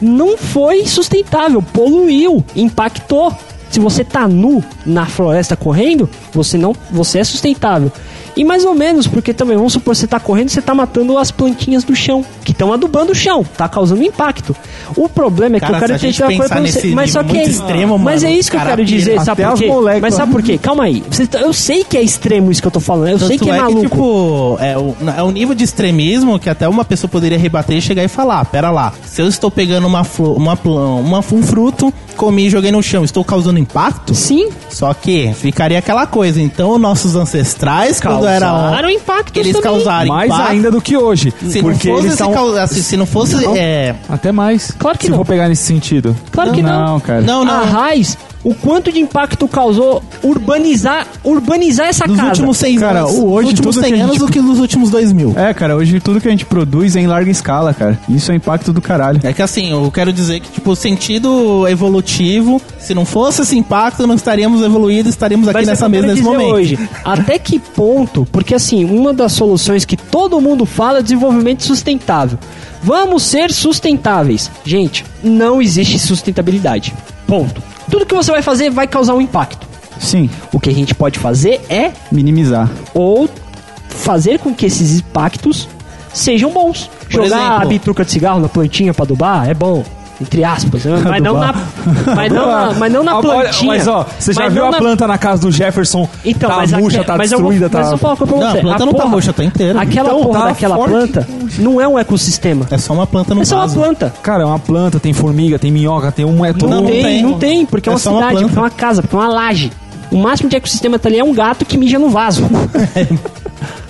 S3: não foi sustentável, poluiu, impactou. Se você tá nu na floresta correndo, você não, você é sustentável. E mais ou menos, porque também, vamos supor, você tá correndo, você tá matando as plantinhas do chão, que estão adubando o chão, tá causando impacto. O problema é que
S6: Cara,
S3: eu quero
S6: se a gente
S3: entender uma coisa
S6: pensar
S3: pra você.
S6: nesse
S3: Mas só
S6: nível
S3: que é,
S6: muito extremo,
S3: mas é
S6: mano,
S3: isso que eu
S6: cara
S3: quero
S6: pira.
S3: dizer, sabe
S5: Até
S3: por
S5: as
S3: quê?
S5: moléculas.
S3: Mas sabe por quê? Calma aí. Você tá- eu sei que é extremo isso que eu tô falando, eu sei
S6: Tanto
S3: que é, maluco.
S6: tipo, é o, é o nível de extremismo que até uma pessoa poderia rebater e chegar e falar: "Ah, pera lá, se eu estou pegando uma, flo- uma, pl- uma, um fruto, comi e joguei no chão, estou causando impacto?
S3: Sim,
S6: Só que ficaria aquela coisa. Então, nossos ancestrais, quando
S3: causaram
S6: eram.
S3: impacto
S6: Eles
S3: também.
S6: causaram
S10: Mais
S6: impacto.
S10: ainda do que hoje.
S6: Se
S10: porque
S6: não fosse,
S10: eles
S6: se
S10: são...
S6: causa- se, se não fosse.
S10: Não.
S6: é,
S10: Até mais.
S3: Claro que
S10: se
S3: não.
S10: for pegar nesse sentido.
S3: Claro que não.
S5: Não, cara.
S6: não,
S3: A
S6: não.
S3: raiz, o quanto de impacto causou urbanizar, urbanizar essa
S6: Nos
S3: casa.
S6: últimos 100
S5: Cara,
S6: anos.
S5: o hoje,
S6: nos últimos
S5: tudo que a
S6: anos
S5: gente-
S6: do que nos últimos 2000. mil.
S5: É, cara, hoje tudo que a gente produz é em larga escala, cara. Isso é impacto do caralho.
S6: É que assim, eu quero dizer que, tipo, o sentido evolutivo, se não fosse esse impacto, não estaríamos evoluídos, estaríamos aqui
S3: Mas é
S6: nessa
S3: o que eu
S6: mesa
S3: quero
S6: nesse
S3: dizer
S6: momento.
S3: Hoje, até que ponto? Porque assim, uma das soluções que todo mundo fala é desenvolvimento sustentável. Vamos ser sustentáveis. Gente, não existe sustentabilidade. Ponto. Tudo que você vai fazer vai causar um impacto.
S5: Sim,
S3: O que a gente pode fazer é
S5: minimizar.
S3: ou fazer com que esses impactos sejam bons. Jogar
S6: Por exemplo-
S3: a bituca de cigarro na plantinha pra adubar é bom. Entre aspas, né? mas não, na, mas, não na, mas não na
S10: Ah, olha,
S3: plantinha.
S10: Mas ó, você já
S3: Mas
S10: viu
S3: não
S10: a
S3: na-
S10: planta na casa do Jefferson?
S3: Então,
S10: tá
S3: mas
S10: murcha,
S3: aque-
S10: tá
S3: mas
S10: destruída,
S3: eu vou,
S10: tá.
S3: Mas eu vou falar uma coisa pra
S6: Não,
S3: você.
S6: a planta não tá murcha, tá inteira.
S3: Aquela
S10: Então,
S3: porra
S10: tá
S3: daquela
S10: forte.
S3: planta não é um ecossistema.
S6: É só uma planta no
S3: É só uma
S6: vaso.
S3: planta.
S10: Cara, é uma planta, tem formiga, tem minhoca, tem um é todo
S3: Não,
S10: mundo.
S3: tem,
S6: tem.
S3: não tem, porque é,
S6: É
S3: uma
S6: só uma
S3: cidade,
S6: planta.
S3: porque é uma casa, porque é uma laje. O máximo de ecossistema tá ali é um gato que mija no vaso.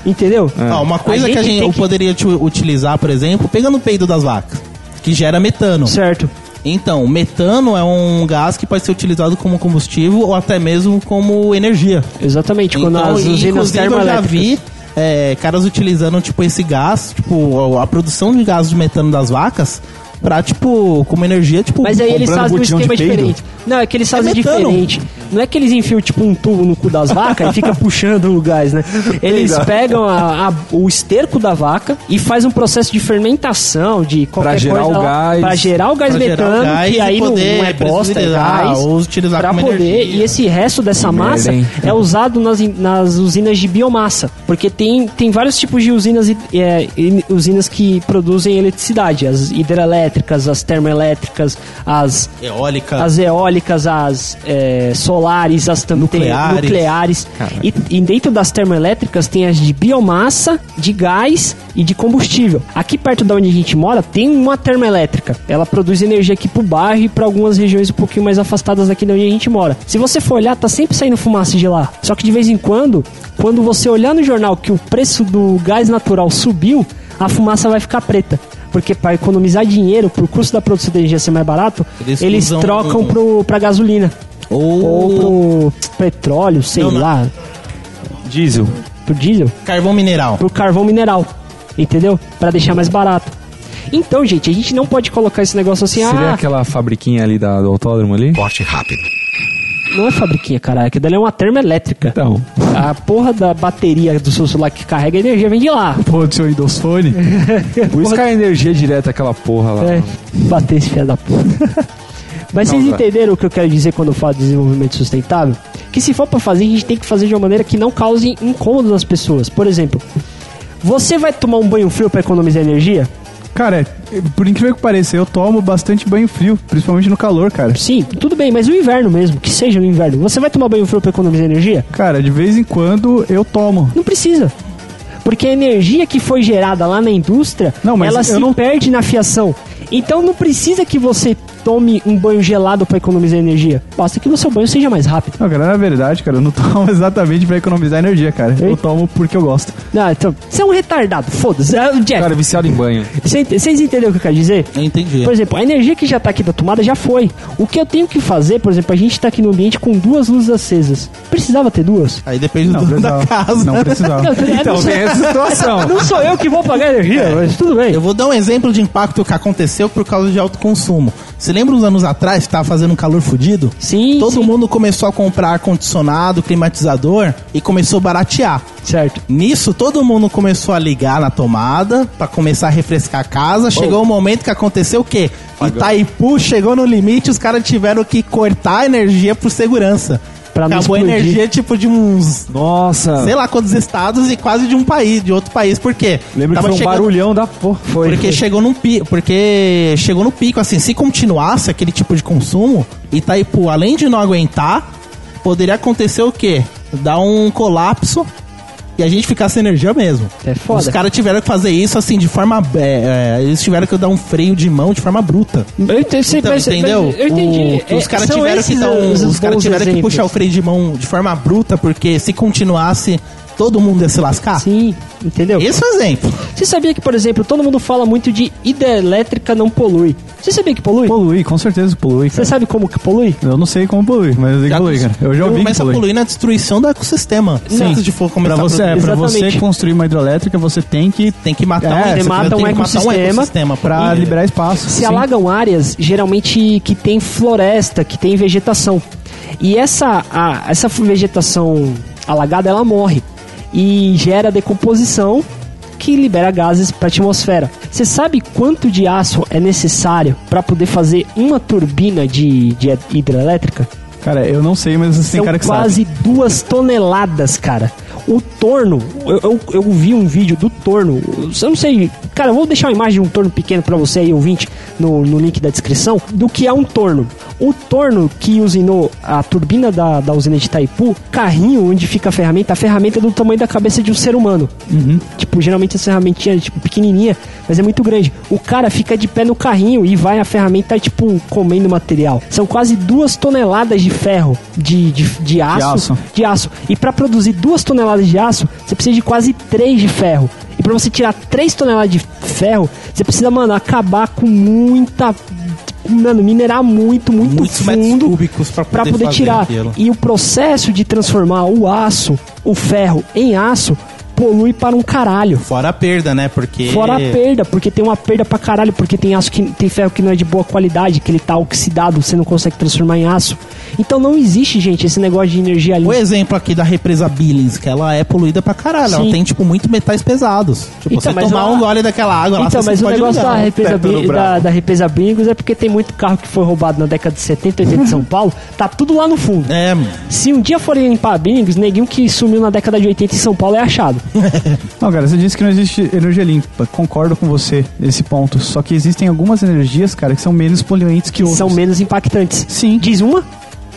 S3: Entendeu?
S6: Ó, Ah, uma coisa que a gente
S3: tem
S6: eu poderia te utilizar, por exemplo, pegando o peido das vacas, que gera metano.
S3: Certo.
S6: Então, metano é um gás que pode ser utilizado como combustível ou até mesmo como energia.
S3: Exatamente, quando
S6: Então,
S3: as Tipo, usinas
S6: inclusive, eu já
S3: termoelétricas...
S6: vi é, caras utilizando, tipo, esse gás, tipo, a a produção de gás de metano das vacas pra, tipo, como energia, tipo...
S3: Mas aí eles
S6: comprando
S3: fazem um
S6: botijão de
S3: esquema
S6: peido.
S3: diferente. Não, é que eles fazem
S6: metano.
S3: diferente. Não é que eles enfiam tipo um tubo no cu das vacas e fica puxando o gás, né? Eles pegam a- a- o esterco da vaca e faz um processo de fermentação, de qualquer
S10: Pra gerar
S3: coisa lá,
S10: o gás.
S3: Pra gerar o gás
S6: Pra gerar o
S3: metano,
S6: gás
S3: que
S6: e
S3: aí não-
S6: poder ah,
S3: não é bosta, é
S6: precisar
S3: gás.
S6: ou utilizar
S3: pra
S6: como
S3: poder,
S6: energia.
S3: e esse resto dessa
S10: merda,
S3: massa
S10: hein?
S3: é usado nas, in- nas usinas de biomassa. Porque tem, tem vários tipos de usinas, e- é, e- usinas que produzem eletricidade. As hidrelétricas, as termoelétricas, as
S6: Eólica.
S3: as eólicas, as é, solares, as também
S6: Nucleares.
S3: nucleares. E, e dentro das termoelétricas tem as de biomassa, de gás e de combustível. Aqui perto da onde a gente mora tem uma termoelétrica. Ela produz energia aqui pro bairro e pra algumas regiões um pouquinho mais afastadas daqui da onde a gente mora. Se você for olhar, tá sempre saindo fumaça de lá. Só que de vez em quando, quando você olhar no jornal que o preço do gás natural subiu, a fumaça vai ficar preta. Porque para economizar dinheiro, pro custo da produção de energia ser mais barato,
S6: Eles
S3: eles,
S6: usam
S3: trocam
S6: um-
S3: pro, pra gasolina.
S6: Ou
S3: Ou pro petróleo, sei
S6: Não, não.
S3: lá,
S10: Diesel.
S3: pro diesel,
S6: carvão mineral.
S3: pro carvão mineral. Entendeu? Pra deixar mais barato. Então, gente, a gente não pode colocar esse negócio assim,
S10: Seria
S3: ah,
S10: aquela fabriquinha ali da- do autódromo ali?
S3: não é fabriquinha, caralho, aquilo dali é uma termoelétrica.
S10: Então.
S6: Tá.
S3: A porra da bateria do seu celular que carrega energia vem de lá.
S5: Pô, do seu Windows Phone?
S10: Por isso que a energia direta aquela porra lá.
S3: É, bater esse filho da puta. Mas vocês
S10: Não, vai.
S3: entenderam o que eu quero dizer quando eu falo de desenvolvimento sustentável? Que se for pra fazer, a gente tem que fazer de uma maneira que não cause incômodo nas pessoas. Por exemplo, você vai tomar um banho frio pra economizar energia?
S5: Cara, é, por incrível que pareça, eu tomo bastante banho frio, principalmente no calor, cara.
S3: Sim, tudo bem, mas no inverno mesmo, que seja no inverno, você vai tomar banho frio pra economizar energia?
S5: Cara, de vez em quando eu tomo.
S3: Não precisa. Porque a energia que foi gerada lá na indústria,
S5: Não, mas
S3: ela
S5: eu
S3: se
S5: não-
S3: perde na fiação. Então não precisa que você tome um banho gelado pra economizar energia. Basta que o seu banho seja mais rápido.
S5: Não, cara, na verdade, cara, eu não tomo exatamente pra economizar energia, cara. Eu
S3: Eita.
S5: tomo porque eu gosto.
S3: Não, então, você é um retardado, foda-se. Ah,
S10: Cara,
S3: Jeff,
S10: viciado em banho.
S3: cê ent- vocês entenderam o que eu quero dizer?
S6: Eu entendi.
S3: Por exemplo, a energia que já tá aqui da tomada já foi. O que eu tenho que fazer, por exemplo, a gente tá aqui no ambiente com duas luzes acesas. Precisava ter duas?
S6: Aí depende
S5: Não
S6: do, da
S5: precisava.
S6: casa.
S5: Não precisava.
S3: Não, é, não, sou,
S10: essa situação.
S3: não sou eu que vou pagar energia, mas tudo bem.
S6: Eu vou dar um exemplo de impacto que aconteceu por causa de alto consumo. Você lembra uns anos atrás que tava fazendo um calor fudido?
S3: Sim,
S6: Todo
S3: sim.
S6: mundo começou a comprar ar-condicionado, climatizador e começou a baratear.
S3: Certo.
S6: Nisso, todo mundo começou a ligar na tomada pra começar a refrescar a casa. Chegou o momento que aconteceu o quê? Itaipu chegou no limite, os caras tiveram que cortar a energia por segurança.
S3: Pra não
S6: Acabou a
S3: explodir.
S6: energia tipo de uns,
S10: Nossa.
S6: sei lá quantos estados e quase de um país, de outro país. Por quê?
S10: Lembra que
S6: Tava
S10: foi um
S6: chegando-
S10: barulhão da porra. Foi.
S6: porque chegou num pico, porque chegou no pico assim, se continuasse aquele tipo de consumo, Itaipu, além de não aguentar, poderia acontecer o quê? Dar um colapso e a gente ficar sem energia mesmo.
S3: É foda.
S6: Os caras tiveram que fazer isso assim de forma é, é, eles tiveram que dar um freio de mão de forma bruta.
S3: Eu entendi, sim,
S6: Então,
S3: mas-
S6: entendeu?
S3: mas eu entendi.
S6: O- os
S3: É,
S6: caras
S3: são
S6: tiveram que
S3: esses
S6: dar um- os caras
S3: bons
S6: tiveram que
S3: exemplos.
S6: puxar o freio de mão de forma bruta porque se continuasse todo mundo ia se lascar.
S3: Sim, entendeu?
S6: Esse é um exemplo.
S3: Você sabia que, por exemplo, todo mundo fala muito de hidrelétrica não polui. Você sabia que polui?
S5: Polui, com certeza polui,
S3: Você
S5: cara.
S3: sabe como que polui?
S5: Eu não sei como polui, mas eu sei que polui, cara. Eu já ouvi que
S6: começa a
S5: polui.
S6: poluir na destruição do ecossistema.
S3: Sim.
S6: Antes de for começar
S5: Pra você,
S6: a
S5: é, pra
S3: Exatamente.
S5: você construir uma hidrelétrica, você tem que
S6: Tem que matar,
S5: É,
S6: um,
S5: você
S3: mata
S6: tem
S3: um
S6: que matar
S3: ecossistema
S5: pra
S6: e-
S5: liberar espaço.
S3: Se
S5: Sim.
S3: alagam áreas, geralmente que tem floresta, que tem vegetação. E essa, a- essa vegetação alagada, ela morre. E gera decomposição que libera gases para a atmosfera. Você sabe quanto de aço é necessário para poder fazer uma turbina de, de hidrelétrica? É um
S5: Cara, eu não sei, mas tem
S3: São
S5: cara que sabe.
S3: quase duas toneladas, cara. O torno, eu, eu, eu vi um vídeo do torno, eu não sei, cara, eu vou deixar uma imagem de um torno pequeno pra você aí, ouvinte, no, no link da descrição, do que é um torno. O torno que usinou a turbina da, da usina de Itaipu, carrinho onde fica a ferramenta, a ferramenta é do tamanho da cabeça de um ser humano. Tipo, geralmente essa ferramentinha é tipo, pequenininha, mas é muito grande. O cara fica de pé no carrinho e vai a ferramenta, tipo, comendo material. São quase duas toneladas de ferro, de, de, de aço, de aço.
S5: aço.
S3: E para produzir duas toneladas de aço, você precisa de quase três de ferro. E pra você tirar três toneladas de ferro, você precisa, mano, acabar com muita. Mano, minerar muito, muito
S6: Muitos metros
S3: fundo
S6: cúbicos pra
S3: para
S6: poder,
S3: poder
S6: fazer
S3: tirar.
S6: aquilo.
S3: E o processo de transformar o aço, o ferro, em aço, polui para um caralho.
S6: Fora a perda, né? Porque.
S3: Fora a perda, porque tem uma perda pra caralho, porque tem aço que tem ferro que não é de boa qualidade, que ele tá oxidado, você não consegue transformar em aço. Então não existe, gente, esse negócio de energia
S6: O
S3: limpa.
S6: exemplo aqui da represa Billings, que ela é poluída pra caralho.
S3: Sim.
S6: Ela tem, tipo, muito metais pesados. Tipo,
S3: Então,
S6: você
S3: mas
S6: tomar
S3: ela-
S6: um gole daquela água lá,
S3: Então,
S6: você
S3: mas o
S6: pode né?
S3: negócio
S6: ligar.
S3: da represa,
S5: teto no
S3: Bi-
S5: bravo.
S3: da, da represa Bingos é porque tem muito carro que foi roubado na década de 70, 80 de
S6: Uhum.
S3: São Paulo, tá tudo lá no fundo.
S6: É, mano.
S3: Se um dia forem limpar a Bingos, neguinho que sumiu na década de 80 em São Paulo é achado.
S5: Não, cara, você disse que não existe energia limpa. Concordo com você nesse ponto. Só que existem algumas energias, cara, que são menos poluentes
S6: Uhum.
S5: que outras.
S3: São menos impactantes.
S5: Sim.
S3: Diz uma?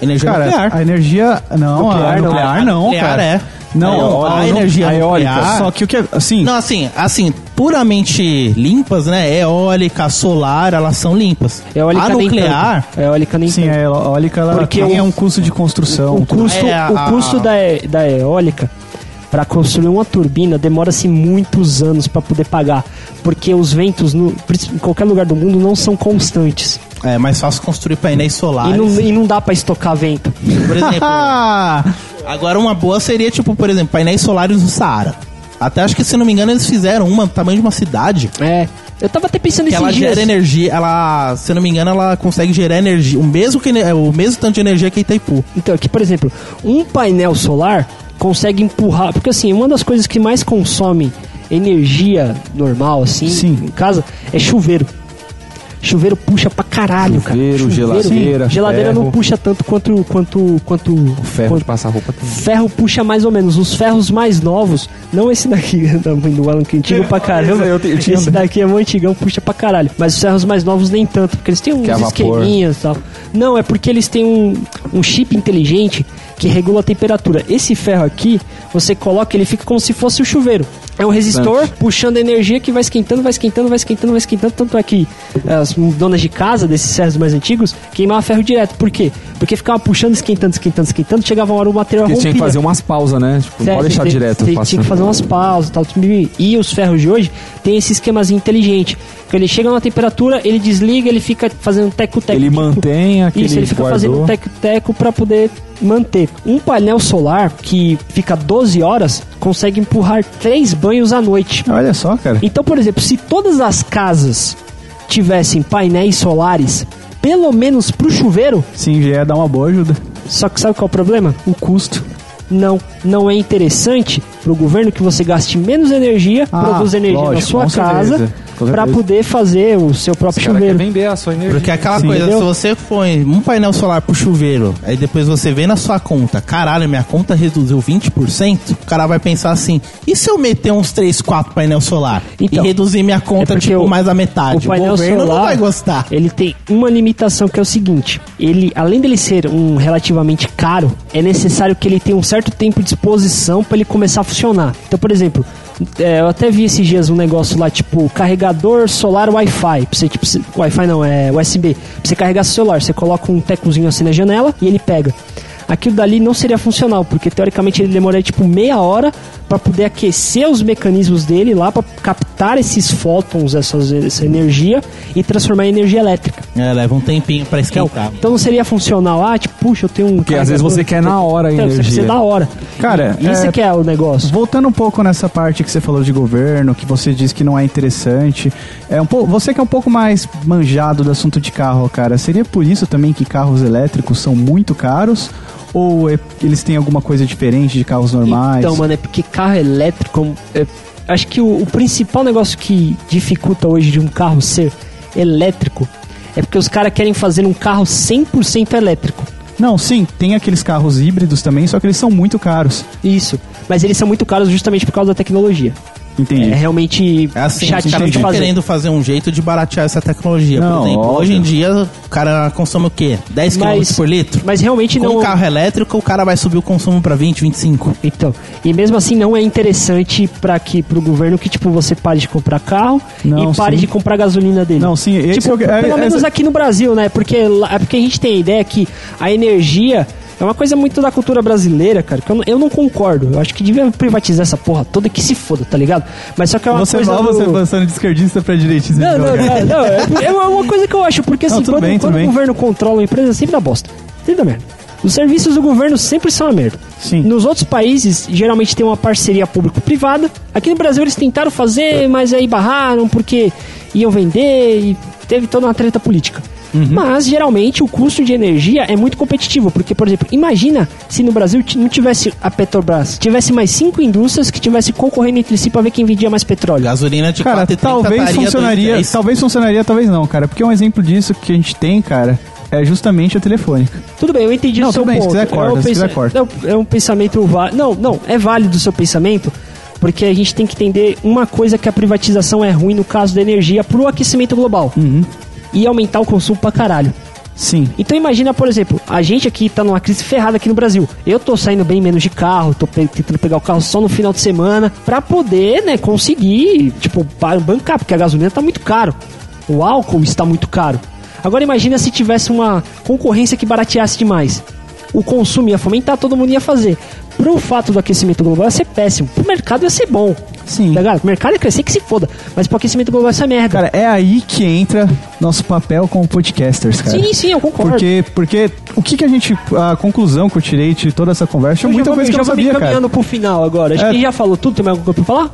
S6: energia
S5: Cara,
S6: nuclear.
S5: a energia. Não,
S3: Nuclear
S5: a
S3: não.
S5: nuclear não,
S6: Nuclear
S5: cara.
S6: é.
S5: Não,
S6: Aí, ó,
S5: a,
S6: a energia
S5: energia a eólica.
S6: nuclear-
S5: Só que o que é. Assim,
S6: Não, assim, assim, puramente limpas, né? Eólica, solar, elas são limpas.
S3: Eólica
S6: a
S3: nem
S6: nuclear,
S3: tanto. É Eólica nem
S5: sim,
S3: tanto.
S5: a eólica ela
S3: Porque
S5: tem
S3: o-
S5: um custo de construção.
S3: O custo,
S6: É,
S3: o
S6: a-
S3: custo da, e- da eólica para construir uma turbina demora-se muitos anos para poder pagar, porque os ventos no, princi- em qualquer lugar do mundo não são constantes
S6: é mais fácil construir painéis
S3: e
S6: solares.
S3: não, e não dá para estocar vento.
S6: Por exemplo, agora uma boa seria, tipo, por exemplo, painéis solares no Saara. Até acho que, se não me engano, eles fizeram uma do tamanho de uma cidade.
S3: É, eu tava até pensando
S6: Que ela
S3: esses dias.
S6: gera energia, ela, se eu não me engano, ela consegue gerar energia, o mesmo, que, ener- o mesmo tanto de energia que Itaipu.
S3: Então, aqui, por exemplo, um painel solar consegue empurrar. Porque, assim, uma das coisas que mais consome energia normal, assim,
S5: Sim.
S3: em casa, é chuveiro. Chuveiro puxa pra caralho, cara.
S10: Chuveiro, geladeira,
S3: Geladeira não
S10: ferro.
S3: puxa tanto quanto. quanto, quanto
S10: O ferro de
S3: quanto-
S10: passar roupa tem.
S3: Ferro puxa mais ou menos. Os ferros mais novos, não esse daqui da mãe do Alan, que é antigo pra caramba.
S10: Eu te- eu tinha-
S3: esse daqui é um antigão, puxa pra caralho. Mas os ferros mais novos nem tanto, porque eles têm uns
S10: Que é a vapor.
S3: esqueminhas e tal. Não, é porque eles têm um, um chip inteligente que regula a temperatura. Esse ferro aqui, você coloca, ele fica como se fosse o chuveiro. É um resistor puxando energia que vai esquentando, vai esquentando, vai esquentando, vai esquentando. Tanto é que as donas de casa desses ferros mais antigos queimavam ferro direto. Por quê? Porque ficava puxando, esquentando, esquentando, esquentando. Chegava uma hora o material
S10: Porque tinha que
S3: rompia.
S10: fazer umas pausas, né? Tipo, não
S3: Certo,
S10: pode deixar
S3: tem-
S10: direto.
S3: tem- Tinha
S10: passando.
S3: que fazer um- umas pausas e tal. E os ferros de hoje tem esse esquemazinho inteligente. Que ele chega na temperatura, ele desliga, ele fica fazendo teco-teco. tipo,
S10: Ele mantém aquele
S3: Isso, ele fica
S10: guardou.
S3: fazendo teco-teco pra poder manter. Um painel solar que fica 12 horas consegue empurrar três banhos à noite.
S5: Olha só, cara.
S3: Então, por exemplo, se todas as casas tivessem painéis solares, pelo menos pro chuveiro,
S5: Sim, já ia dar uma boa ajuda.
S3: só que sabe qual é o problema?
S5: O custo.
S3: Não, não é interessante para o governo que você gaste menos energia,
S5: Ah,
S3: produza energia
S5: lógico,
S3: na
S5: com
S3: sua casa,
S5: certeza, com
S3: para
S5: certeza.
S3: poder fazer o seu
S10: Esse
S3: próprio
S10: cara quer
S3: chuveiro.
S10: vender a sua energia.
S6: Porque é aquela
S5: Sim,
S6: coisa,
S3: entendeu?
S6: se você põe um painel solar pro chuveiro, aí depois você vê na sua conta, caralho, minha conta reduziu 20%, o cara vai pensar assim, e se eu meter uns 3, 4 painel solar?
S3: Então,
S6: e reduzir minha conta,
S3: porque
S6: tipo,
S3: o-
S6: mais da metade?
S3: O painel
S6: governo
S3: solar,
S6: não vai gostar.
S3: Ele tem uma limitação que é o seguinte: ele, além dele ser um relativamente caro, é necessário que ele tenha um certo tempo de exposição para ele começar a funcionar. Então, por exemplo, é, eu até vi esses dias um negócio lá tipo carregador solar Wi-Fi, pra você tipo se- Wi-Fi não é USB, pra você carregar seu celular, você coloca um tecozinho assim na janela e ele pega. Aquilo dali não seria funcional, porque teoricamente ele demoraria tipo meia hora para poder aquecer os mecanismos dele lá para captar esses fótons, essas, essa energia e transformar em energia elétrica.
S6: É, leva um tempinho pra esquentar.
S3: Então não seria funcional, ah, tipo, puxa, eu tenho um.
S10: Tá. Porque às vezes você quer na hora a
S3: Então, você
S10: energia.
S3: precisa na hora.
S5: Cara,
S3: Isso
S5: é-
S3: que é o negócio.
S5: Voltando um pouco nessa parte que você falou de governo, que você diz que não é interessante, é um pouco, você que é um pouco mais manjado do assunto de carro, cara, seria por isso também que carros elétricos são muito caros? Ou é- eles têm alguma coisa diferente de carros normais?
S3: Então, mano, é porque carro elétrico. é- acho que o, o principal negócio que dificulta hoje de um carro ser elétrico é porque os caras querem fazer um carro 100% elétrico.
S5: Não, sim, tem aqueles carros híbridos também, só que eles são muito caros.
S3: Isso. Mas eles são muito caros justamente por causa da tecnologia.
S5: Entendi.
S3: É realmente
S6: É assim, os
S3: chatinho
S6: caras
S3: de
S6: estão
S3: fazer.
S6: querendo fazer um jeito de baratear essa tecnologia,
S5: Não,
S6: por exemplo.
S5: óbvio.
S6: Hoje em dia, o cara consome o quê? 10
S3: Mas-
S6: km por litro?
S3: Mas realmente
S6: Com
S3: não.
S6: o carro elétrico, o cara vai subir o consumo pra 20, 25.
S3: Então, e mesmo assim não é interessante para que pro governo que tipo você pare de comprar carro
S5: Não,
S3: e pare
S5: sim.
S3: de comprar gasolina dele.
S5: Não, sim, esse
S3: tipo,
S5: é o que- é-
S3: pelo menos
S5: essa-
S3: aqui no Brasil, né? Porque lá- é porque a gente tem a ideia que a energia é uma coisa muito da cultura brasileira, cara, que eu não, eu não concordo. Eu acho que devia privatizar essa porra toda e que se foda, tá ligado? Mas só que é uma
S5: Você
S3: coisa
S5: mal,
S3: do-
S5: você passando de esquerdista pra direitista.
S3: não,
S5: de
S3: não, não,
S5: jogar.
S3: não, é- é uma coisa que eu acho, porque assim,
S5: Não, tudo
S3: quando,
S5: bem,
S3: quando
S5: tudo
S3: o
S5: bem.
S3: governo controla uma empresa, sempre dá bosta. Sempre dá merda. Os serviços do governo sempre são uma merda.
S5: Sim.
S3: Nos outros países, geralmente tem uma parceria público-privada. Aqui no Brasil eles tentaram
S5: É.
S3: fazer, mas aí barraram porque iam vender e teve toda uma treta política.
S5: Uhum.
S3: Mas geralmente o custo de energia é muito competitivo, porque, por exemplo, imagina se no Brasil ti- não tivesse a Petrobras, tivesse mais cinco indústrias que tivessem concorrendo entre si pra ver quem vendia mais petróleo.
S6: Gasolina de
S5: Cara,
S6: 4,30
S5: talvez
S6: estaria
S5: funcionaria,
S6: 2,10.
S5: talvez funcionaria, talvez não, cara. Porque um exemplo disso que a gente tem, cara, é justamente a telefônica.
S3: Tudo bem, eu entendi
S5: Não,
S3: o seu
S5: tudo bem, se
S3: ponto.
S5: quiser corta,
S3: é, um
S5: se quiser corta.
S3: não, é um pensamento válido. Não, não, é válido o seu pensamento, porque a gente tem que entender uma coisa que a privatização é ruim no caso da energia pro aquecimento global.
S5: Uhum.
S3: E aumentar o consumo pra caralho.
S5: Sim.
S3: Então imagina, por exemplo, a gente aqui tá numa crise ferrada aqui no Brasil. Eu tô saindo bem menos de carro, tô pe- tentando pegar o carro só no final de semana pra poder, né, conseguir, tipo, ba- bancar, porque a gasolina tá muito caro. O álcool está muito caro. Agora imagina se tivesse uma concorrência que barateasse demais. O consumo ia fomentar, todo mundo ia fazer. Pro fato do aquecimento global ia ser péssimo. Pro mercado ia ser bom.
S5: Sim.
S3: Tá ligado? O mercado ia crescer que se foda. Mas pro aquecimento global essa merda.
S5: Cara, é aí que entra nosso papel como podcasters, cara.
S3: sim, sim, eu concordo.
S5: Porque, porque o que, que a gente. A conclusão que eu tirei de toda essa conversa é muita
S3: já vou-
S5: coisa que eu não
S3: já vou me
S5: sabia, cara.
S3: caminhando pro final agora. Acho
S5: É.
S3: que já falou tudo, tem mais alguma coisa pra falar?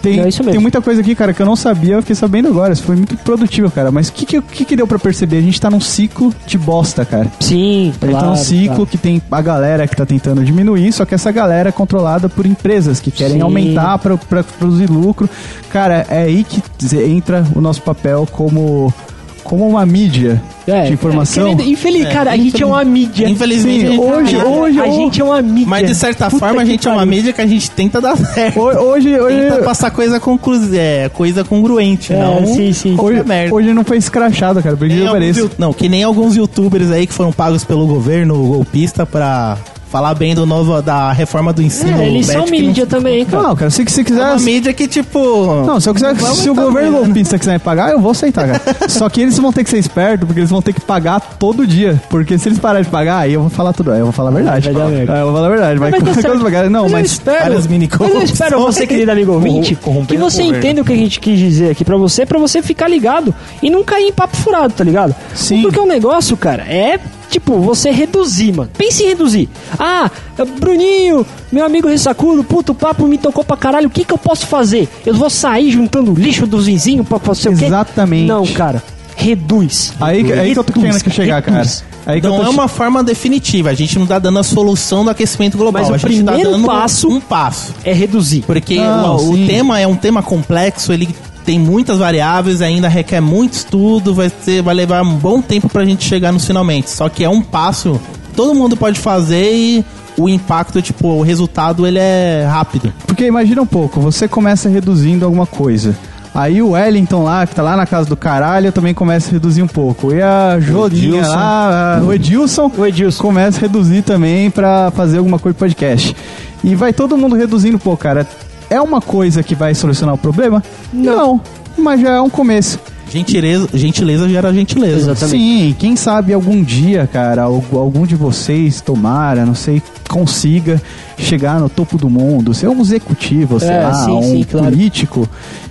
S5: Tem,
S3: É isso mesmo.
S5: tem muita coisa aqui, cara, que eu não sabia, eu fiquei sabendo agora. Isso foi muito produtivo, cara. Mas o que, que, o que, que deu pra perceber? A gente tá num ciclo de bosta, cara.
S3: Sim,
S5: A gente tá num ciclo que tem a galera que tá tentando diminuir, só que essa galera é controlada por empresas que querem
S3: Sim.
S5: aumentar pra, pra produzir lucro. Cara, é aí que dizer, entra o nosso papel como, como uma mídia
S6: É,
S5: de informação.
S3: É. infeliz, cara, a gente é uma mídia.
S6: Infelizmente,
S5: Sim,
S6: a gente-
S5: hoje,
S3: a,
S5: hoje,
S3: a
S5: hoje,
S3: gente é uma mídia.
S6: mas de certa
S3: Puta
S6: forma a
S3: que
S6: gente é uma
S3: pariu.
S6: mídia que a gente tenta dar certo.
S5: hoje, hoje,
S6: Tenta passar coisa, conclu... é, coisa congruente,
S3: É,
S6: não
S3: sim, sim.
S6: qualquer
S5: hoje,
S6: merda. É, um
S5: hoje não foi escrachado, cara, por
S6: Nem
S5: incrível que
S6: alguns
S5: pareça.
S6: you- Não, que nem alguns youtubers aí que foram pagos pelo governo golpista pra falar bem do novo, da reforma do ensino.
S3: É, eles
S6: médio,
S3: são
S6: que não-
S3: mídia também, cara.
S5: Não, cara, se, se
S6: É
S5: quiser.
S6: uma mídia que, tipo...
S5: Não, se eu quiser,
S6: Vamos
S5: se o
S6: tá
S5: governo
S6: vendo.
S5: golpista quiser me pagar, eu vou aceitar, cara. Só que eles vão ter que ser espertos, porque eles vão ter que pagar todo dia. Porque se eles pararem de pagar, aí eu vou falar tudo. Aí eu vou falar a verdade.
S3: Vai dar merda.
S5: Aí eu vou falar a verdade. Mas,
S3: Mas tá
S5: quando
S3: certo.
S5: eles pagarem, não,
S3: Mas eu
S5: mas.
S3: espero-
S6: várias mini
S3: Mas eu espero
S6: corrupções.
S3: você, querido amigo ouvinte, que
S10: corrompendo
S3: você
S10: o governo.
S3: entenda o que a gente quis dizer aqui pra você, pra você ficar ligado e não cair em papo furado, tá ligado?
S5: Sim.
S3: Porque o negócio, cara, é tipo você reduzir, mano. Pense em reduzir. Ah, Bruninho, meu amigo ressacudo, puto papo me tocou pra caralho, o que que eu posso fazer? Eu vou sair juntando lixo dos vizinhos pra fazer o quê?
S5: Exatamente.
S3: Não, cara, reduz.
S5: Aí, que- aí que eu tô querendo que chegar, cara.
S3: Reduz.
S5: Aí que eu
S6: Não
S5: tô
S6: é uma forma definitiva. A gente não tá dando a solução do aquecimento global.
S3: Mas o
S6: a gente tá
S3: primeiro
S6: dando
S3: passo-
S6: um passo.
S3: É reduzir.
S6: Porque
S5: Não,
S6: o, o
S5: sim.
S6: tema é um tema complexo, ele tem muitas variáveis, ainda requer muito estudo, vai, ser, vai levar um bom tempo pra gente chegar nos finalmente. Só que é um passo, todo mundo pode fazer e o impacto, tipo, o resultado, ele é rápido.
S5: Porque imagina um pouco, você começa reduzindo alguma coisa. Aí o Wellington lá, que tá lá na casa do caralho, também começa a reduzir um pouco. E a Jolinha
S6: Edilson.
S5: lá, a- o Edilson,
S3: O Edilson.
S5: começa a reduzir também pra fazer alguma coisa de podcast. E vai todo mundo reduzindo um pouco, cara. É uma coisa que vai solucionar o problema? Não. Mas já é um começo.
S6: Gentileza, gentileza gera gentileza.
S5: Sim, quem sabe algum dia, cara, algu- algum de vocês, tomara, não sei, consiga chegar no topo do mundo, ser um executivo, sei
S3: É,
S5: lá,
S3: sim,
S5: um
S3: sim, claro.
S5: político.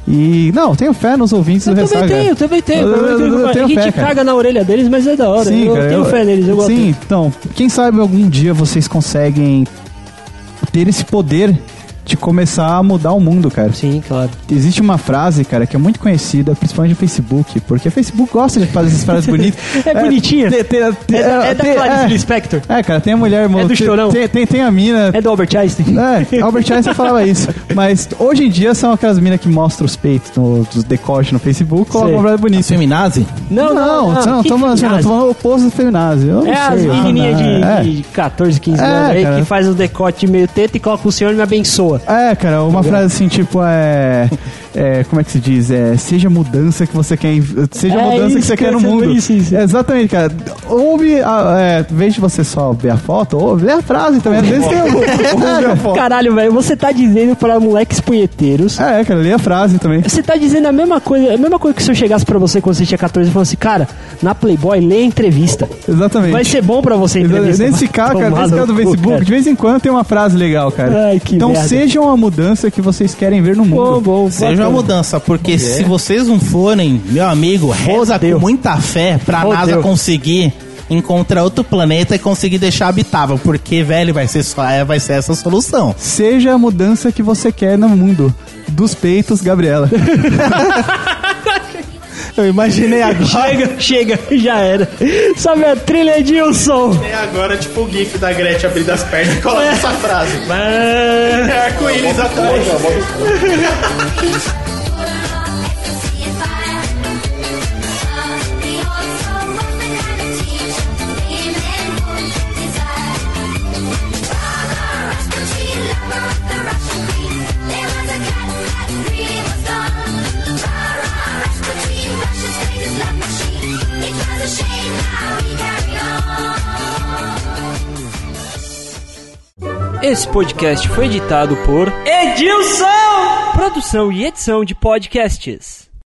S5: E, não, tenho fé nos ouvintes
S3: Eu
S5: do
S3: também
S5: Ressaca.
S3: tenho, eu também tenho.
S5: Eu- eu- eu- eu
S3: a
S5: tenho
S3: gente
S5: fé, cara.
S3: caga na orelha deles, mas é da hora. eu
S5: cara,
S3: tenho fé neles, eu gosto.
S5: Sim, então, quem sabe algum dia vocês conseguem ter esse poder de começar a mudar o mundo, cara.
S3: Sim, claro.
S5: Existe uma frase, cara, que é muito conhecida, principalmente no Facebook, porque o Facebook gosta de fazer essas frases bonitas.
S3: É bonitinha.
S5: te- te- te-
S3: É, da- é da
S5: te-
S3: Clarice
S5: é.
S3: Lispector.
S5: É, cara, tem a mulher, irmão.
S3: É do
S5: Tem-
S3: Chorão.
S5: Tem, tem, tem a mina.
S3: É do Albert Einstein.
S5: É, Albert Einstein falava isso. Mas hoje em dia são aquelas minas que mostram os peitos, no, os decotes no Facebook, colocam
S3: Sei.
S5: uma frase bonita.
S6: Feminazi?
S3: Não, não, não.
S5: não, então,
S3: que
S5: tô falando-
S3: frase?
S5: tô falando o oposto do feminazi. Eu não
S3: É as
S5: sei, eu não-
S3: menininhas de,
S5: é.
S3: de 14, 15
S5: É,
S3: anos aí
S5: cara.
S3: que faz o decote meio teto e coloca o senhor me abençoa. pessoa.
S5: É, cara, uma frase assim, tipo, é, é, Como é que se diz? É, seja a mudança que você quer. em- Seja a
S3: É
S5: mudança que
S3: isso,
S5: você quer no
S3: cara,
S5: mundo.
S3: isso, isso.
S5: É, Exatamente, cara. Ouve, a, é, em vez de você só ver a foto, ouve, lê a frase também. Às vezes tem o- ouve a foto.
S3: Caralho, velho, você tá dizendo pra moleques punheteiros.
S5: É, cara, lê a frase também.
S3: Você tá dizendo a mesma coisa, a mesma coisa que se eu chegasse pra você quando você tinha 14 e falasse, cara, na Playboy, lê a entrevista.
S5: Exatamente.
S3: Vai ser bom pra você a
S5: Exatamente.
S3: entrevista.
S5: Nesse cara, cara,
S3: Tomar
S5: nesse cara
S3: no
S5: do
S3: cu,
S5: Facebook,
S3: cara.
S5: de vez em quando tem uma frase legal, cara.
S3: Ai, que
S5: então
S3: merda.
S5: sejam a mudança que vocês querem ver no
S3: Bom,
S5: mundo.
S3: bom,
S6: Seja uma
S3: bacana. É.
S6: mudança, porque se vocês não forem, meu amigo, reza
S3: Fodeu.
S6: com muita fé pra
S3: Fodeu.
S6: NASA conseguir encontrar outro planeta e conseguir deixar habitável, porque, velho, vai ser, só, é, vai ser essa a solução.
S5: Seja a mudança que você quer no mundo. Dos peitos, Gabriela.
S6: Eu imaginei agora.
S3: Chega, chega, já era. Sobe a trilha, Edilson.
S6: É agora, tipo, o gif da Gretchen abrindo as pernas e coloca essa frase.
S3: Ah,
S6: É arco-íris atrás.
S11: Esse podcast foi editado por Edilson! Produção e edição de podcasts.